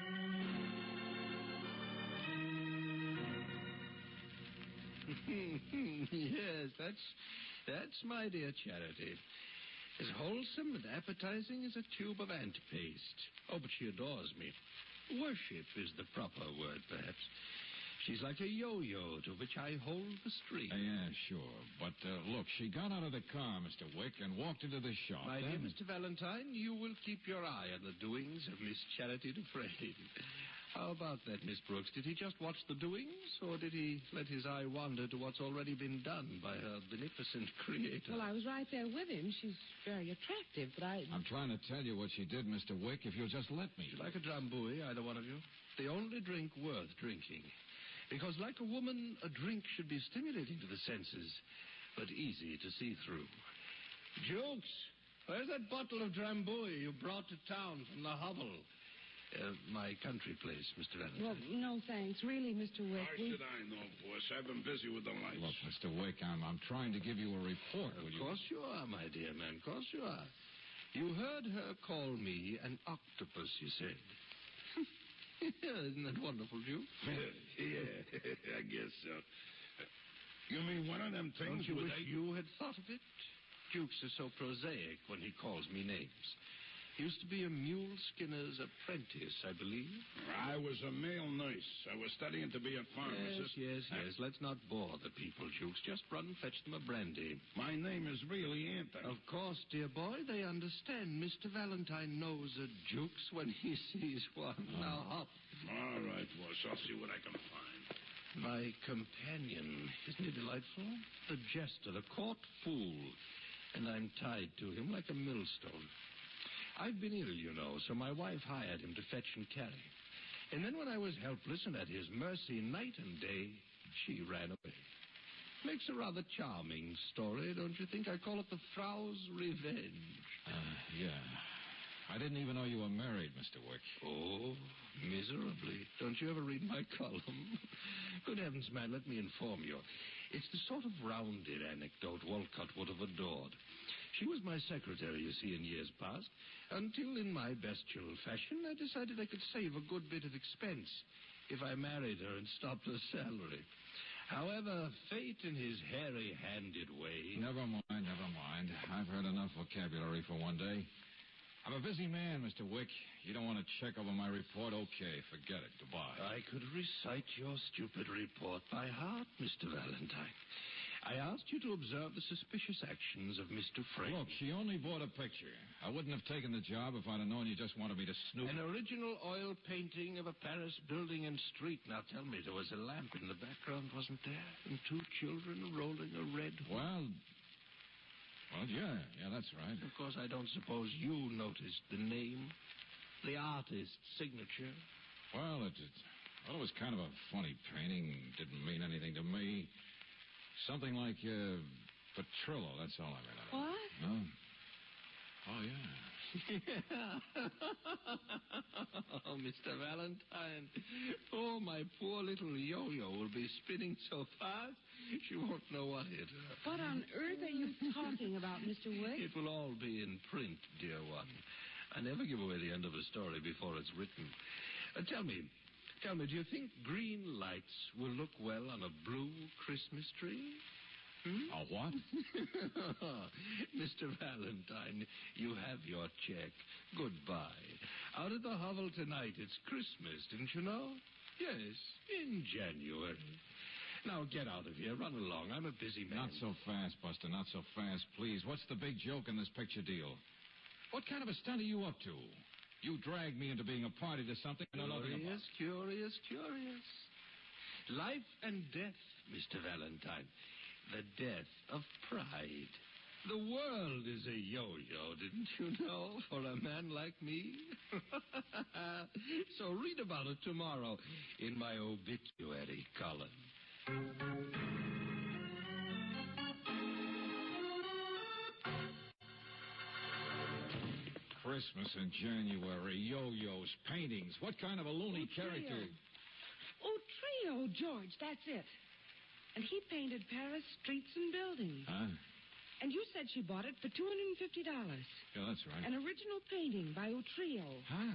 (laughs) yes, that's that's my dear Charity. As wholesome and appetizing as a tube of ant paste. Oh, but she adores me. Worship is the proper word, perhaps. She's like a yo-yo to which I hold the string.
yeah, sure. But uh, look, she got out of the car, Mr. Wick, and walked into the shop.
My
Then-
dear Mr. Valentine, you will keep your eye on the doings of Miss Charity Dufresne. (laughs) How about that, Miss Brooks? Did he just watch the doings, or did he let his eye wander to what's already been done by her beneficent (laughs) creator?
Well, I was right there with him. She's very attractive, but I.
I'm trying to tell you what she did, Mr. Wick, if you'll just let me.
You like a drambuie, either one of you? The only drink worth drinking. Because, like a woman, a drink should be stimulating to the senses, but easy to see through. Jokes! Where's that bottle of drambuie you brought to town from the hovel? Uh, my country place, Mr. Allen.
Well, no thanks. Really, Mr. Wick.
Why
we-
should I know, course. I've been busy with the lights.
Look, Mr. Wick, I'm, I'm trying to give you a report. Will
Of
you?
course you are, my dear man. Of course you are. You heard her call me an octopus, you said. (laughs) Isn't that wonderful, Duke?
(laughs)
yeah, I guess so. You mean one of them
Don't
things
you
with
wish
eight-
you had thought of it? Jukes is so prosaic when he calls me names. Used to be a mule skinner's apprentice, I believe.
I was a male nurse. I was studying to be a
Yes,
pharmacist.
yes, yes. Let's not bore the people, Jukes. Just run and fetch them a brandy.
My name is really Anthony.
Of course, dear boy, they understand. Mr. Valentine knows a Jukes when he (laughs) sees one. Now hop.
All right, boss. I'll see what I can find.
My companion, isn't he delightful? The jester, a court fool. And I'm tied to him like a millstone. I've been ill, you know, so my wife hired him to fetch and carry. And then when I was helpless and at his mercy night and day, she ran away. Makes a rather charming story, don't you think? I call it the Frau's Revenge.
Uh, Yeah. I didn't even know you were married, Mr. Wick.
Oh, miserably. Don't you ever read my (laughs) column? Good heavens, man, let me inform you. It's the sort of rounded anecdote Walcott would have adored. She was my secretary, you see, in years past, until in my bestial fashion I decided I could save a good bit of expense if I married her and stopped her salary. However, fate in his hairy handed way.
Never mind, never mind. I've heard enough vocabulary for one day. I'm a busy man, Mr. Wick. You don't want to check over my report? Okay, forget it. Goodbye.
I could recite your stupid report by heart, Mr. Valentine. I asked you to observe the suspicious actions of Mr. Frank.
Look, she only bought a picture. I wouldn't have taken the job if I'd have known you just wanted me to snoop.
An original oil painting of a Paris building and street. Now tell me, there was a lamp in the background, wasn't there? And two children rolling a red.
Well, well, yeah, yeah, that's right.
Of course, I don't suppose you noticed the name, the artist's signature.
Well, it, it, well, it was kind of a funny painting. Didn't mean anything to me. Something like uh, Petrillo. That's all I read out.
What?
of it.
(laughs)
No? Oh yeah.
Yeah.
(laughs)
(laughs) oh, Mr. Valentine. Oh, my poor little yo-yo will be spinning so fast, she won't know what hit her.
What on earth are you talking about, Mr. Wick?
It will all be in print, dear one. I never give away the end of a story before it's written. Uh, tell me, tell me, do you think green lights will look well on a blue Christmas tree? Hmm?
A
(laughs)
what?
Mr. Valentine, you have your check. Goodbye. Out at the hovel tonight, it's Christmas, didn't you know? Yes, in January. Now get out of here. Run along. I'm a busy man.
Not so fast, Buster. Not so fast, please. What's the big joke in this picture deal? What kind of a stunt are you up to? You dragged me into being a party to something I don't
Oh,
know nothing about.
Curious, curious, curious. Life and death, Mr. Valentine. The death of pride. The world is a yo-yo, didn't you know, for a man like me? (laughs) so read about it tomorrow in my obituary column.
Christmas in January, yo-yos, paintings. What kind of a loony character?
Oh, Trio, George, that's it. And he painted Paris streets and buildings.
Huh?
And you said she bought it for $250.
Yeah, that's right.
An original painting by Otrio.
Huh?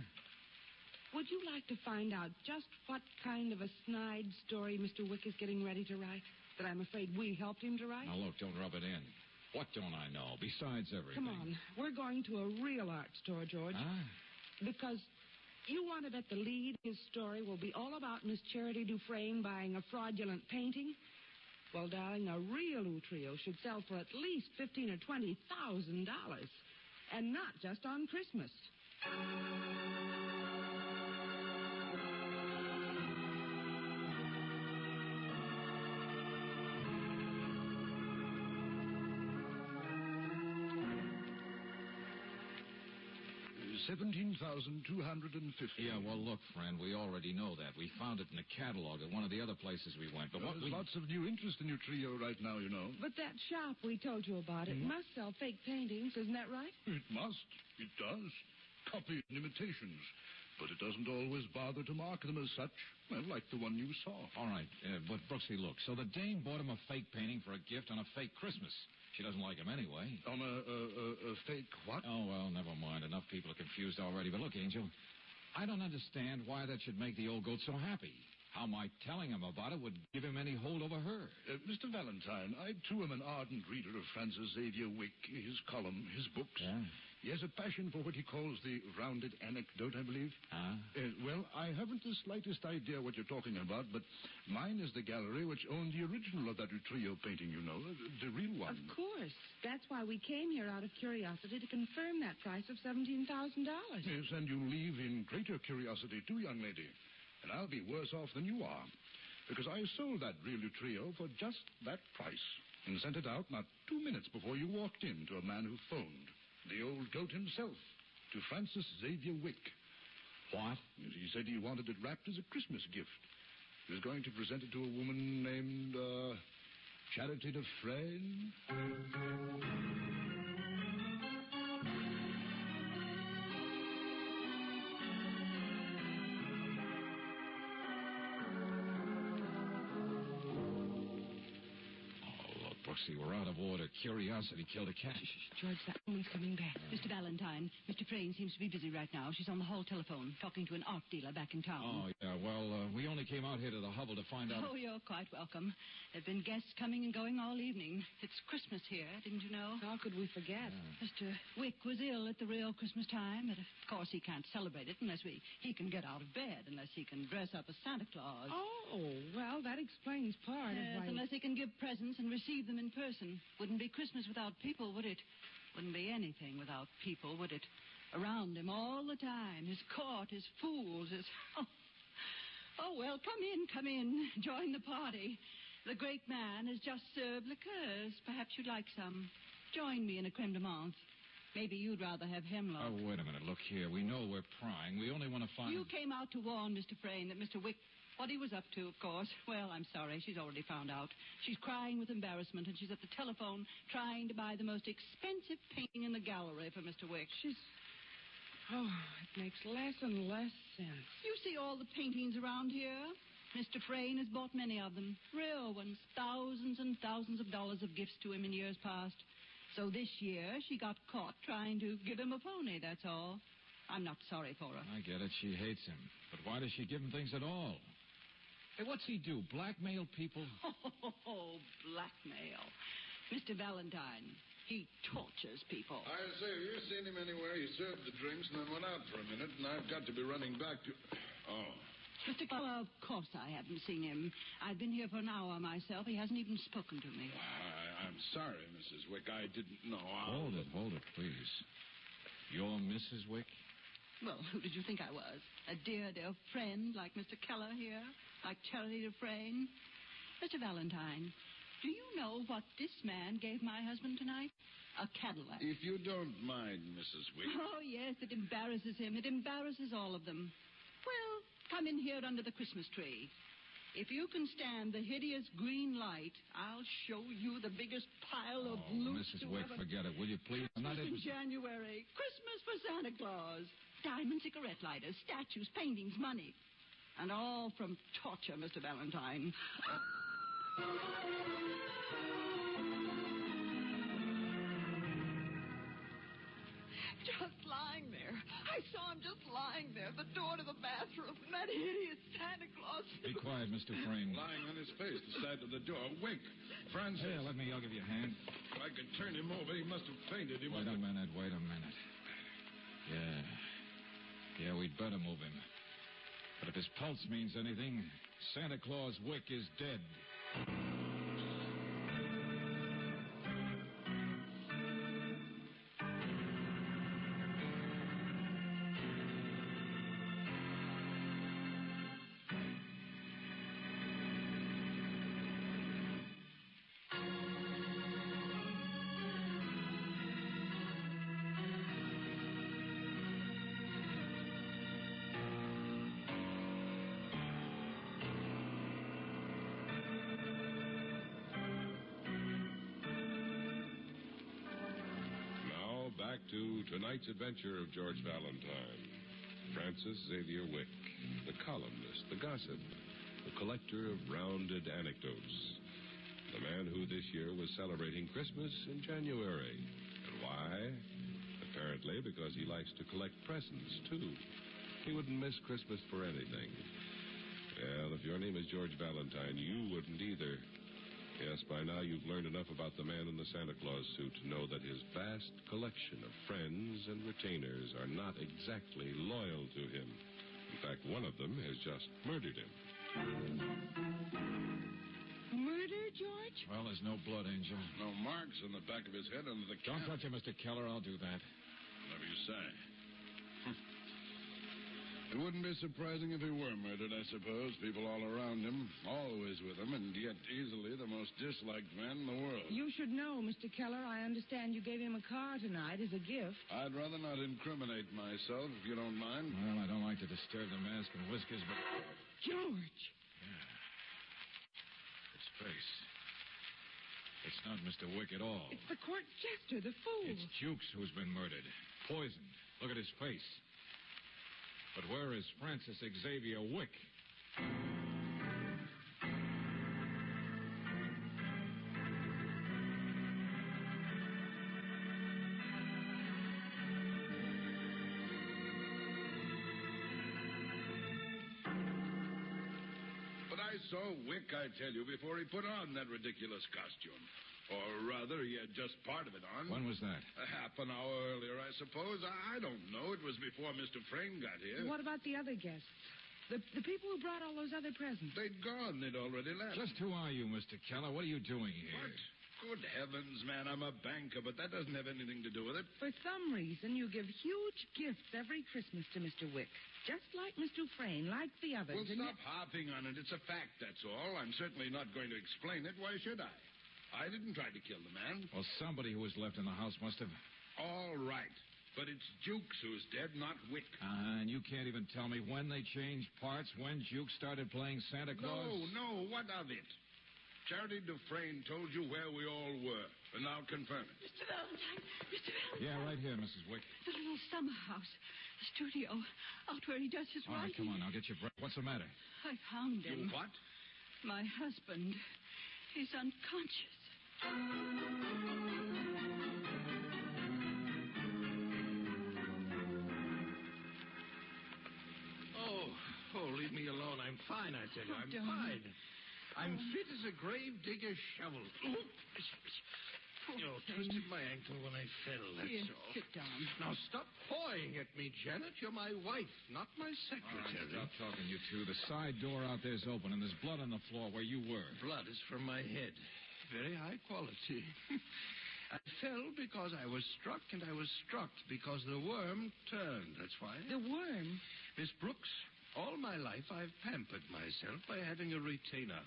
Would you like to find out just what kind of a snide story Mr. Wick is getting ready to write that I'm afraid we helped him to write?
Now look, don't rub it in. What don't I know? Besides everything.
Come on. We're going to a real art store, George.
Huh?
Because you want to bet the lead his story will be all about Miss Charity Dufresne buying a fraudulent painting? Well, darling, a real Utrio should sell for at least fifteen or twenty thousand dollars. And not just on Christmas.
Seventeen thousand two hundred and fifty. Yeah, well, look, friend, we already know that. We found it in a catalog at one of the other places we went. But
Well,
what
there's
we
lots of new interest in your trio right now, you know.
But that shop we told you about, it must sell fake paintings, isn't that right?
It must. It does. Copy and imitations. But it doesn't always bother to mark them as such. Well, like the one you saw.
All right, uh, but Brooksy, look. So the dame bought him a fake painting for a gift on a fake Christmas. She doesn't like him anyway.
On a, a, a, a fake what?
Oh, well, never mind. Enough people are confused already. But look, Angel, I don't understand why that should make the old goat so happy. How my telling him about it would give him any hold over her.
Uh, Mr. Valentine, I too am an ardent reader of Francis Xavier Wick, his column, his books. He has a passion for what he calls the rounded anecdote, I believe. Ah. well, I haven't the slightest idea what you're talking about, but mine is the gallery which owned the original of that trio painting, you know, the, the real one.
Of course. That's why we came here out of curiosity to confirm that price of $17,000.
Yes, and you leave in greater curiosity too, young lady. And I'll be worse off than you are, because I sold that real trio for just that price and sent it out not two minutes before you walked in to a man who phoned. The old goat himself, to Francis Xavier Wick. What? He said he wanted it wrapped as a Christmas gift. He was going to present it to a woman named uh, Charity Dufresne.
Oh, look, Brooksy, we're out of order. Curiosity killed a cat.
George, that woman's coming back. Mr. Valentine, Mr. Frayne seems to be busy right now. She's on the hall telephone talking to an art dealer back in
Oh,
town.
yeah, well, uh, we only came out here to the hovel to find out.
Oh, you're quite welcome. There've been guests coming and going all evening. It's Christmas here, didn't you know?
How could we forget?
Mr. Wick was ill at the real Christmas time, but of course he can't celebrate it unless we he can get out of bed, unless he can dress up as Santa Claus.
Oh, well, that explains part
Yes,
of why.
unless he can give presents and receive them in person. Wouldn't be Christmas without people, would it? Wouldn't be anything without people, would it? Around him all the time. His court, his fools, his. (laughs) Oh, oh well, come in, come in. Join the party. The great man has just served liqueurs. Perhaps you'd like some. Join me in a creme de menthe. Maybe you'd rather have hemlock.
Oh, wait a minute. Look here. We know we're prying. We only want to find.
You came out to warn Mr. Frayne that Mr. Wick, what he was up to, of course. Well, I'm sorry. She's already found out. She's crying with embarrassment, and she's at the telephone trying to buy the most expensive painting in the gallery for Mr. Wick. She's.
Oh, it makes less and less sense.
You see all the paintings around here? Mr. Frayne has bought many of them. Real ones. Thousands and thousands of dollars of gifts to him in years past. So this year, she got caught trying to give him a pony, that's all. I'm not sorry for her. (laughs)
I get it. She hates him. But why does she give him things at all? Hey, what's he do? Blackmail people?
Oh, blackmail. Mr. Valentine, he tortures people.
I say, have you seen him anywhere? He served the drinks and then went out for a minute, and I've got to be running back to. Oh.
Mr. Keller, of course I haven't seen him. I've been here for an hour myself. He hasn't even spoken to me.
I, I'm sorry, Mrs. Wick. I didn't know. I...
Hold it, hold it, please. You're Mrs. Wick?
Well, who did you think I was? A dear, dear friend like Mr. Keller here? Like Charity Dufresne? Mr. Valentine, do you know what this man gave my husband tonight? A Cadillac.
If you don't mind, Mrs. Wick.
Oh, yes, it embarrasses him. It embarrasses all of them. Well, come in here under the Christmas tree. If you can stand the hideous green light, I'll show you the biggest pile of loot.
Mrs.
you
Oh, Wick,
ever-
forget it, will you, please? I'm not
Christmas in
interested.
January. Christmas for Santa Claus. Diamond cigarette lighters, statues, paintings, money. And all from torture, Mr. Valentine. (gasps)
Just lying there. I saw him just lying there at the door to the bathroom. And that hideous Santa Claus.
Be quiet, Mr. Frame.
Lying on his face, the side of the door. Wick, Francis.
Here, let me. I'll give you a hand.
If I could turn him over, he must have fainted. He
Wait
must
a minute. Wait a minute. Yeah. Yeah, we'd better move him. But if his pulse means anything, Santa Claus Wick is dead.
Now back to tonight's adventure of George Valentine, Francis Xavier Wick, the columnist, the gossip, the collector of rounded anecdotes, the man who this year was celebrating Christmas in January. And why? Apparently because he likes to collect presents, too. He wouldn't miss Christmas for anything. Well, if your name is George Valentine, you wouldn't either. Yes, by now you've learned enough about the man in the Santa Claus suit to know that his vast collection of friends and retainers are not exactly loyal to him. In fact, one of them has just murdered him.
Murder, George?
Well, there's no blood, Angel.
No marks on the back of his head under the
Don't touch it, Mr. Keller. I'll do that.
Whatever you say. Hmm. It wouldn't be surprising if he were murdered, I suppose. People all around him, always with him, and yet easily the most disliked man in the world.
You should know, Mr. Keller, I understand you gave him a car tonight as a gift.
I'd rather not incriminate myself, if you don't mind.
Well, I don't like to disturb the mask and whiskers, but.
George!
Its face. It's not Mr. Wick at all.
It's the court jester, the fool.
It's Jukes who's been murdered. Poisoned. Look at his face. But where is Francis Xavier Wick?
But I saw Wick, I tell you, before he put on that ridiculous costume. Or rather, he had just part of it on.
When was that?
A half an hour earlier, I suppose. I, I don't know. It was before Mr. Frame got here.
What about the other guests? The, the people who brought all those other presents.
They'd gone. (laughs) They'd already left.
Just who are you, Mr. Keller? What are you doing here?
What? Good heavens, man. I'm a banker, but that doesn't have anything to do with it.
For some reason, you give huge gifts every Christmas to Mr. Wick. Just like Mr. Frayne, like the others.
Well,
and
stop
yet-
harping on it. It's a fact, that's all. I'm certainly not going to explain it. Why should I? I didn't try to kill the man.
Well, somebody who was left in the house must have.
All right. But it's Jukes who's dead, not Wick.
Ah, and you can't even tell me when they changed parts, when Juke started playing Santa Claus.
No, no. What of it? Charity Dufresne told you where we all were, and now confirm it.
Mr. Valentine, Mr. Valentine.
Yeah, right here, Mrs. Wick.
The little summer house, the studio, out where he does his
All right,
writing.
come on. I'll get your breath. What's the matter?
I found him.
what?
My husband. He's unconscious.
Oh, oh, leave me alone. I'm fine, I tell you.
Oh,
I'm fine. I'm fit as a grave digger's shovel.
Oh.
Oh, You know, twisted my ankle when I fell, that's
Here,
all.
sit down.
Now stop pawing at me, Janet. You're my wife, not my secretary.
Oh, Stop talking, you two. The side door out there's open, and there's blood on the floor where you were.
Blood is from my head. Very high quality. (laughs) I fell because I was struck, and I was struck because the worm turned. That's why.
The worm?
Miss Brooks, all my life I've pampered myself by having a retainer.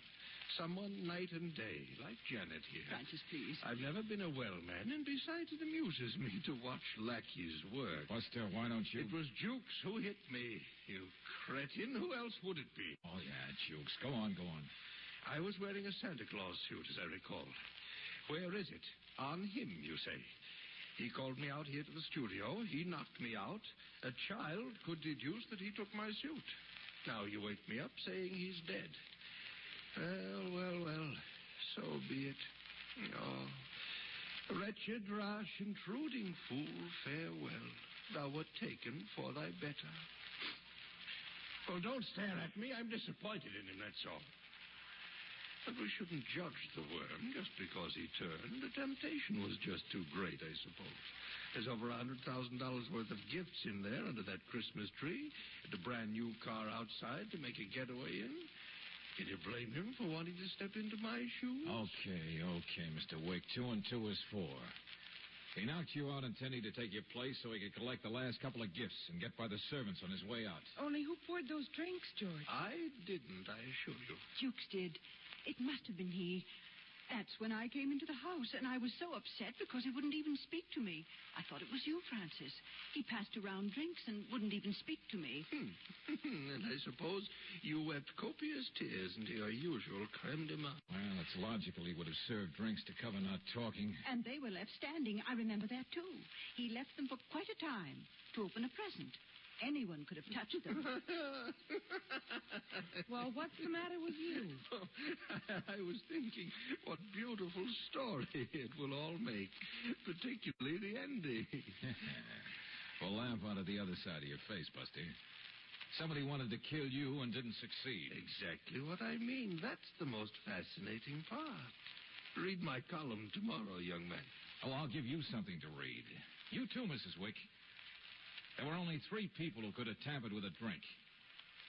Someone night and day, like Janet here.
Francis, please.
I've never been a well man, and besides, it amuses me to watch lackeys work.
Buster, why don't you.
It was Jukes who hit me, you cretin. Who else would it be?
Oh, yeah, Jukes. Go on, go on.
I was wearing a Santa Claus suit, as I recall. Where is it? On him, you say. He called me out here to the studio. He knocked me out. A child could deduce that he took my suit. Now you wake me up saying he's dead. Well, well, well. So be it. Oh. Wretched rash, intruding fool, farewell. Thou wert taken for thy better. Well, don't stare at me. I'm disappointed in him, that's all. But we shouldn't judge the worm just because he turned. The temptation was just too great, I suppose. There's over a $100,000 worth of gifts in there under that Christmas tree, and a brand new car outside to make a getaway in. Can you blame him for wanting to step into my shoes? (laughs)
Okay, okay, Mr. Wick. Two and two is four. He knocked you out intending to take your place so he could collect the last couple of gifts and get by the servants on his way out.
Only who poured those drinks, George?
I didn't, I assure you.
Jukes did. It must have been he. That's when I came into the house, and I was so upset because he wouldn't even speak to me. I thought it was you, Francis. He passed around drinks and wouldn't even speak to me.
Hmm. and I suppose you wept copious tears into your usual creme de menthe.
Well, it's logical he would have served drinks to cover not talking.
And they were left standing. I remember that, too. He left them for quite a time to open a present. Anyone could have touched
(laughs)
them.
well, what's the matter with you?
(laughs) I was thinking what beautiful story it will all make, particularly the
(laughs)
ending.
We'll laugh out of the other side of your face, Buster. Somebody wanted to kill you and didn't succeed.
exactly what I mean. That's the most fascinating part. Read my column tomorrow, young man.
Oh, I'll give you something to read. You too, Mrs. Wick. There were only three people who could have tampered with a drink.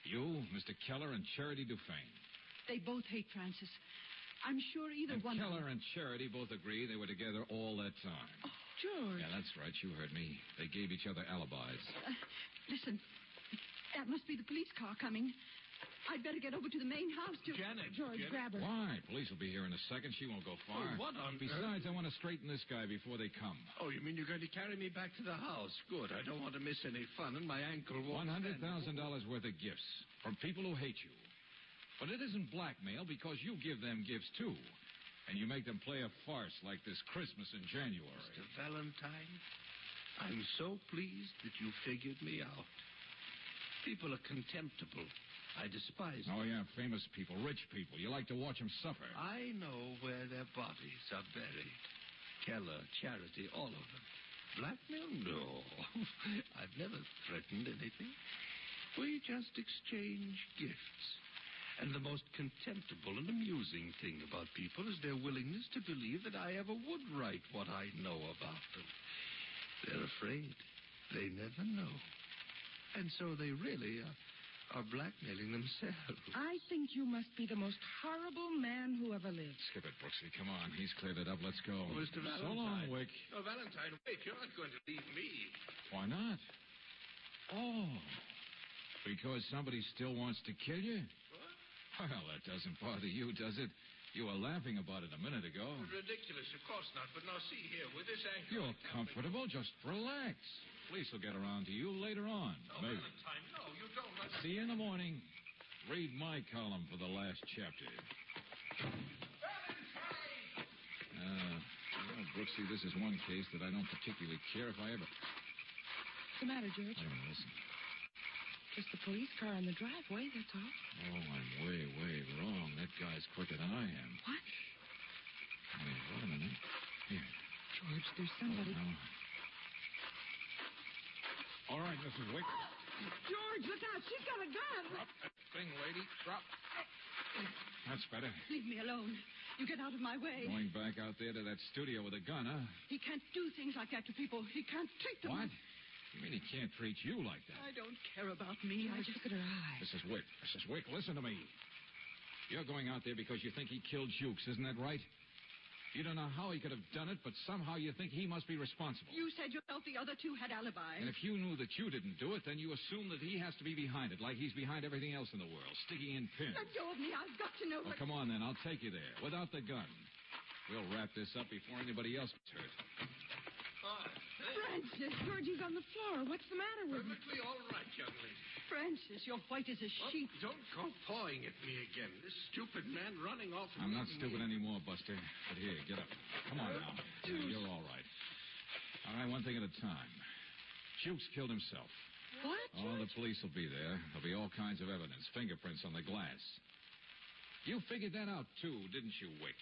You, Mr. Keller, and Charity Dufane.
They both hate Francis. I'm sure either
and
one.
Keller and Charity both agree they were together all that time.
George,
Yeah, that's right. You heard me. They gave each other alibis.
listen. That must be the police car coming. I'd better get over to the main house to. Janet. George, grab her.
Why? Police will be here in a second. She won't go far.
Oh, what on
Besides, I want to straighten this guy before they come.
Oh, you mean you're going to carry me back to the house? Good. I don't want to miss any fun, and my ankle won't.
One hundred thousand dollars worth of gifts from people who hate you. But it isn't blackmail because you give them gifts too, and you make them play a farce like this Christmas in January.
Mr. Valentine, I'm so pleased that you figured me out. People are contemptible. I despise
Oh yeah, famous people, rich people. You like to watch them suffer.
I know where their bodies are buried. Keller, Charity, all of them. Blackmail? No. (laughs) I've never threatened anything. We just exchange gifts. And the most contemptible and amusing thing about people is their willingness to believe that I ever would write what I know about them. They're afraid. They never know. And so they really
uh,
are, are blackmailing themselves.
I think you must be the most horrible man who ever lived.
Skip it, Brooksy. Come on, he's cleared it up. Let's go.
Mr. Oh,
So long,
Valentine.
Wick.
Oh, Valentine, wait. You're not going to leave me.
Why not? Oh, because somebody still wants to kill you? Well, that doesn't bother you, does it? You were laughing about it a minute ago.
Ridiculous, of course not. But now, see here, with this ankle.
You're comfortable. Just relax. Police will get around to you later on. Maybe.
Oh, Valentine, no, you don't.
See you in the morning. Read my column for the last chapter. Uh, well, Brooksy, this is one case that I don't particularly care if I ever.
What's the matter, George?
Wait a minute, listen.
Just the police car in the driveway, that's all.
Oh, I'm way, way wrong. That guy's quicker than I am.
What?
Wait, wait a minute. Here.
George, there's somebody.
All right, Mrs. Wick.
George, look out. She's got a gun.
Thing, lady. Drop. That's better.
Leave me alone. You get out of my way.
Going back out there to that studio with a gun, huh?
He can't do things like that to people. He can't treat them.
What? You mean he can't treat you like that?
I don't care about me. I just look at her eyes.
Mrs. Wick, Mrs. Wick, listen to me. You're going out there because you think he killed Jukes, isn't that right? You don't know how he could have done it, but somehow you think he must be responsible.
You said yourself the other two had alibis.
And if you knew that you didn't do it, then you assume that he has to be behind it, like he's behind everything else in the world, sticking in pins.
Let go of me. I've got to know.
Well, Oh, come on then. I'll take you there without the gun. We'll wrap this up before anybody else gets hurt.
Francis, George, he's on the floor. What's the matter with him?
Perfectly all right, young lady.
Francis, you're white as a sheet.
Don't go pawing at me again. This stupid man running off. and
I'm not
leaving
stupid
me.
anymore, Buster. But here, get up. Come on now. Yeah, you're all right. All right, one thing at a time. Jukes killed himself.
What?
Oh, the police will be there. There'll be all kinds of evidence, fingerprints on the glass. You figured that out, too, didn't you,
(laughs)
Wick?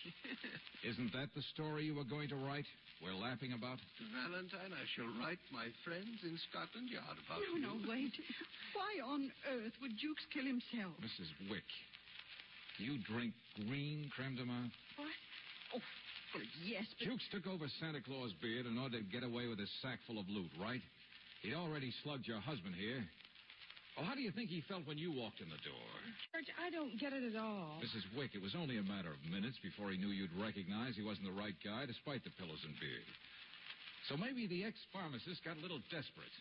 Isn't that the story you were going to write? We're laughing about?
Valentine, I shall write my friends in Scotland Yard about
No,
you.
Oh, no, wait. Why on earth would Jukes kill himself?
Mrs. Wick, you drink green creme de menthe?
What? Oh, well, yes, but
Jukes took over Santa Claus' beard in order to get away with a sack full of loot, right? He'd already slugged your husband here. Well, how do you think he felt when you walked in the door?
George, I don't get it at all.
Mrs. Wick, it was only a matter of minutes before he knew you'd recognize he wasn't the right guy, despite the pillows and beard. So maybe the ex pharmacist got a little desperate.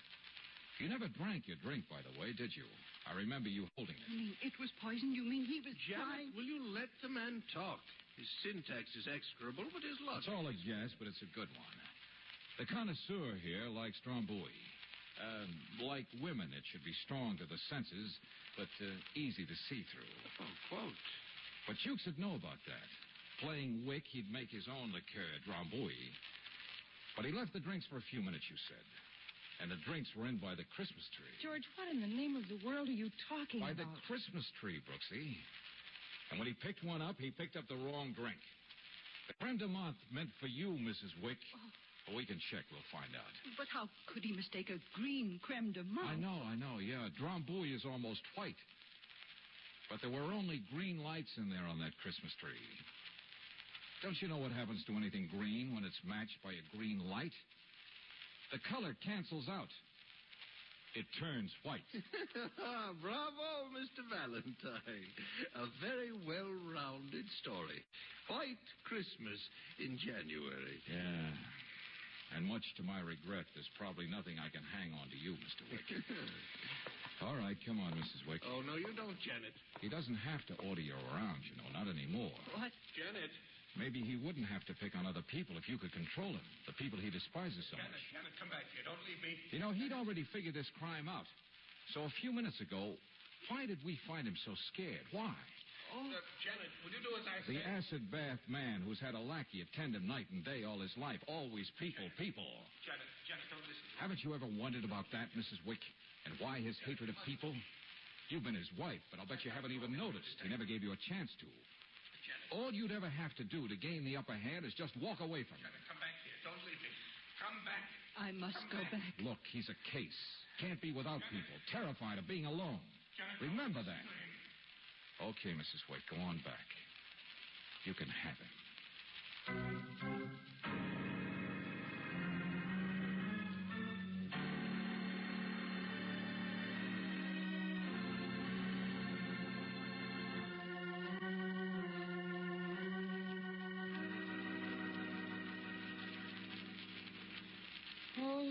You never drank your drink, by the way, did you? I remember you holding it.
you mean it was poisoned? You mean he was
Janet,
trying?
will you let the man talk? His syntax is execrable, but his
It's
logic.
all a guess, but it's a good one. The connoisseur here likes Stromboli. Uh, like women, it should be strong to the senses, but uh, easy to see through.
Oh, quote.
But Jukes would know about that. Playing Wick, he'd make his own liqueur, Drambuie. But he left the drinks for a few minutes, you said. And the drinks were in by the Christmas tree.
George, what in the name of the world are you talking
By the
about?
Christmas tree, Brooksy. And when he picked one up, he picked up the wrong drink. The creme de menthe meant for you, Mrs. Wick. But we can check. We'll find out.
But how could he mistake a green creme de menthe?
I know, I know, yeah. Drambuie is almost white. But there were only green lights in there on that Christmas tree. Don't you know what happens to anything green when it's matched by a green light? The color cancels out. It turns
(laughs)
white.
Ah, Bravo, Mr. Valentine. A very well rounded story. White Christmas in January.
Yeah. And much to my regret, there's probably nothing I can hang on to you, Mr. Wick. All right, come on, Mrs. Wick.
Oh, no, you don't, Janet.
He doesn't have to order you around, you know, not anymore.
What? Janet.
Maybe he wouldn't have to pick on other people if you could control him, the people he despises so much.
Janet, Janet, come back here. Don't leave me.
You know, he'd already figured this crime out. So a few minutes ago, why did we find him so scared? Why?
Oh. Look, Janet, will you do as I
The
say?
acid bath man who's had a lackey attend him night and day all his life, always people, people.
Janet, Janet, don't listen.
Haven't you ever wondered about that, Mrs. Wick? And why his hatred of people? You've been his wife, but I'll bet you haven't even noticed. He never gave you a chance to. All you'd ever have to do to gain the upper hand is just walk away from him.
Come back here. Don't leave me. Come back.
I must go back.
Look, he's a case. Can't be without people. Terrified of being alone. Remember that. Okay, Mrs. Wake, go on back. You can have him.
Oh,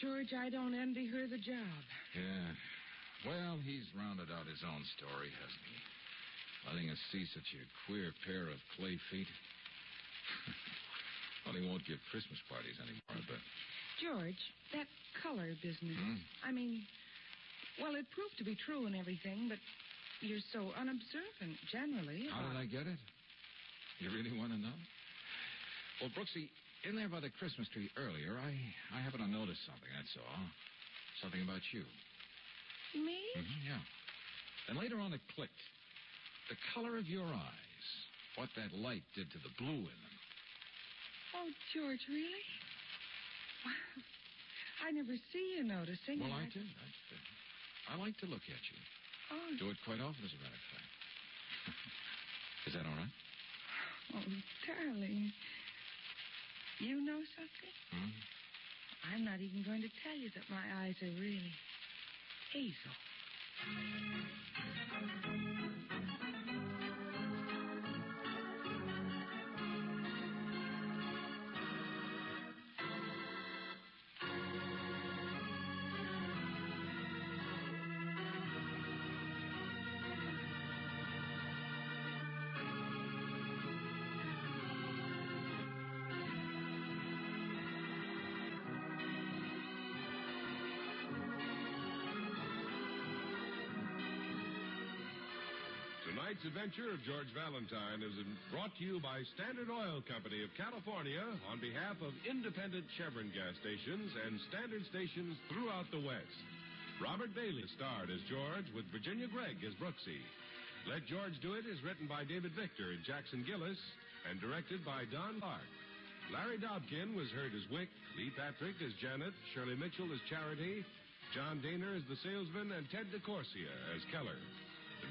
George, I don't envy her the job.
Yeah. Well, he's rounded out his own story, hasn't he? Letting us see such a queer pair of clay feet. (laughs) well, he won't give Christmas parties anymore, I bet.
George, that color business.
Hmm?
I mean, well, it proved to be true and everything, but you're so unobservant generally.
How did I get it? You really want to know? Well, Brooksy, in there by the Christmas tree earlier, I, I happened to notice something, that's all. Something about you.
Me?
Mhm, yeah. And later on, it clicked. The color of your eyes. What that light did to the blue in them.
Oh, George, really? Wow. I never see you noticing.
Well, I
and
did. I, did. I like to look at you.
Oh,
Do it quite often, as a matter of fact. (laughs) Is that all right?
oh, darling. You know something?
Hmm?
I'm not even going to tell you that my eyes are really hazel.
Tonight's adventure of George Valentine is brought to you by Standard Oil Company of California on behalf of independent Chevron gas stations and standard stations throughout the West. Robert Bailey starred as George with Virginia Gregg as Brooksy. Let George Do It is written by David Victor and Jackson Gillis and directed by Don Clark. Larry Dobkin was heard as Wick, Lee Patrick as Janet, Shirley Mitchell as Charity, John Daner as the salesman, and Ted DeCorsia as Keller. The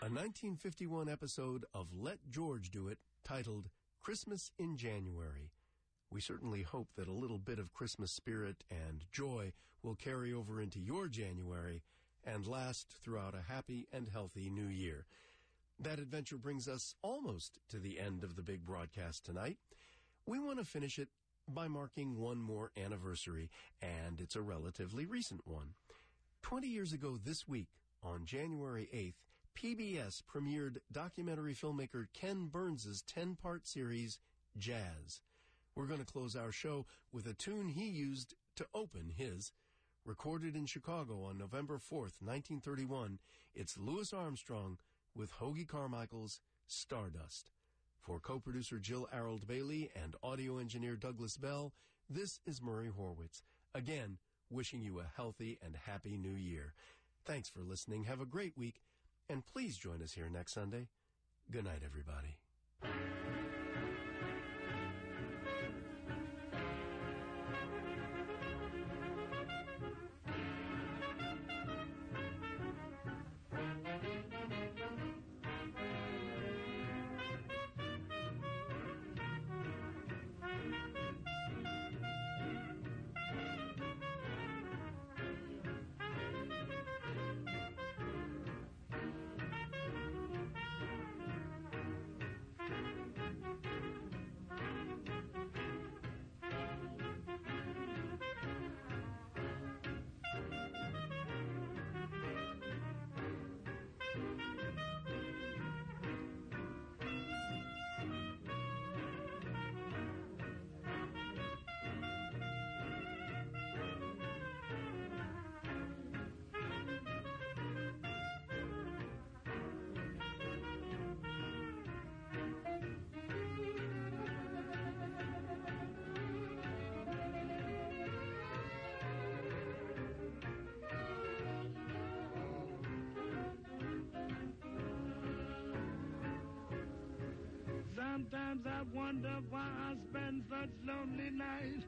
A 1951 episode of Let George Do It titled Christmas in January. We certainly hope that a little bit of Christmas spirit and joy will carry over into your January and last throughout a happy and healthy new year. That adventure brings us almost to the end of the big broadcast tonight. We want to finish it by marking one more anniversary, and it's a relatively recent one. 20 years ago this week, on January 8th, PBS premiered documentary filmmaker Ken Burns' 10 part series, Jazz. We're going to close our show with a tune he used to open his. Recorded in Chicago on November 4th, 1931, it's Louis Armstrong with Hoagie Carmichael's Stardust. For co-producer Jill Arold Bailey and audio engineer Douglas Bell, this is Murray Horwitz. Again, wishing you a healthy and happy new year. Thanks for listening. Have a great week, and please join us here next Sunday. Good night, everybody.
Sometimes I wonder why I spend such lonely nights.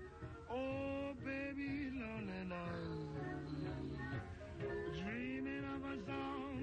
Oh, baby, lonely nights. Dreaming of a song